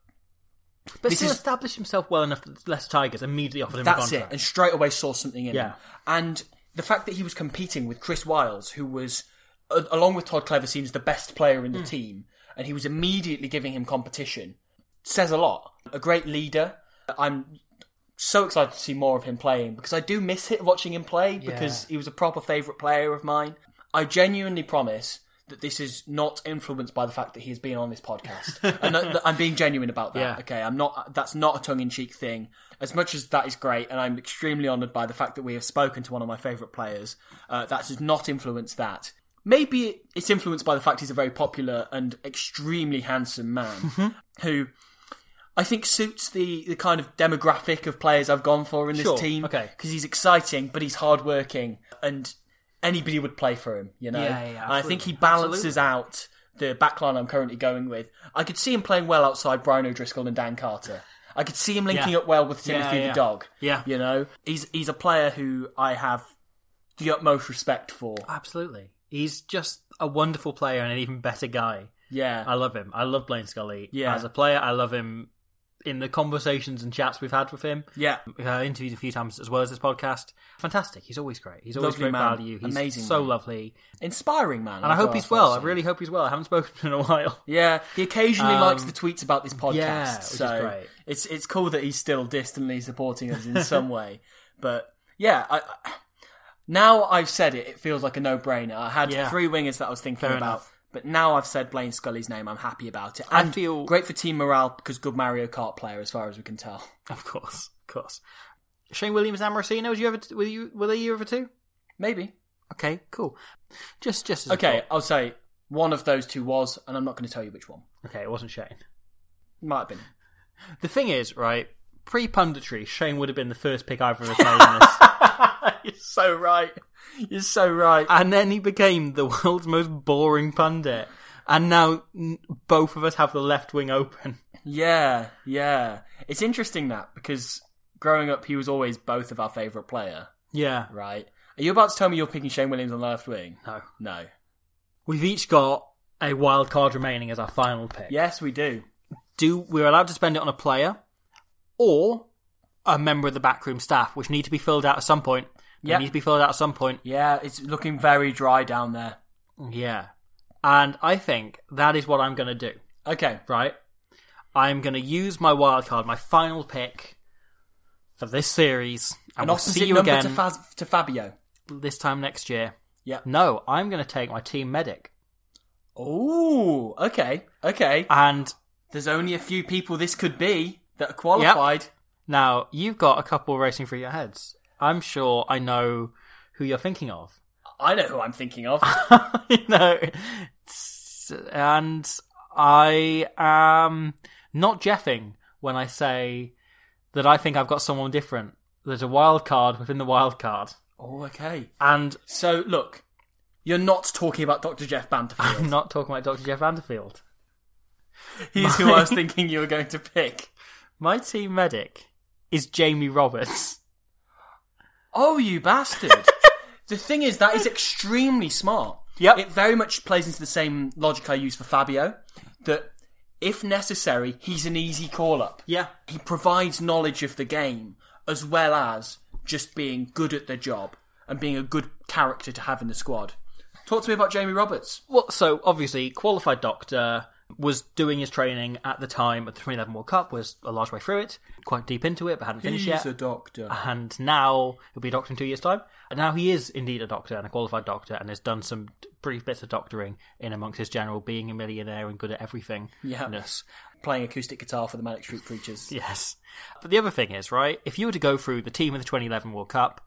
Speaker 4: But
Speaker 5: This
Speaker 4: still
Speaker 5: is-
Speaker 4: established himself well enough that the Les Tigers immediately offered him
Speaker 5: That's
Speaker 4: a
Speaker 5: it,
Speaker 4: contract.
Speaker 5: and straight away saw something in
Speaker 4: Yeah.
Speaker 5: him. And the fact that he was competing with Chris Wiles, who was, a- along with Todd Clever, seems the best player in the team, and he was immediately giving him competition, says a lot. A great leader. I'm so excited to see more of him playing because I do miss it watching him play because he was a proper favourite player of mine. I genuinely promise that this is not influenced by the fact that he has been on this podcast. and that- that I'm being genuine about that.
Speaker 4: Yeah.
Speaker 5: Okay, I'm not. That's not a tongue-in-cheek thing. As much as that is great, and I'm extremely honoured by the fact that we have spoken to one of my favourite players. Uh, that does not influence that. Maybe it's influenced by the fact he's a very popular and extremely handsome man who I think suits the, the kind of demographic of players I've gone for in this
Speaker 4: Sure,
Speaker 5: team.
Speaker 4: okay.
Speaker 5: Because he's exciting, but he's hardworking, and anybody would play for him, you know?
Speaker 4: Yeah, yeah, yeah,
Speaker 5: and I think he
Speaker 4: absolutely,
Speaker 5: balances out the backline I'm currently going with. I could see him playing well outside Brian O'Driscoll and Dan Carter. I could see him linking
Speaker 4: Yeah.
Speaker 5: up well with Timothy
Speaker 4: yeah.
Speaker 5: the dog.
Speaker 4: Yeah.
Speaker 5: You know? He's he's a player who I have the utmost respect for.
Speaker 4: Absolutely. He's just a wonderful player and an even better guy.
Speaker 5: Yeah.
Speaker 4: I love him. I love Blaine Scully
Speaker 5: Yeah.
Speaker 4: as a player. I love him in the conversations and chats we've had with him.
Speaker 5: yeah.
Speaker 4: uh, interviewed a few times as well as this podcast. Fantastic. He's always great. He's always
Speaker 5: Lovely
Speaker 4: great
Speaker 5: man.
Speaker 4: value. He's
Speaker 5: Amazing
Speaker 4: so
Speaker 5: man.
Speaker 4: lovely.
Speaker 5: Inspiring man.
Speaker 4: And I
Speaker 5: as
Speaker 4: hope he's
Speaker 5: I've
Speaker 4: well. I
Speaker 5: seen.
Speaker 4: really hope he's well. I haven't spoken to him in a while.
Speaker 5: Yeah, he occasionally
Speaker 4: Um,
Speaker 5: likes the tweets about this podcast,
Speaker 4: yeah, which is
Speaker 5: so
Speaker 4: great.
Speaker 5: it's it's cool that he's still distantly supporting us in some way. But yeah, I, I- now I've said it, it feels like a no-brainer. I had
Speaker 4: Yeah.
Speaker 5: three wingers that I was thinking
Speaker 4: Fair
Speaker 5: about,
Speaker 4: enough.
Speaker 5: but now I've said Blaine Scully's name. I'm happy about it.
Speaker 4: I
Speaker 5: And
Speaker 4: feel-
Speaker 5: great for team morale because good Mario Kart player, as far as we can tell.
Speaker 4: Of course. Of course. Shane Williams and Amorosino, was you ever were you were they you ever two?
Speaker 5: Maybe.
Speaker 4: Okay, cool. Just just as a
Speaker 5: Okay,
Speaker 4: thought.
Speaker 5: I'll say one of those two was, and I'm not going to tell you which one.
Speaker 4: Okay, it wasn't Shane.
Speaker 5: Might have been.
Speaker 4: The thing is, right, pre punditry, Shane would have been the first pick I've ever made in this.
Speaker 5: You're so right. You're so right.
Speaker 4: And then he became the world's most boring pundit. And now n- both of us have the left wing open.
Speaker 5: Yeah, yeah. It's interesting that because growing up, he was always both of our favourite player,
Speaker 4: Yeah.
Speaker 5: right? Are you about to tell me you're picking Shane Williams on the left wing?
Speaker 4: No.
Speaker 5: No.
Speaker 4: We've each got a wild card remaining as our final pick.
Speaker 5: Yes, we do.
Speaker 4: Do we're allowed to spend it on a player or a member of the backroom staff, which need to be filled out at some point. They
Speaker 5: Yeah.
Speaker 4: need to be filled out at some point.
Speaker 5: Yeah, it's looking very dry down there.
Speaker 4: Yeah. And I think that is what I'm going to do.
Speaker 5: Okay.
Speaker 4: right? I'm going to use my wild card, my final pick for this series, and
Speaker 5: An
Speaker 4: we'll
Speaker 5: opposite
Speaker 4: see you
Speaker 5: number
Speaker 4: again
Speaker 5: to, Faz- to Fabio.
Speaker 4: this time next year.
Speaker 5: Yeah.
Speaker 4: No, I'm going to take my team medic,
Speaker 5: Oh, okay, okay.
Speaker 4: and
Speaker 5: There's only a few people this could be that are qualified.
Speaker 4: now you've got a couple racing through your heads. I'm sure I know who you're thinking of.
Speaker 5: I know who I'm thinking of.
Speaker 4: you know, it's- and I am not jeffing when I say that I think I've got someone different. There's a wild card within the wild card,
Speaker 5: oh, okay.
Speaker 4: and
Speaker 5: So, look, you're not talking about Dr. Jeff Banterfield.
Speaker 4: I'm not talking about Dr. Jeff Vanderfield.
Speaker 5: He's who I was thinking you were going to pick.
Speaker 4: My team medic is Jamie Roberts.
Speaker 5: Oh, you bastard! the thing is, that is extremely smart.
Speaker 4: Yep.
Speaker 5: It very much plays into the same logic I use for Fabio that if necessary, he's an easy call up.
Speaker 4: Yeah.
Speaker 5: He provides knowledge of the game as well as just being good at the job and being a good character to have in the squad. Talk to me about Jamie Roberts.
Speaker 4: Well, so obviously, qualified doctor was doing his training at the time at the 2011 World Cup, was a large way through it, quite deep into it, but hadn't finished yet.
Speaker 5: doctor.
Speaker 4: and now he'll be a doctor in two years' time. And now he is indeed a doctor and a qualified doctor, and has done some brief bits of doctoring in amongst his general being a millionaire and good at everything.
Speaker 5: Yeah.
Speaker 4: ness.
Speaker 5: Playing acoustic guitar for the Manic Street Preachers.
Speaker 4: Yes. But the other thing is, right, if you were to go through the team of the 2011 World Cup,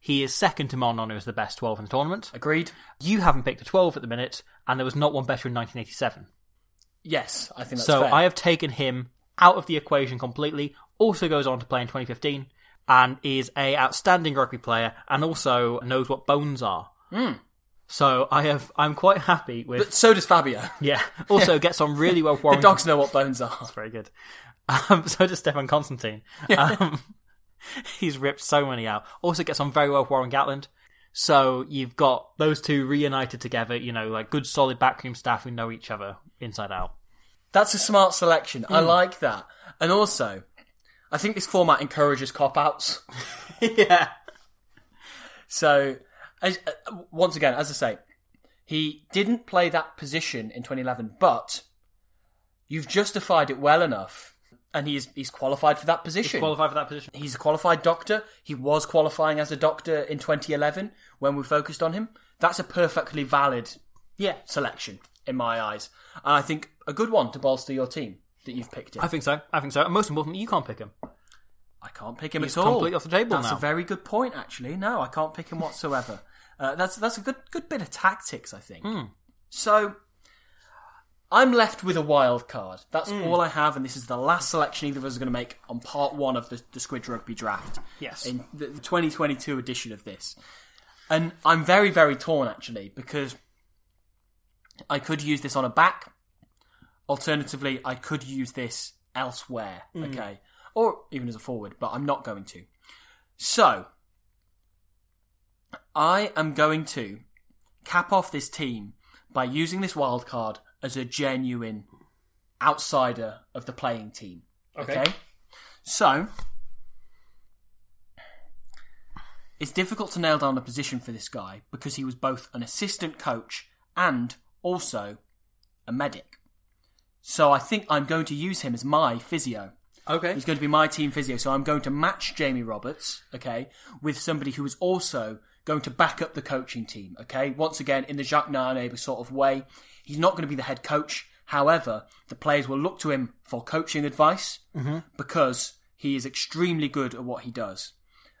Speaker 4: he is second to Monon, who is the best 12 in the tournament.
Speaker 5: Agreed?
Speaker 4: You haven't picked a 12 at the minute, and there was not one better in 1987.
Speaker 5: Yes, I think that's
Speaker 4: so
Speaker 5: fair.
Speaker 4: I have taken him out of the equation completely. Also goes on to play in 2015 and is a outstanding rugby player and also knows what bones are.
Speaker 5: Hmm.
Speaker 4: So I have I'm quite happy with
Speaker 5: But so does Fabio.
Speaker 4: yeah. Also gets on really well with
Speaker 5: The
Speaker 4: Warrington
Speaker 5: dogs know what bones are.
Speaker 4: that's very good. Um, so does Stefan Constantine. Um, he's ripped so many out. Also gets on very well with Warren Gatland. So you've got those two reunited together, you know, like good solid backroom staff who know each other inside out.
Speaker 5: That's a smart selection. I like that. And also, I think this format encourages cop outs.
Speaker 4: yeah.
Speaker 5: So, as, uh, once again, as I say, he didn't play that position in 2011, but you've justified it well enough, and he's he's qualified for that position.
Speaker 4: Qualify for that position.
Speaker 5: He's a qualified doctor. He was qualifying as a doctor in 2011 when we focused on him. That's a perfectly valid
Speaker 4: Yeah.
Speaker 5: selection in my eyes, and I think a good one to bolster your team that you've picked in.
Speaker 4: I think so. I think so. And most importantly, you can't pick him.
Speaker 5: I can't pick him
Speaker 4: He's
Speaker 5: at all.
Speaker 4: completely off the table
Speaker 5: That's
Speaker 4: now.
Speaker 5: a very good point, actually. No, I can't pick him whatsoever. uh, that's that's a good good bit of tactics, I think.
Speaker 4: Hmm.
Speaker 5: So I'm left with a wild card. That's all I have, and this is the last selection either of us are going to make on part one of the, the Squid Rugby draft.
Speaker 4: Yes.
Speaker 5: in the, the 2022 edition of this. And I'm very very torn actually because I could use this on a back. Alternatively, I could use this elsewhere, okay? Or even as a forward, but I'm not going to. So, I am going to cap off this team by using this wild card as a genuine outsider of the playing team. Okay. So it's difficult to nail down a position for this guy because he was both an assistant coach and also a medic. So I think I'm going to use him as my physio.
Speaker 4: Okay.
Speaker 5: He's going to be my team physio, so I'm going to match Jamie Roberts, okay, with somebody who is also going to back up the coaching team, okay? Once again, in the Jacques Nanabe sort of way. He's not going to be the head coach. However, the players will look to him for coaching advice because he is extremely good at what he does.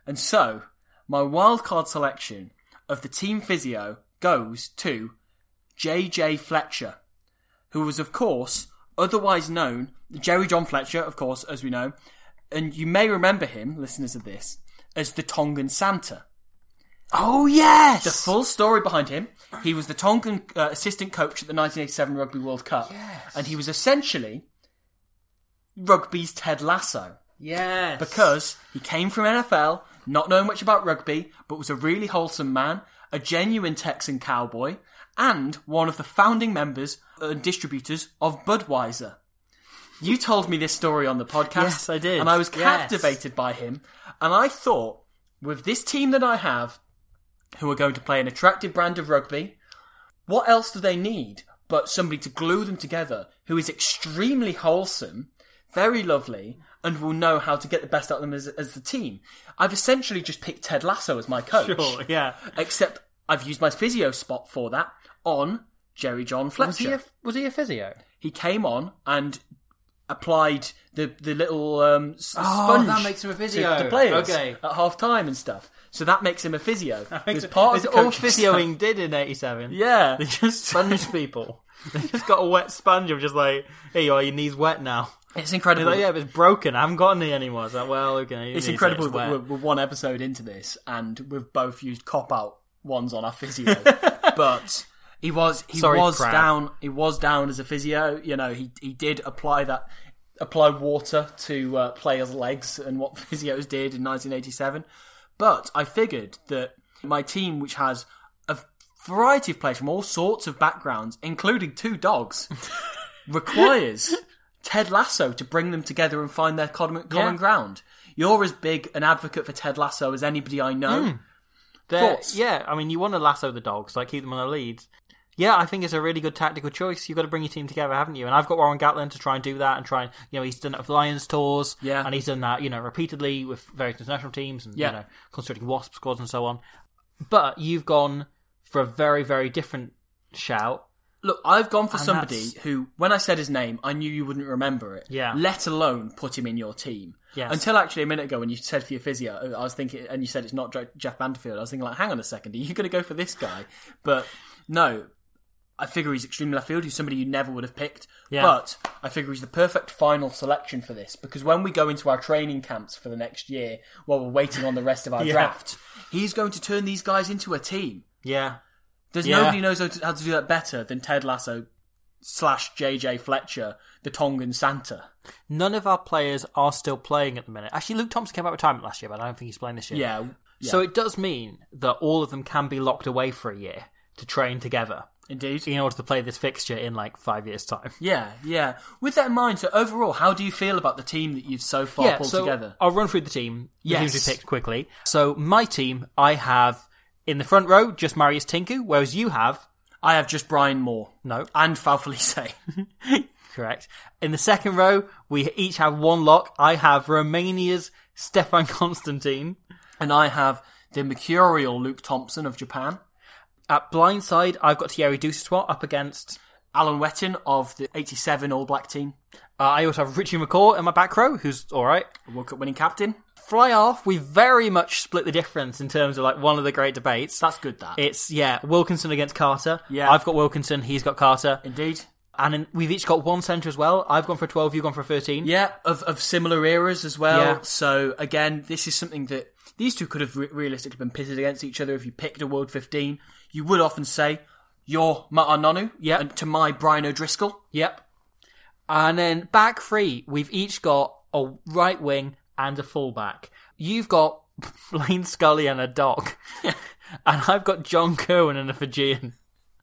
Speaker 5: And so, my wildcard selection of the team physio goes to JJ Fletcher who was, of course, otherwise known Jerry John Fletcher, of course, as we know, and you may remember him, listeners of this, as the Tongan Santa.
Speaker 4: Oh yes.
Speaker 5: The full story behind him: he was the Tongan uh, assistant coach at the 1987 Rugby World Cup, and he was essentially rugby's Ted Lasso
Speaker 4: yes.
Speaker 5: because he came from NFL, not knowing much about rugby, but was a really wholesome man, a genuine Texan cowboy, and one of the founding members and distributors of Budweiser. You told me this story on the podcast.
Speaker 4: Yes, I did.
Speaker 5: And I was
Speaker 4: Yes.
Speaker 5: captivated by him. And I thought, with this team that I have, who are going to play an attractive brand of rugby, what else do they need but somebody to glue them together who is extremely wholesome, very lovely, and will know how to get the best out of them as, as the team? I've essentially just picked Ted Lasso as my coach.
Speaker 4: Sure, yeah.
Speaker 5: Except I've used my physio spot for that on Jerry John Fletcher.
Speaker 4: Was he a was he a physio?
Speaker 5: He came on and applied the the little um, s- sponge.
Speaker 4: Oh, that makes him a
Speaker 5: to-
Speaker 4: physio.
Speaker 5: To, players
Speaker 4: Okay.
Speaker 5: at half time and stuff. So that makes him a physio. Because
Speaker 4: it's
Speaker 5: the
Speaker 4: all
Speaker 5: coaching
Speaker 4: physioing did in '87.
Speaker 5: Yeah.
Speaker 4: They just sponged people. They just got a wet sponge of just like, here you are, your knee's wet now.
Speaker 5: staff. It's
Speaker 4: And
Speaker 5: incredible.
Speaker 4: Like, yeah, but it's broken. I haven't got any anymore. It's like, well, okay. your knee's
Speaker 5: it's
Speaker 4: wet,
Speaker 5: incredible
Speaker 4: it's
Speaker 5: that
Speaker 4: wet.
Speaker 5: we're, we're one episode into this and we've both used cop out ones on our physio. but he was he
Speaker 4: Sorry,
Speaker 5: was
Speaker 4: Pratt.
Speaker 5: down he was down as a physio. You know he he did apply that apply water to uh, players' legs and what physios did in 1987. But I figured that my team, which has a variety of players from all sorts of backgrounds, including two dogs, requires Ted Lasso to bring them together and find their common, common ground. You're as big an advocate for Ted Lasso as anybody I know.
Speaker 4: They're-
Speaker 5: Thoughts?
Speaker 4: Yeah, I mean, you want to lasso the dogs, like keep them on the lead. Yeah, I think it's a really good tactical choice. You've got to bring your team together, haven't you? And I've got Warren Gatlin to try and do that and try and, you know, he's done it with Lions tours.
Speaker 5: Yeah.
Speaker 4: And he's done that, you know, repeatedly with various international teams and,
Speaker 5: Yeah.
Speaker 4: you know, constructing WASP squads and so on. But you've gone for a very, very different shout.
Speaker 5: Look, I've gone for
Speaker 4: And
Speaker 5: somebody
Speaker 4: that's-
Speaker 5: who, when I said his name, I knew you wouldn't remember it.
Speaker 4: Yeah.
Speaker 5: Let alone put him in your team.
Speaker 4: Yes.
Speaker 5: Until actually a minute ago when you said for your physio, I was thinking, and you said it's not Je- Jeff Vanderfield. I was thinking, like, hang on a second, are you going to go for this guy? But no, I figure he's extremely left field. He's somebody you never would have picked.
Speaker 4: Yeah.
Speaker 5: But I figure he's the perfect final selection for this because when we go into our training camps for the next year, while we're waiting on the rest of our
Speaker 4: Yeah.
Speaker 5: draft, he's going to turn these guys into a team.
Speaker 4: Yeah.
Speaker 5: There's
Speaker 4: Yeah.
Speaker 5: nobody knows how to, how to do that better than Ted Lasso slash JJ Fletcher, the Tongan Santa.
Speaker 4: None of our players are still playing at the minute. Actually, Luke Thompson came out of retirement last year, but I don't think he's playing this year.
Speaker 5: Yeah.
Speaker 4: So it does mean that all of them can be locked away for a year to train together.
Speaker 5: Indeed.
Speaker 4: in order to play this fixture in like five years' time.
Speaker 5: Yeah, yeah. With that in mind, so overall, how do you feel about the team that you've so far pulled
Speaker 4: so
Speaker 5: together?
Speaker 4: I'll run through the team. The
Speaker 5: Yes.
Speaker 4: teams we picked quickly. So my team, I have in the front row just Marius Tinku, whereas you have
Speaker 5: I have just Brian Moore.
Speaker 4: No.
Speaker 5: And Falfelice.
Speaker 4: correct. In the second row, we each have one lock. I have Romania's Stefan Constantine.
Speaker 5: and I have the mercurial Luke Thompson of Japan,
Speaker 4: At blindside, I've got Thierry Dussois up against.
Speaker 5: Alan Wetton of the 87 All Black team,
Speaker 4: Uh, I also have Richie McCaw in my back row, who's all right.
Speaker 5: a World Cup winning captain.
Speaker 4: Fly off. We very much split the difference in terms of like one of the great debates.
Speaker 5: That's good, that.
Speaker 4: It's yeah, Wilkinson against Carter.
Speaker 5: Yeah.
Speaker 4: I've got Wilkinson. He's got Carter,
Speaker 5: Indeed.
Speaker 4: and in, we've each got one centre as well. I've gone for a twelve. You've gone for a thirteen.
Speaker 5: Yeah, of, of similar eras as well.
Speaker 4: Yeah.
Speaker 5: So again, this is something that these two could have re- realistically been pitted against each other if you picked a World 15. You would often say, you're Ma'anonu,
Speaker 4: Yeah.
Speaker 5: and to my Brian O'Driscoll.
Speaker 4: Yep. And then back three, we've each got a right wing and a fullback. You've got Blaine Scully and a dog. and I've got John Kerwin and a Fijian.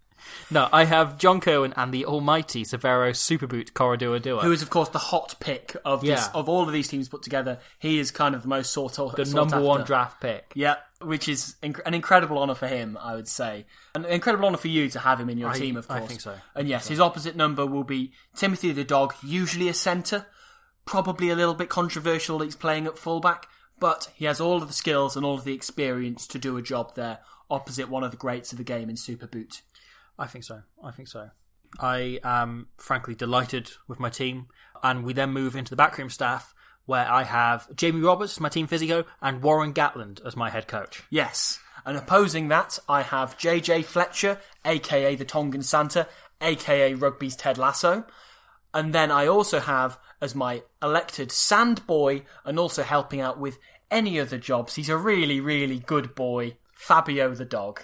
Speaker 4: No, I have John Kerwin and the almighty Severo Superboot Corridor Duo.
Speaker 5: who is of course the hot pick of this
Speaker 4: Yeah.
Speaker 5: of all of these teams put together. He is kind of the most sought of
Speaker 4: the
Speaker 5: sought
Speaker 4: number one
Speaker 5: after.
Speaker 4: draft pick.
Speaker 5: Yeah, which is inc- an incredible honor for him, I would say, an incredible honor for you to have him in your
Speaker 4: I-
Speaker 5: team, of
Speaker 4: I
Speaker 5: course.
Speaker 4: think so.
Speaker 5: And yes, his opposite number will be Timothy the dog, usually a centre, probably a little bit controversial. that He's playing at fullback, but he has all of the skills and all of the experience to do a job there, opposite one of the greats of the game in Super Boot.
Speaker 4: I think so. I think so. I am frankly delighted with my team, and we then move into the backroom staff where I have Jamie Roberts, my team physio, and Warren Gatland as my head coach.
Speaker 5: Yes. And opposing that, I have JJ Fletcher, aka the Tongan Santa, aka rugby's Ted Lasso. And then I also have as my elected sand boy and also helping out with any other jobs. He's a really, really good boy, Fabio the dog.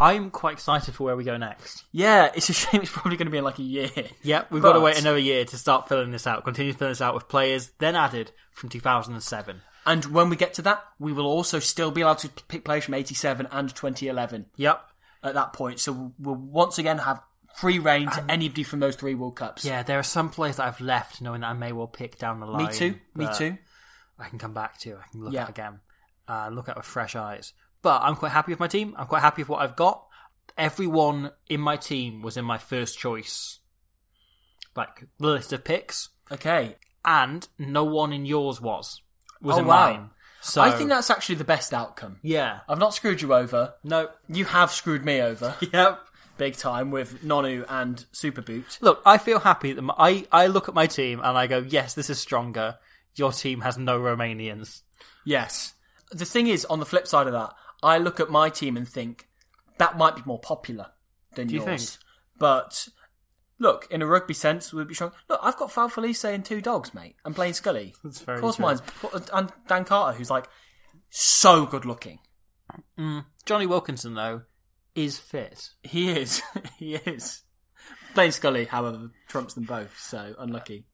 Speaker 4: I'm quite excited for where we go next.
Speaker 5: Yeah, it's a shame it's probably going to be in like a year.
Speaker 4: Yep, we've got to
Speaker 5: But-
Speaker 4: wait another year to start filling this out. Continue to fill this out with players then added from 2007.
Speaker 5: And when we get to that, we will also still be allowed to pick players from 87 and 2011
Speaker 4: Yep.
Speaker 5: at that point. So we'll once again have free reign to anybody from those three World Cups.
Speaker 4: Yeah, there are some players that I've left knowing that I may well pick down the line.
Speaker 5: Me too. Me
Speaker 4: but
Speaker 5: too.
Speaker 4: I can come back to. I can look
Speaker 5: Yeah.
Speaker 4: at again, uh, look at with fresh eyes. But I'm quite happy with my team. I'm quite happy with what I've got. Everyone in my team was in my first choice, like the list of picks,
Speaker 5: Okay.
Speaker 4: and no one in yours was was
Speaker 5: Oh,
Speaker 4: in
Speaker 5: wow.
Speaker 4: mine. So
Speaker 5: I think that's actually the best outcome.
Speaker 4: yeah.
Speaker 5: I've not screwed you over.
Speaker 4: No.
Speaker 5: You have screwed me over
Speaker 4: Yep.
Speaker 5: big time with Nonu and Super Boot.
Speaker 4: Look, I feel happy that my, I I look at my team and I go, yes, this is stronger. Your team has no Romanians.
Speaker 5: Yes. The thing is, on the flip side of that, I look at my team and think that might be more popular than
Speaker 4: Do you
Speaker 5: yours.
Speaker 4: think?
Speaker 5: But look, in a rugby sense, we'd be strong. Look, I've got Val Felice and two dogs, mate. I'm playing Scully.
Speaker 4: That's very
Speaker 5: Of course,
Speaker 4: true.
Speaker 5: mine's and Dan Carter, who's like so good looking.
Speaker 4: Johnny Wilkinson though is fit.
Speaker 5: He is. he is. Blaine Scully, however, trumps them both, so unlucky.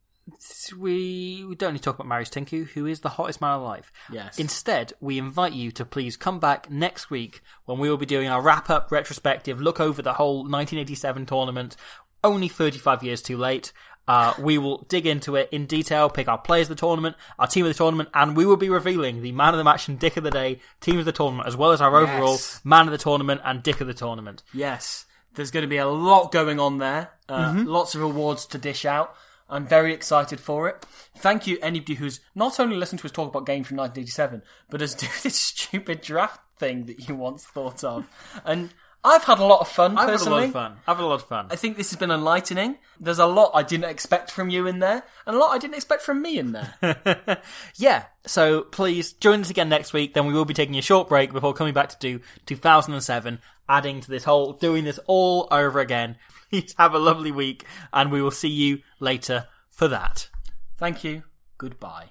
Speaker 4: we we don't need to talk about Marius Tinku, who is the hottest man alive.
Speaker 5: Yes.
Speaker 4: Instead, we invite you to please come back next week when we will be doing our wrap up retrospective, look over the whole 1987 tournament, only 35 years too late. Uh, we will dig into it in detail, pick our players of the tournament, our team of the tournament, and we will be revealing the man of the match and dick of the day, team of the tournament, as well as our overall
Speaker 5: Yes.
Speaker 4: man of the tournament and dick of the tournament.
Speaker 5: Yes, there's going to be a lot going on there. Uh, Lots of awards to dish out. I'm very excited for it. Thank you, anybody who's not only listened to us talk about games from 1987, but has do this stupid draft thing that you once thought of. and I've had a lot of fun
Speaker 4: I've had a
Speaker 5: personally.
Speaker 4: lot of fun. I've had a lot of fun.
Speaker 5: I think this has been enlightening. There's a lot I didn't expect from you in there, and a lot I didn't expect from me in there.
Speaker 4: yeah, so please join us again next week. Then we will be taking a short break before coming back to do 2007, adding to this whole, doing this all over again. Please have a lovely week, and we will see you later for that.
Speaker 5: Thank you. Goodbye.